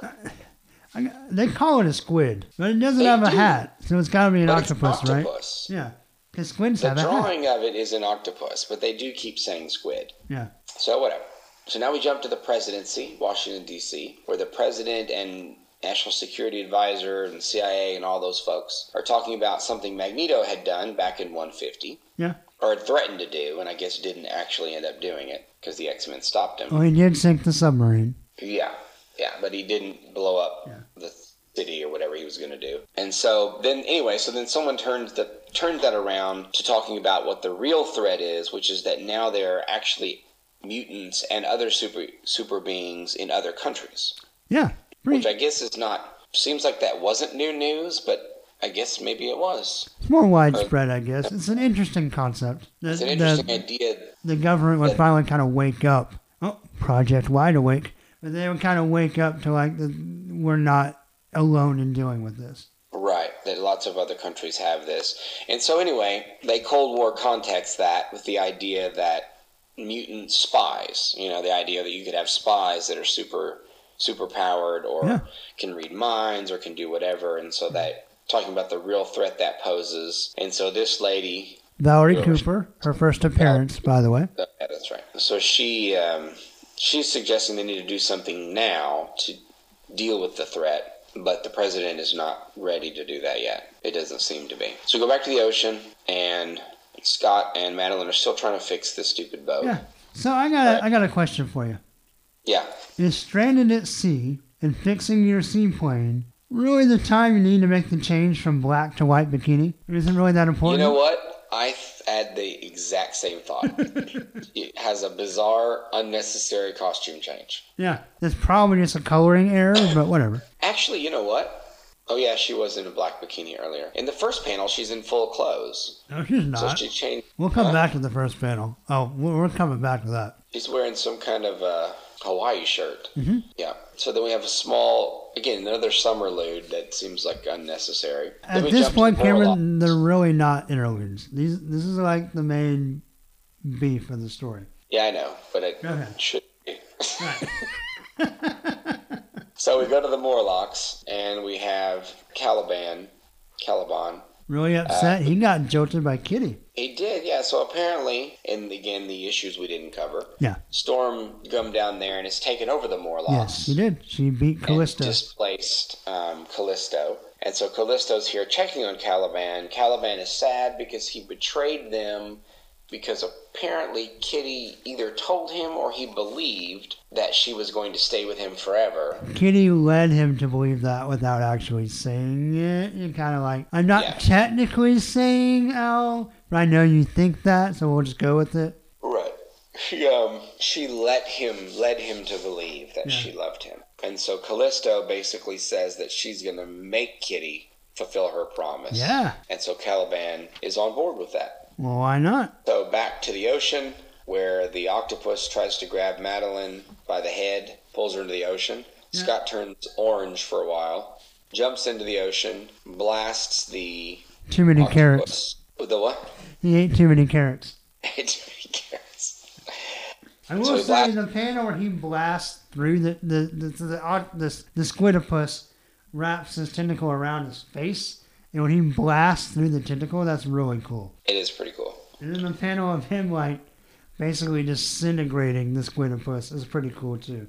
[SPEAKER 3] I, they call it a squid, but it doesn't
[SPEAKER 2] They
[SPEAKER 3] have a
[SPEAKER 2] do.
[SPEAKER 3] hat, so it's got to be an
[SPEAKER 2] But it's
[SPEAKER 3] octopus, right?
[SPEAKER 2] octopus.
[SPEAKER 3] Yeah, because squids
[SPEAKER 2] The
[SPEAKER 3] have a hat.
[SPEAKER 2] drawing of it is an octopus, but they do keep saying squid.
[SPEAKER 3] Yeah.
[SPEAKER 2] So whatever. So now we jump to the presidency, Washington D.C., where the president and national security advisor and CIA and all those folks are talking about something Magneto had done back in 150.
[SPEAKER 3] Yeah.
[SPEAKER 2] or had threatened to do, and I guess didn't actually end up doing it because the X Men stopped him.
[SPEAKER 3] Well, he did sink the submarine.
[SPEAKER 2] Yeah, yeah, but he didn't blow up
[SPEAKER 3] Yeah.
[SPEAKER 2] the city or whatever he was going to do. And so then, anyway, so then someone turns the turns that around to talking about what the real threat is, which is that now there are actually mutants and other super super beings in other countries,
[SPEAKER 3] Yeah.
[SPEAKER 2] which
[SPEAKER 3] Pretty,
[SPEAKER 2] I guess is not seems like that wasn't new news, but I guess maybe it was.
[SPEAKER 3] it's more widespread, I guess. It's an interesting concept. The,
[SPEAKER 2] uh, It's an
[SPEAKER 3] the-
[SPEAKER 2] interesting idea.
[SPEAKER 3] the government would finally kind of wake up. Oh, Project Wide Awake. But they would kind of wake up to like, the, we're not alone in dealing with this.
[SPEAKER 2] Right, that lots of other countries have this. And so, anyway, they Cold War context that with the idea that mutant spies, you know, the idea that you could have spies that are super, super powered or
[SPEAKER 3] Yeah.
[SPEAKER 2] can read minds or can do whatever. And so, that talking about the real threat that poses. And so, this lady,
[SPEAKER 3] Valerie
[SPEAKER 2] Sure.
[SPEAKER 3] Cooper, her first appearance, by the way.
[SPEAKER 2] yeah, that's right. So, she, um, she's suggesting they need to do something now to deal with the threat. But the president is not ready to do that yet. It doesn't seem to be. So we go back to the ocean, and Scott and Madeline are still trying to fix this stupid boat.
[SPEAKER 3] Yeah. So I got a, I got a question for you.
[SPEAKER 2] Yeah.
[SPEAKER 3] Is stranded at sea and fixing your seaplane really the time you need to make the change from black to white bikini? It isn't really that
[SPEAKER 2] You
[SPEAKER 3] important.
[SPEAKER 2] know what? I th- had the exact same thought. it has a bizarre, unnecessary costume change.
[SPEAKER 3] Yeah. That's probably just a coloring error, but whatever.
[SPEAKER 2] Actually, you know what? Oh, yeah, she was in a black bikini earlier. In the first panel, she's in full clothes.
[SPEAKER 3] No, she's
[SPEAKER 2] So
[SPEAKER 3] not.
[SPEAKER 2] she changed.
[SPEAKER 3] We'll come
[SPEAKER 2] Huh?
[SPEAKER 3] back to the first panel. Oh, we're we're coming back to that.
[SPEAKER 2] She's wearing some kind of uh, Hawaii shirt. Mm-hmm. Yeah. So then we have a small, again, another summer lewd that seems like unnecessary. Then
[SPEAKER 3] At
[SPEAKER 2] we
[SPEAKER 3] this
[SPEAKER 2] jump to
[SPEAKER 3] point,
[SPEAKER 2] the moral
[SPEAKER 3] Cameron,
[SPEAKER 2] office.
[SPEAKER 3] they're really not interludes. These, this is like the main beef of the story.
[SPEAKER 2] Yeah, I know, but it
[SPEAKER 3] Go ahead.
[SPEAKER 2] should be. so we go to the Morlocks, and we have Caliban. Caliban. Uh,
[SPEAKER 3] Really upset. he got jilted by Kitty.
[SPEAKER 2] He did, yeah. so apparently, and again, the issues we didn't cover.
[SPEAKER 3] Yeah.
[SPEAKER 2] Storm come down there and has taken over the Morlocks.
[SPEAKER 3] Yes, she did. She beat
[SPEAKER 2] and
[SPEAKER 3] Callista.
[SPEAKER 2] displaced um, Callisto. And so Callisto's here checking on Caliban. Caliban is sad because he betrayed them because apparently Kitty either told him or he believed that she was going to stay with him forever.
[SPEAKER 3] Kitty led him to believe that without actually saying it. You're kind of like, I'm not
[SPEAKER 2] Yeah.
[SPEAKER 3] technically saying Al, but I know you think that, so we'll just go with it.
[SPEAKER 2] Right. She, um, she let him led him to believe that
[SPEAKER 3] Yeah.
[SPEAKER 2] she loved him. And so Callisto basically says that she's going to make Kitty fulfill her promise.
[SPEAKER 3] Yeah.
[SPEAKER 2] And so Caliban is on board with that.
[SPEAKER 3] Well, why not?
[SPEAKER 2] So back to the ocean, where the octopus tries to grab Madeline by the head, pulls her into the ocean. Scott turns orange for a while, jumps into the ocean, blasts the
[SPEAKER 3] Too many carrots.
[SPEAKER 2] octopus. The what?
[SPEAKER 3] He ate too many carrots.
[SPEAKER 2] Carrots.
[SPEAKER 3] I will
[SPEAKER 2] So he
[SPEAKER 3] say
[SPEAKER 2] blast-
[SPEAKER 3] the panel where he blasts through the the the the, the, oc- the, the squidopus wraps his tentacle around his face, and when he blasts through the tentacle, that's really cool.
[SPEAKER 2] it is pretty cool.
[SPEAKER 3] And then the panel of him like basically disintegrating the squidopus is pretty cool too.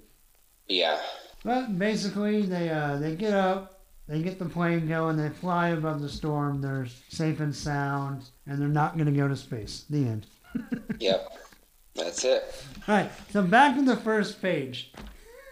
[SPEAKER 2] Yeah.
[SPEAKER 3] But basically, they uh, they get up, they get the plane going, they fly above the storm. They're safe and sound, and they're not going to go to space. The end.
[SPEAKER 2] Yep. That's it.
[SPEAKER 3] All right, so back to the first page.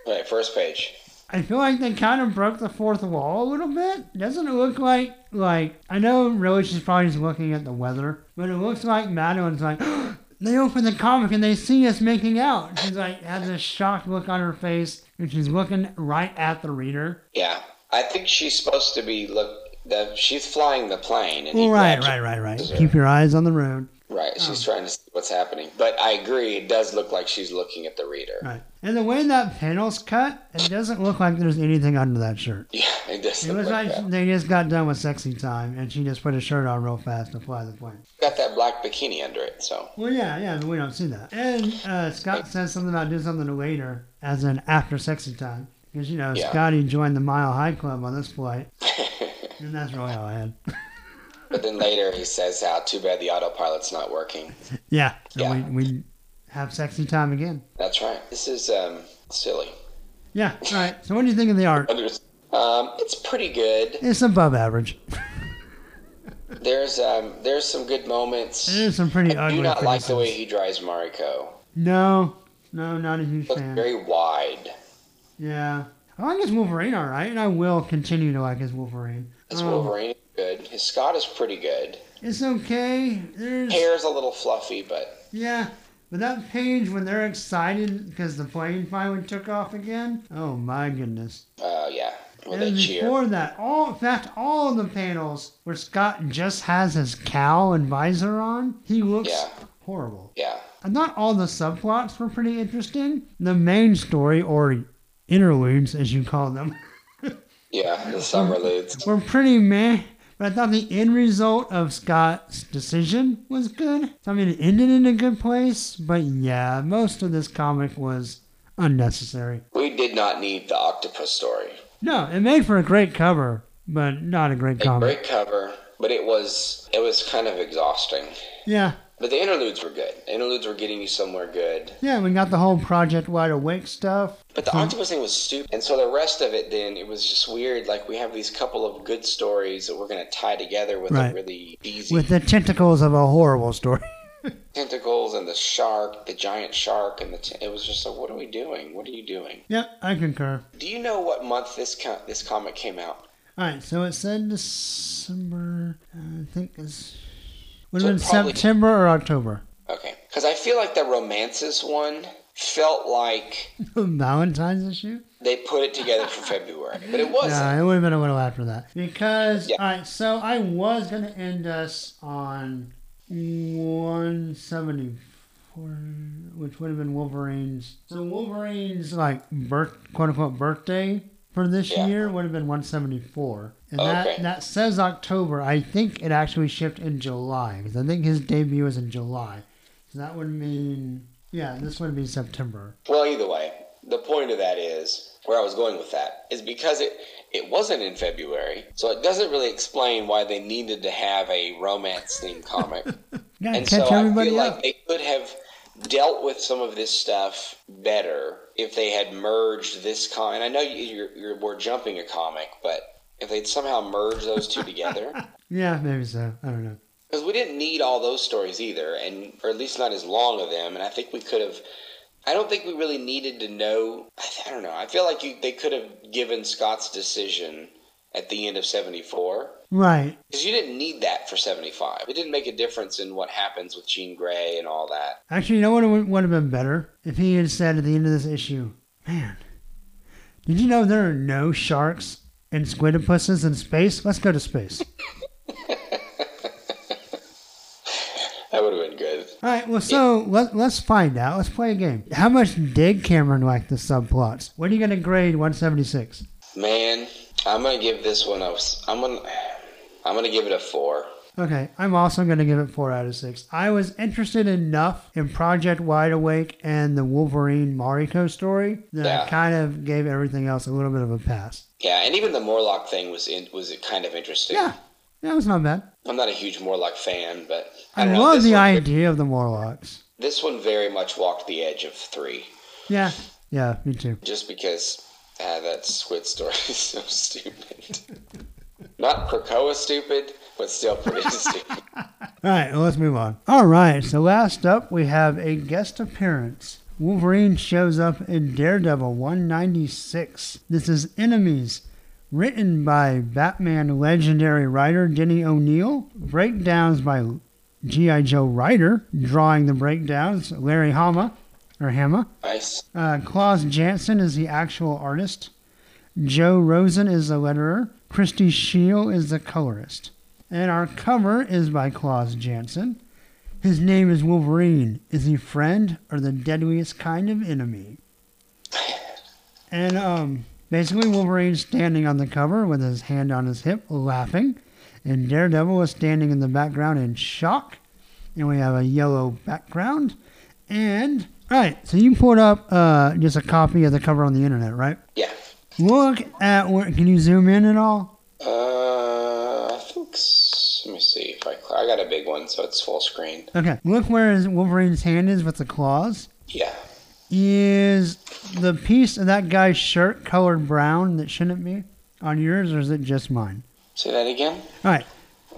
[SPEAKER 2] All right, first page.
[SPEAKER 3] I feel like they kind of broke the fourth wall a little bit. Doesn't it look like like I know really she's probably just looking at the weather, but it looks like Madeline's like they open the comic and they see us making out. She's like has a shocked look on her face and she's looking right at the reader.
[SPEAKER 2] Yeah. I think she's supposed to be look. The, she's flying the plane. And he
[SPEAKER 3] Well, right, Oh.
[SPEAKER 2] grabs
[SPEAKER 3] right,
[SPEAKER 2] her.
[SPEAKER 3] right, right. Keep your eyes on the road.
[SPEAKER 2] Right. She's trying to see what's happening. But I agree. It does look like she's looking at the reader.
[SPEAKER 3] Right. And the way that panel's cut, it doesn't look like there's anything under that shirt.
[SPEAKER 2] Yeah, it does
[SPEAKER 3] It
[SPEAKER 2] look
[SPEAKER 3] looks
[SPEAKER 2] like
[SPEAKER 3] like
[SPEAKER 2] that.
[SPEAKER 3] they just got done with sexy time and she just put a shirt on real fast to fly the plane.
[SPEAKER 2] Got that black bikini under it, so
[SPEAKER 3] Well, yeah, yeah, but we don't see that. And uh, Scott says something about doing something later, as in after sexy time. Because, you know,
[SPEAKER 2] Yeah.
[SPEAKER 3] Scotty joined the Mile High Club on this flight. and that's really all I had.
[SPEAKER 2] But then later he says how too bad the autopilot's not working.
[SPEAKER 3] Yeah. So
[SPEAKER 2] Yeah.
[SPEAKER 3] We, we have sexy time again.
[SPEAKER 2] That's right. This is um silly.
[SPEAKER 3] Yeah. All right. So, what do you think of the art?
[SPEAKER 2] Others- Um, it's pretty good.
[SPEAKER 3] It's above average.
[SPEAKER 2] There's um there's some good moments.
[SPEAKER 3] There's some pretty
[SPEAKER 2] I
[SPEAKER 3] ugly
[SPEAKER 2] do not like the way
[SPEAKER 3] faces.
[SPEAKER 2] he drives Mariko.
[SPEAKER 3] No. No, not a huge
[SPEAKER 2] Looks
[SPEAKER 3] fan.
[SPEAKER 2] very wide.
[SPEAKER 3] Yeah. Oh, I like his Wolverine, all right. And I will continue to like his Wolverine.
[SPEAKER 2] His
[SPEAKER 3] Oh,
[SPEAKER 2] Wolverine is good. His Scott is pretty good.
[SPEAKER 3] It's okay. There's.
[SPEAKER 2] Hair's a little fluffy, but
[SPEAKER 3] Yeah, but that page when they're excited because the plane finally took off again. Oh my goodness!
[SPEAKER 2] uh yeah. Well they
[SPEAKER 3] and
[SPEAKER 2] cheer.
[SPEAKER 3] before that, all in fact, all the panels where Scott just has his cowl and visor on, he looks
[SPEAKER 2] Yeah.
[SPEAKER 3] horrible.
[SPEAKER 2] Yeah.
[SPEAKER 3] I thought all the subplots were pretty interesting. The main story or interludes, as you call them,
[SPEAKER 2] Yeah. The summer leads.
[SPEAKER 3] were pretty meh. But I thought the end result of Scott's decision was good. So, I mean, it ended in a good place. But yeah, most of this comic was unnecessary.
[SPEAKER 2] We did not need the octopus story.
[SPEAKER 3] No, it made for a great cover, but not a great
[SPEAKER 2] A
[SPEAKER 3] comic.
[SPEAKER 2] great cover, but it was it was kind of exhausting.
[SPEAKER 3] Yeah,
[SPEAKER 2] But the interludes were good. Interludes were getting you somewhere good.
[SPEAKER 3] yeah, we got the whole Project Wide Awake stuff.
[SPEAKER 2] But the octopus thing was stupid, and so the rest of it, then it was just weird. Like we have these couple of good stories that we're going to tie together with
[SPEAKER 3] Right.
[SPEAKER 2] a really easy
[SPEAKER 3] With the tentacles of a horrible story.
[SPEAKER 2] tentacles and the shark, the giant shark, and the t- it was just like, what are we doing? What are you doing?
[SPEAKER 3] yep, I concur.
[SPEAKER 2] Do you know what month this co- this comic came out?
[SPEAKER 3] Alright, so it said December, I think it's. Would
[SPEAKER 2] So
[SPEAKER 3] have been
[SPEAKER 2] it probably-
[SPEAKER 3] September or October.
[SPEAKER 2] Okay, because I feel like the romances one felt like
[SPEAKER 3] Valentine's issue?
[SPEAKER 2] they put it together for February, but it wasn't.
[SPEAKER 3] Yeah, it would have been a little after that. Because,
[SPEAKER 2] Yeah.
[SPEAKER 3] all right, so I was going to end us on 174, which would have been Wolverine's. So Wolverine's, like, birth, quote unquote, birthday for this
[SPEAKER 2] Yeah.
[SPEAKER 3] year would have been 174. And that,
[SPEAKER 2] Okay.
[SPEAKER 3] that says October. I think it actually shipped in July, 'cause I think his debut was in July. So that would mean, yeah, this would be September.
[SPEAKER 2] Well, either way, the point of that is where I was going with that is because it it wasn't in February, so it doesn't really explain why they needed to have a romance themed comic
[SPEAKER 3] Gotta
[SPEAKER 2] and
[SPEAKER 3] catch
[SPEAKER 2] so I
[SPEAKER 3] everybody
[SPEAKER 2] feel
[SPEAKER 3] up.
[SPEAKER 2] like they could have dealt with some of this stuff better if they had merged this comic. And I know you, you're, you're we're jumping a comic, but if they'd somehow merged those two together,
[SPEAKER 3] yeah, maybe so. I don't know.
[SPEAKER 2] because we didn't need all those stories either, and or at least not as long of them. And I think we could have. I don't think we really needed to know. I, th- I don't know. I feel like you, they could have given Scott's decision at the end of '74
[SPEAKER 3] Right.
[SPEAKER 2] because you didn't need that for '75. It didn't make a difference in what happens with Jean Grey and all that.
[SPEAKER 3] Actually, you know what would, would have been better if he had said at the end of this issue, "Man, did you know there are no sharks and squidipuses in space? Let's go to space."
[SPEAKER 2] That would have been good.
[SPEAKER 3] All right. Well, so let, let's find out. Let's play a game. How much did Cameron like the subplots? What are you going to grade 176?
[SPEAKER 2] Man, I'm gonna give this one a. I'm gonna. I'm gonna give it a four.
[SPEAKER 3] Okay, I'm also going to give it four out of six. I was interested enough in Project Wide Awake and the Wolverine Mariko story that I
[SPEAKER 2] Yeah.
[SPEAKER 3] kind of gave everything else a little bit of a pass.
[SPEAKER 2] Yeah, and even the Morlock thing was in, was kind of interesting.
[SPEAKER 3] Yeah, that was not bad.
[SPEAKER 2] I'm not a huge Morlock fan, but
[SPEAKER 3] I,
[SPEAKER 2] don't know,
[SPEAKER 3] love
[SPEAKER 2] this
[SPEAKER 3] the
[SPEAKER 2] one-
[SPEAKER 3] idea of the Morlocks.
[SPEAKER 2] This one very much walked the edge of three,
[SPEAKER 3] Yeah, yeah, me too.
[SPEAKER 2] just because ah, that squid story is so stupid. Not Krakoa stupid, but still pretty stupid.
[SPEAKER 3] All right, well, let's move on. All right, so last up, we have a guest appearance. Wolverine shows up in Daredevil 196. This is Enemies, written by Batman legendary writer Denny O'Neil, breakdowns by G.I. Joe writer, drawing the breakdowns, Larry Hama, or Hama.
[SPEAKER 2] Nice.
[SPEAKER 3] Uh, Klaus Janson is the actual artist. Joe Rosen is the letterer. Christy Scheel is the colorist. And our cover is by Klaus Janson. His name is Wolverine. Is he friend or the deadliest kind of enemy? And um, basically, Wolverine's standing on the cover with his hand on his hip, laughing. And Daredevil is standing in the background in shock. And we have a yellow background. And, all right, so you pulled up uh, just a copy of the cover on the internet, right?
[SPEAKER 2] Yeah.
[SPEAKER 3] Look at where. Can you zoom in at all?
[SPEAKER 2] Uh, I think. s- Let me see if I. cl- I got a big one, so it's full screen.
[SPEAKER 3] Okay. Look where his Wolverine's hand is with the claws.
[SPEAKER 2] Yeah.
[SPEAKER 3] Is the piece of that guy's shirt colored brown that shouldn't be on yours, or is it just mine?
[SPEAKER 2] Say that again.
[SPEAKER 3] All right.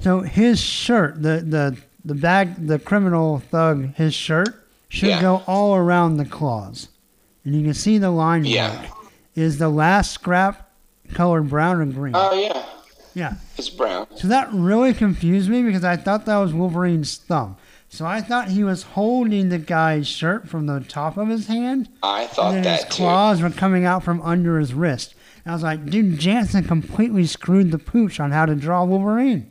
[SPEAKER 3] So his shirt, the the the bag, the criminal thug, his shirt should
[SPEAKER 2] Yeah.
[SPEAKER 3] go all around the claws, and you can see the line
[SPEAKER 2] Yeah.
[SPEAKER 3] mark. Is the last scrap colored brown or green?
[SPEAKER 2] Oh yeah.
[SPEAKER 3] Yeah.
[SPEAKER 2] It's brown.
[SPEAKER 3] So that really confused me because I thought that was Wolverine's thumb. So I thought he was holding the guy's shirt from the top of his hand,
[SPEAKER 2] I
[SPEAKER 3] and
[SPEAKER 2] thought
[SPEAKER 3] then
[SPEAKER 2] that
[SPEAKER 3] his
[SPEAKER 2] too.
[SPEAKER 3] claws were coming out from under his wrist. And I was like, dude, Jansen completely screwed the pooch on how to draw Wolverine.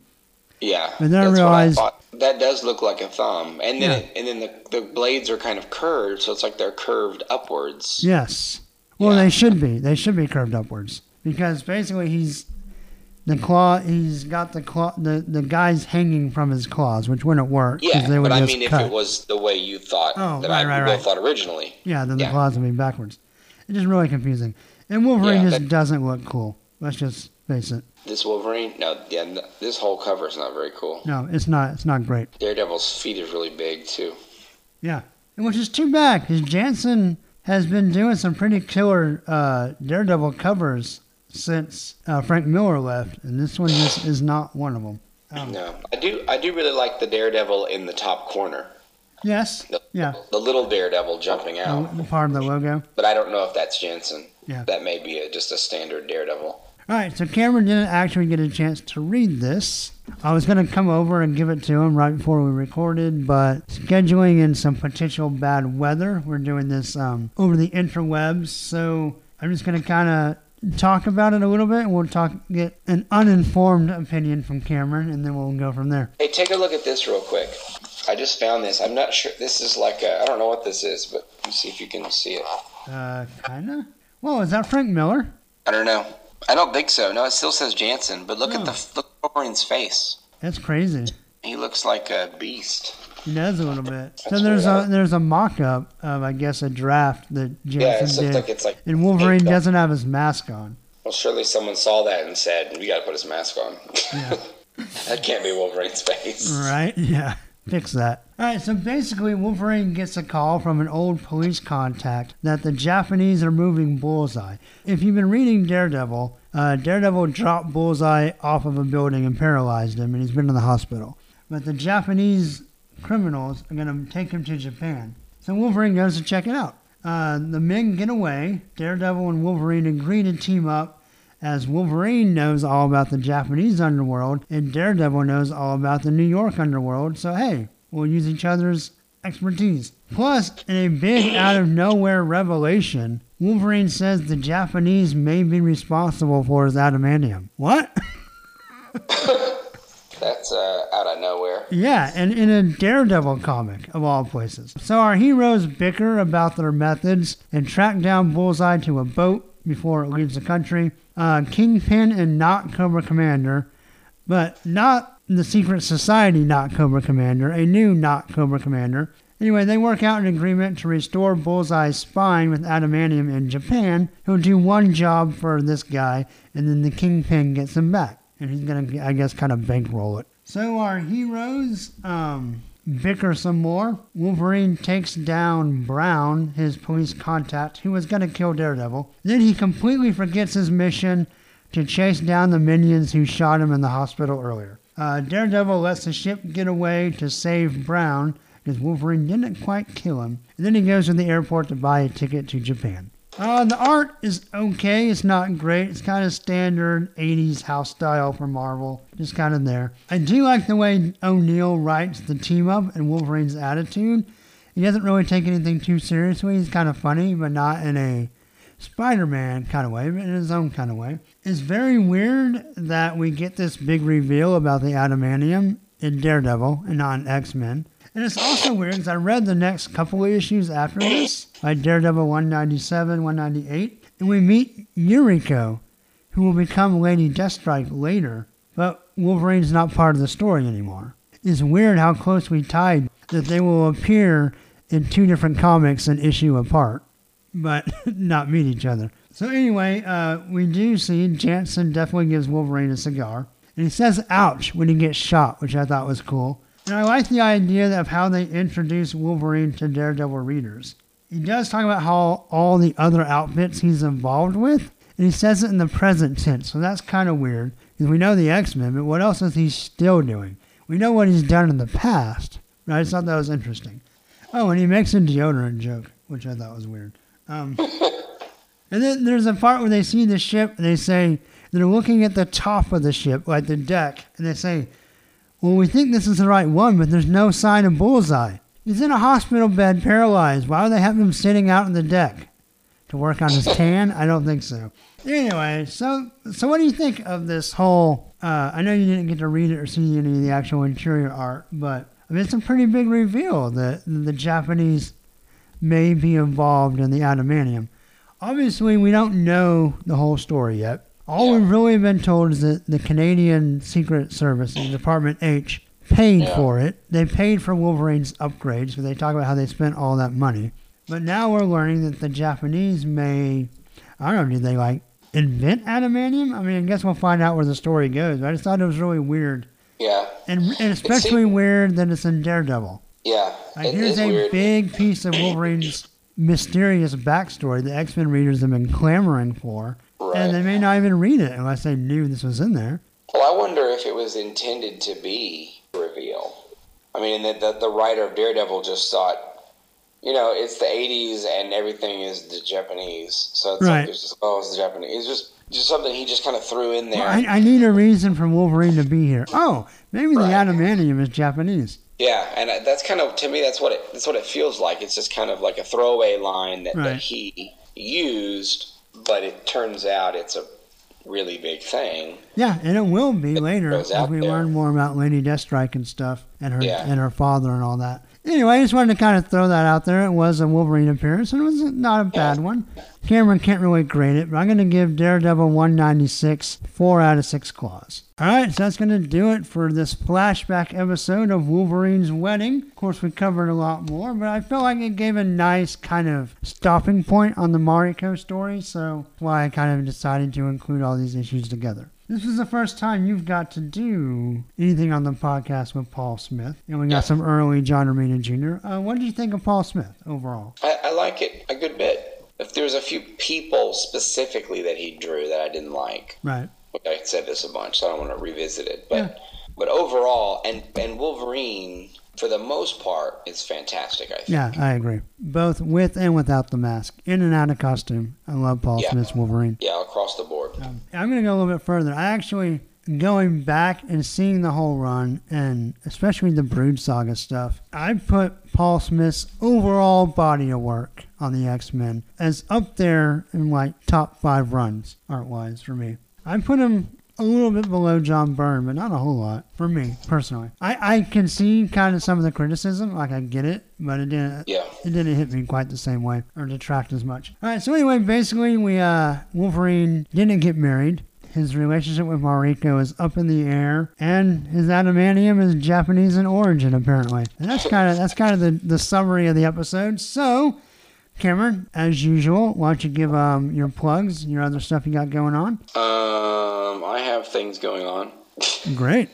[SPEAKER 2] Yeah.
[SPEAKER 3] And then I
[SPEAKER 2] that's what
[SPEAKER 3] realized-
[SPEAKER 2] thought. that does look like a thumb, and then
[SPEAKER 3] Yeah.
[SPEAKER 2] it, and then the, the blades are kind of curved, so it's like they're curved upwards.
[SPEAKER 3] Yes. Well,
[SPEAKER 2] Yeah.
[SPEAKER 3] they should be. They should be curved upwards because basically he's the claw. He's got the claw. The, the guy's hanging from his claws, which wouldn't work. 'cause
[SPEAKER 2] Yeah,
[SPEAKER 3] they would
[SPEAKER 2] but I
[SPEAKER 3] just
[SPEAKER 2] mean,
[SPEAKER 3] cut.
[SPEAKER 2] if it was the way you thought
[SPEAKER 3] Oh,
[SPEAKER 2] that
[SPEAKER 3] right,
[SPEAKER 2] I
[SPEAKER 3] right,
[SPEAKER 2] we both
[SPEAKER 3] right.
[SPEAKER 2] thought originally,
[SPEAKER 3] Yeah, then the
[SPEAKER 2] Yeah.
[SPEAKER 3] claws would be backwards. It's just really confusing. And Wolverine
[SPEAKER 2] Yeah,
[SPEAKER 3] just
[SPEAKER 2] that-
[SPEAKER 3] doesn't look cool. Let's just face it.
[SPEAKER 2] this Wolverine, no, yeah, n- this whole cover is not very cool.
[SPEAKER 3] No, it's not. It's not great.
[SPEAKER 2] Daredevil's feet is really big too.
[SPEAKER 3] Yeah, and which is too bad because Jansen has been doing some pretty killer uh, Daredevil covers since uh, Frank Miller left, and this one just is not one of them. Um,
[SPEAKER 2] No, I do, I do really like the Daredevil in the top corner,
[SPEAKER 3] Yes. Yeah.
[SPEAKER 2] the little Daredevil jumping
[SPEAKER 3] Uh,
[SPEAKER 2] out,
[SPEAKER 3] part of the logo.
[SPEAKER 2] but I don't know if that's Jensen.
[SPEAKER 3] Yeah.
[SPEAKER 2] That may be a, just a standard Daredevil.
[SPEAKER 3] All right, so Cameron didn't actually get a chance to read this. I was going to come over and give it to him right before we recorded, but scheduling and some potential bad weather, we're doing this um, over the interwebs. So I'm just going to kind of talk about it a little bit, and we'll talk get an uninformed opinion from Cameron, and then we'll go from there.
[SPEAKER 2] Hey, take a look at this real quick. I just found this. I'm not sure. This is like a. I don't know what this is, but let me see if you can see it.
[SPEAKER 3] Uh, kind of. Whoa, is that Frank Miller?
[SPEAKER 2] I don't know. I don't think so. No, it still says Jansen. But look
[SPEAKER 3] No.
[SPEAKER 2] at the look at Wolverine's face.
[SPEAKER 3] That's crazy.
[SPEAKER 2] He looks like a beast.
[SPEAKER 3] He does a little bit. So
[SPEAKER 2] That's
[SPEAKER 3] there's
[SPEAKER 2] weird.
[SPEAKER 3] a there's a mock-up of I guess a draft that
[SPEAKER 2] Yeah, it
[SPEAKER 3] Jansen
[SPEAKER 2] looks
[SPEAKER 3] did,
[SPEAKER 2] like it's like.
[SPEAKER 3] and Wolverine
[SPEAKER 2] Hey, Doc.
[SPEAKER 3] doesn't have his mask on.
[SPEAKER 2] Well, surely someone saw that and said, "We got to put his mask on."
[SPEAKER 3] Yeah.
[SPEAKER 2] that can't be Wolverine's face.
[SPEAKER 3] Right? Yeah. fix that. Alright, so basically, Wolverine gets a call from an old police contact that the Japanese are moving Bullseye. If you've been reading Daredevil, uh, Daredevil dropped Bullseye off of a building and paralyzed him, and he's been in the hospital. But the Japanese criminals are going to take him to Japan. So Wolverine goes to check it out. Uh, the men get away. Daredevil and Wolverine agree to team up, as Wolverine knows all about the Japanese underworld, and Daredevil knows all about the New York underworld. So hey, we'll use each other's expertise. Plus, in a big out of nowhere revelation, Wolverine says the Japanese may be responsible for his adamantium. What?
[SPEAKER 2] That's uh, out of nowhere.
[SPEAKER 3] Yeah, and in a Daredevil comic, of all places. So our heroes bicker about their methods and track down Bullseye to a boat before it leaves the country. Uh, Kingpin and not Cobra Commander, but not the Secret Society not Cobra Commander, a new not Cobra Commander. Anyway, they work out an agreement to restore Bullseye's spine with adamantium in Japan, who'll do one job for this guy, and then the Kingpin gets him back. And he's gonna, I guess, kind of bankroll it. So our heroes um, bicker some more. Wolverine takes down Brown, his police contact, who was going to kill Daredevil. Then he completely forgets his mission to chase down the minions who shot him in the hospital earlier. Uh, Daredevil lets the ship get away to save Brown because Wolverine didn't quite kill him. And then he goes to the airport to buy a ticket to Japan. Uh, the art is okay. It's not great. It's kind of standard 80s house style for Marvel. Just kind of there. I do like the way O'Neill writes the team up and Wolverine's attitude. He doesn't really take anything too seriously. He's kind of funny, but not in a Spider Man kind of way, but in his own kind of way. It's very weird that we get this big reveal about the Adamantium in Daredevil and not in X Men. And it's also weird because I read the next couple of issues after this, like Daredevil 197, 198, and we meet Yuriko, who will become Lady Deathstrike later, but Wolverine's not part of the story anymore. It's weird how close we tied that they will appear in two different comics an issue apart, but not meet each other. So anyway, uh, we do see Jansen definitely gives Wolverine a cigar, and he says "ouch" when he gets shot, which I thought was cool. And I like the idea of how they introduce Wolverine to Daredevil readers. He does talk about how all the other outfits he's involved with, and he says it in the present tense, so that's kind of weird, because we know the X Men, but what else is he still doing? We know what he's done in the past, but I just thought that was interesting. Oh, and he makes a deodorant joke, which I thought was weird. Um, and then there's a part where they see the ship, and they say, they're looking at the top of the ship, like the deck, and they say, well, we think this is the right one, but there's no sign of Bullseye. He's in a hospital bed, paralyzed. Why would they have him sitting out on the deck to work on his tan? I don't think so. Anyway, so so what do you think of this whole? Uh, I know you didn't get to read it or see any of the actual interior art, but I mean, it's a pretty big reveal that the Japanese may be involved in the adamantium. Obviously, we don't know the whole story yet. All we've really been told is that the Canadian Secret Service, Department H, paid
[SPEAKER 2] Yeah.
[SPEAKER 3] for it. They paid for Wolverine's upgrades, but they talk about how they spent all that money. But now we're learning that the Japanese may, I don't know, did they like invent adamantium? I mean, I guess we'll find out where the story goes. But I just thought it was really weird,
[SPEAKER 2] Yeah,
[SPEAKER 3] and, and especially weird that it's in Daredevil.
[SPEAKER 2] yeah.
[SPEAKER 3] Like,
[SPEAKER 2] it
[SPEAKER 3] here's
[SPEAKER 2] is
[SPEAKER 3] a
[SPEAKER 2] weird.
[SPEAKER 3] big piece of Wolverine's mysterious backstory the X Men readers have been clamoring for.
[SPEAKER 2] Right.
[SPEAKER 3] And they may not even read it unless they knew this was in there.
[SPEAKER 2] Well, I wonder if it was intended to be a reveal. I mean, that the, the writer of Daredevil just thought, you know, it's the '80s and everything is the Japanese, so it's
[SPEAKER 3] Right.
[SPEAKER 2] like it's just oh, it's the Japanese. It's just just something he just kind of threw in there.
[SPEAKER 3] I, I need a reason for Wolverine to be here. Oh, maybe the
[SPEAKER 2] Right.
[SPEAKER 3] adamantium is Japanese.
[SPEAKER 2] Yeah, and I- that's kind of to me that's what it that's what it feels like. It's just kind of like a throwaway line that,
[SPEAKER 3] Right.
[SPEAKER 2] that he used, but it turns out it's a really big thing.
[SPEAKER 3] Yeah, and it will be later
[SPEAKER 2] goes
[SPEAKER 3] as
[SPEAKER 2] out
[SPEAKER 3] we
[SPEAKER 2] there.
[SPEAKER 3] learn more about Lady Deathstrike and stuff, and her
[SPEAKER 2] Yeah.
[SPEAKER 3] and her father and all that. Anyway, I just wanted to kind of throw that out there. It was a Wolverine appearance, and it was not a bad one. Cameron can't really grade it, but I'm going to give Daredevil 196 four out of six claws. All right, so that's going to do it for this flashback episode of Wolverine's Wedding. Of course, we covered a lot more, but I felt like it gave a nice kind of stopping point on the Mariko story, so why I kind of decided to include all these issues together. this is the first time you've got to do anything on the podcast with Paul Smith, and we got some early John Romita Jr. Uh, what did you think of Paul Smith overall?
[SPEAKER 2] I, I like it a good bit. If there was a few people specifically that he drew that I didn't like,
[SPEAKER 3] Right.
[SPEAKER 2] I said this a bunch, so I don't want to revisit it. But
[SPEAKER 3] Yeah.
[SPEAKER 2] but overall, and and Wolverine for the most part is fantastic. I think.
[SPEAKER 3] Yeah, I agree. Both with and without the mask, in and out of costume. I love Paul
[SPEAKER 2] Yeah.
[SPEAKER 3] Smith's Wolverine. Um,
[SPEAKER 2] Yeah, across the board.
[SPEAKER 3] I'm going to go a little bit further. I actually, going back and seeing the whole run, and especially the Brood Saga stuff, I put Paul Smith's overall body of work on the X Men as up there in like top five runs, art wise, for me. I put him a little bit below John Byrne, but not a whole lot for me personally. I, I can see kind of some of the criticism, like I get it, but it didn't
[SPEAKER 2] Yeah.
[SPEAKER 3] it didn't hit me quite the same way or detract as much. All right, so anyway, basically, we uh, Wolverine didn't get married. His relationship with Mariko is up in the air, and his adamantium is Japanese in origin, apparently. And that's kind of that's kind of the, the summary of the episode. So, Cameron, as usual, why don't you give um, your plugs, your other stuff you got going on?
[SPEAKER 2] Um, I have things going on.
[SPEAKER 3] Great,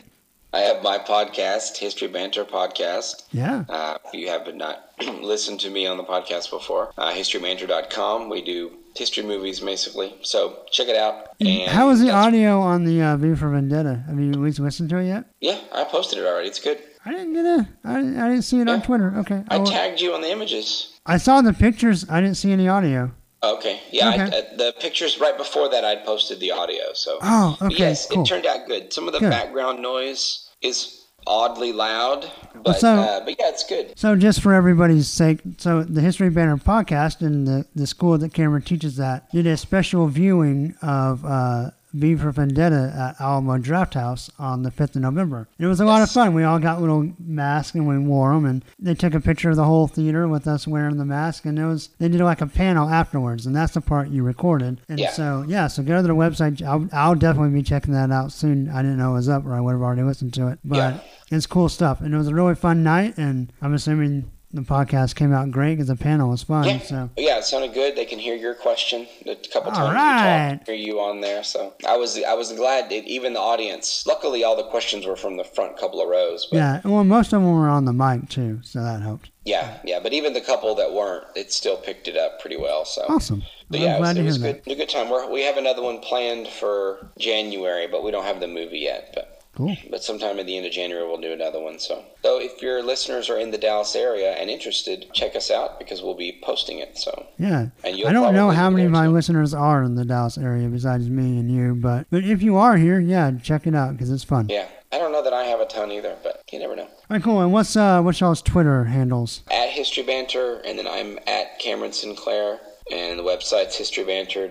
[SPEAKER 2] I have my podcast, History Banter Podcast.
[SPEAKER 3] yeah,
[SPEAKER 2] Uh, if you have not listened to me on the podcast before, uh, historymantor.com. We do history movies basically. So check it out. And
[SPEAKER 3] Mm, How was the
[SPEAKER 2] that's-
[SPEAKER 3] audio on the uh, V for Vendetta? Have you at least listened to it yet?
[SPEAKER 2] Yeah, I posted it already. It's good.
[SPEAKER 3] I didn't get it. I, I didn't see it on
[SPEAKER 2] Yeah.
[SPEAKER 3] Twitter. Okay,
[SPEAKER 2] I
[SPEAKER 3] will-
[SPEAKER 2] tagged you on the images.
[SPEAKER 3] I saw the pictures. I didn't see any audio.
[SPEAKER 2] Okay. Yeah, I,
[SPEAKER 3] Okay.
[SPEAKER 2] uh, the pictures right before that, I'd posted the audio. So.
[SPEAKER 3] Oh,
[SPEAKER 2] But
[SPEAKER 3] okay,
[SPEAKER 2] yes,
[SPEAKER 3] cool.
[SPEAKER 2] it turned out good. Some of the
[SPEAKER 3] Good.
[SPEAKER 2] background noise is oddly loud, but
[SPEAKER 3] so-
[SPEAKER 2] uh, but yeah, it's good.
[SPEAKER 3] So, just for everybody's sake, so the History Banner podcast and the, the school that Cameron teaches at did a special viewing of uh, V for Vendetta at Alamo Draft House on the 5th of November. It was a lot of
[SPEAKER 2] Yes.
[SPEAKER 3] fun. We all got little masks and we wore them, and they took a picture of the whole theater with us wearing the mask. And it was they did like a panel afterwards, and that's the part you recorded. And
[SPEAKER 2] Yeah.
[SPEAKER 3] so, yeah, so go to their website. I'll, I'll definitely be checking that out soon. I didn't know it was up, or I would have already listened to it. But
[SPEAKER 2] Yeah.
[SPEAKER 3] it's cool stuff. And it was a really fun night. And I'm assuming the podcast came out great because the panel was fun.
[SPEAKER 2] Yeah.
[SPEAKER 3] So
[SPEAKER 2] yeah, it sounded good. They can hear your question a couple
[SPEAKER 3] All
[SPEAKER 2] times.
[SPEAKER 3] right.
[SPEAKER 2] You talk, hear you on there. So I was I was glad that even the audience. Luckily, all the questions were from the front couple of rows. But yeah,
[SPEAKER 3] yeah, well, most of them were on the mic too, so that helped.
[SPEAKER 2] yeah, But even the couple that weren't, it still picked it up pretty well. So.
[SPEAKER 3] Awesome.
[SPEAKER 2] But
[SPEAKER 3] I'm
[SPEAKER 2] yeah, it was,
[SPEAKER 3] glad
[SPEAKER 2] it
[SPEAKER 3] to hear
[SPEAKER 2] was
[SPEAKER 3] that.
[SPEAKER 2] good. A good time. We're, we have another one planned for January, but we don't have the movie yet. But
[SPEAKER 3] Cool.
[SPEAKER 2] But sometime at the end of January, we'll do another one. So, so if your listeners are in the Dallas area and interested, check us out because we'll be posting it. So,
[SPEAKER 3] Yeah.
[SPEAKER 2] And you'll
[SPEAKER 3] I don't know
[SPEAKER 2] probably
[SPEAKER 3] how
[SPEAKER 2] be
[SPEAKER 3] many of
[SPEAKER 2] there,
[SPEAKER 3] my
[SPEAKER 2] too.
[SPEAKER 3] listeners are in the Dallas area besides me and you, but but if you are here, yeah, check it out because it's fun.
[SPEAKER 2] yeah, I don't know that I have a ton either, but you never know.
[SPEAKER 3] All right, cool. And what's uh what's y'all's Twitter handles?
[SPEAKER 2] At History Banter, and then I'm at Cameron Sinclair, and the website's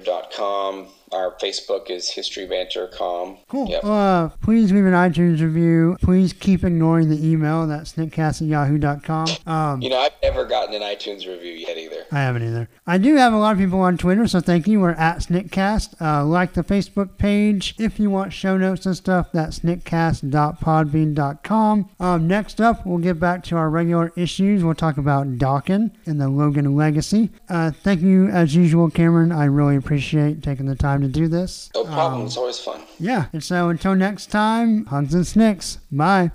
[SPEAKER 2] historybanter.com. Our Facebook is historybanter.com.
[SPEAKER 3] Cool.
[SPEAKER 2] Yep.
[SPEAKER 3] Uh, please leave an iTunes review. Please keep ignoring the email. That's snickcast at yahoo.com. Um,
[SPEAKER 2] You know, I've never gotten an iTunes review yet either.
[SPEAKER 3] I haven't either. I do have a lot of people on Twitter, so thank you. We're at Snickcast. Uh, like the Facebook page. If you want show notes and stuff, that's snickcast.podbean.com. Um, next up, we'll get back to our regular issues. We'll talk about Dawkin and the Logan legacy. Uh, thank you, as usual, Cameron. I really appreciate taking the time to do this. Um,
[SPEAKER 2] No problem. it's always fun.
[SPEAKER 3] Yeah, and so until next time, hugs and snicks. Bye.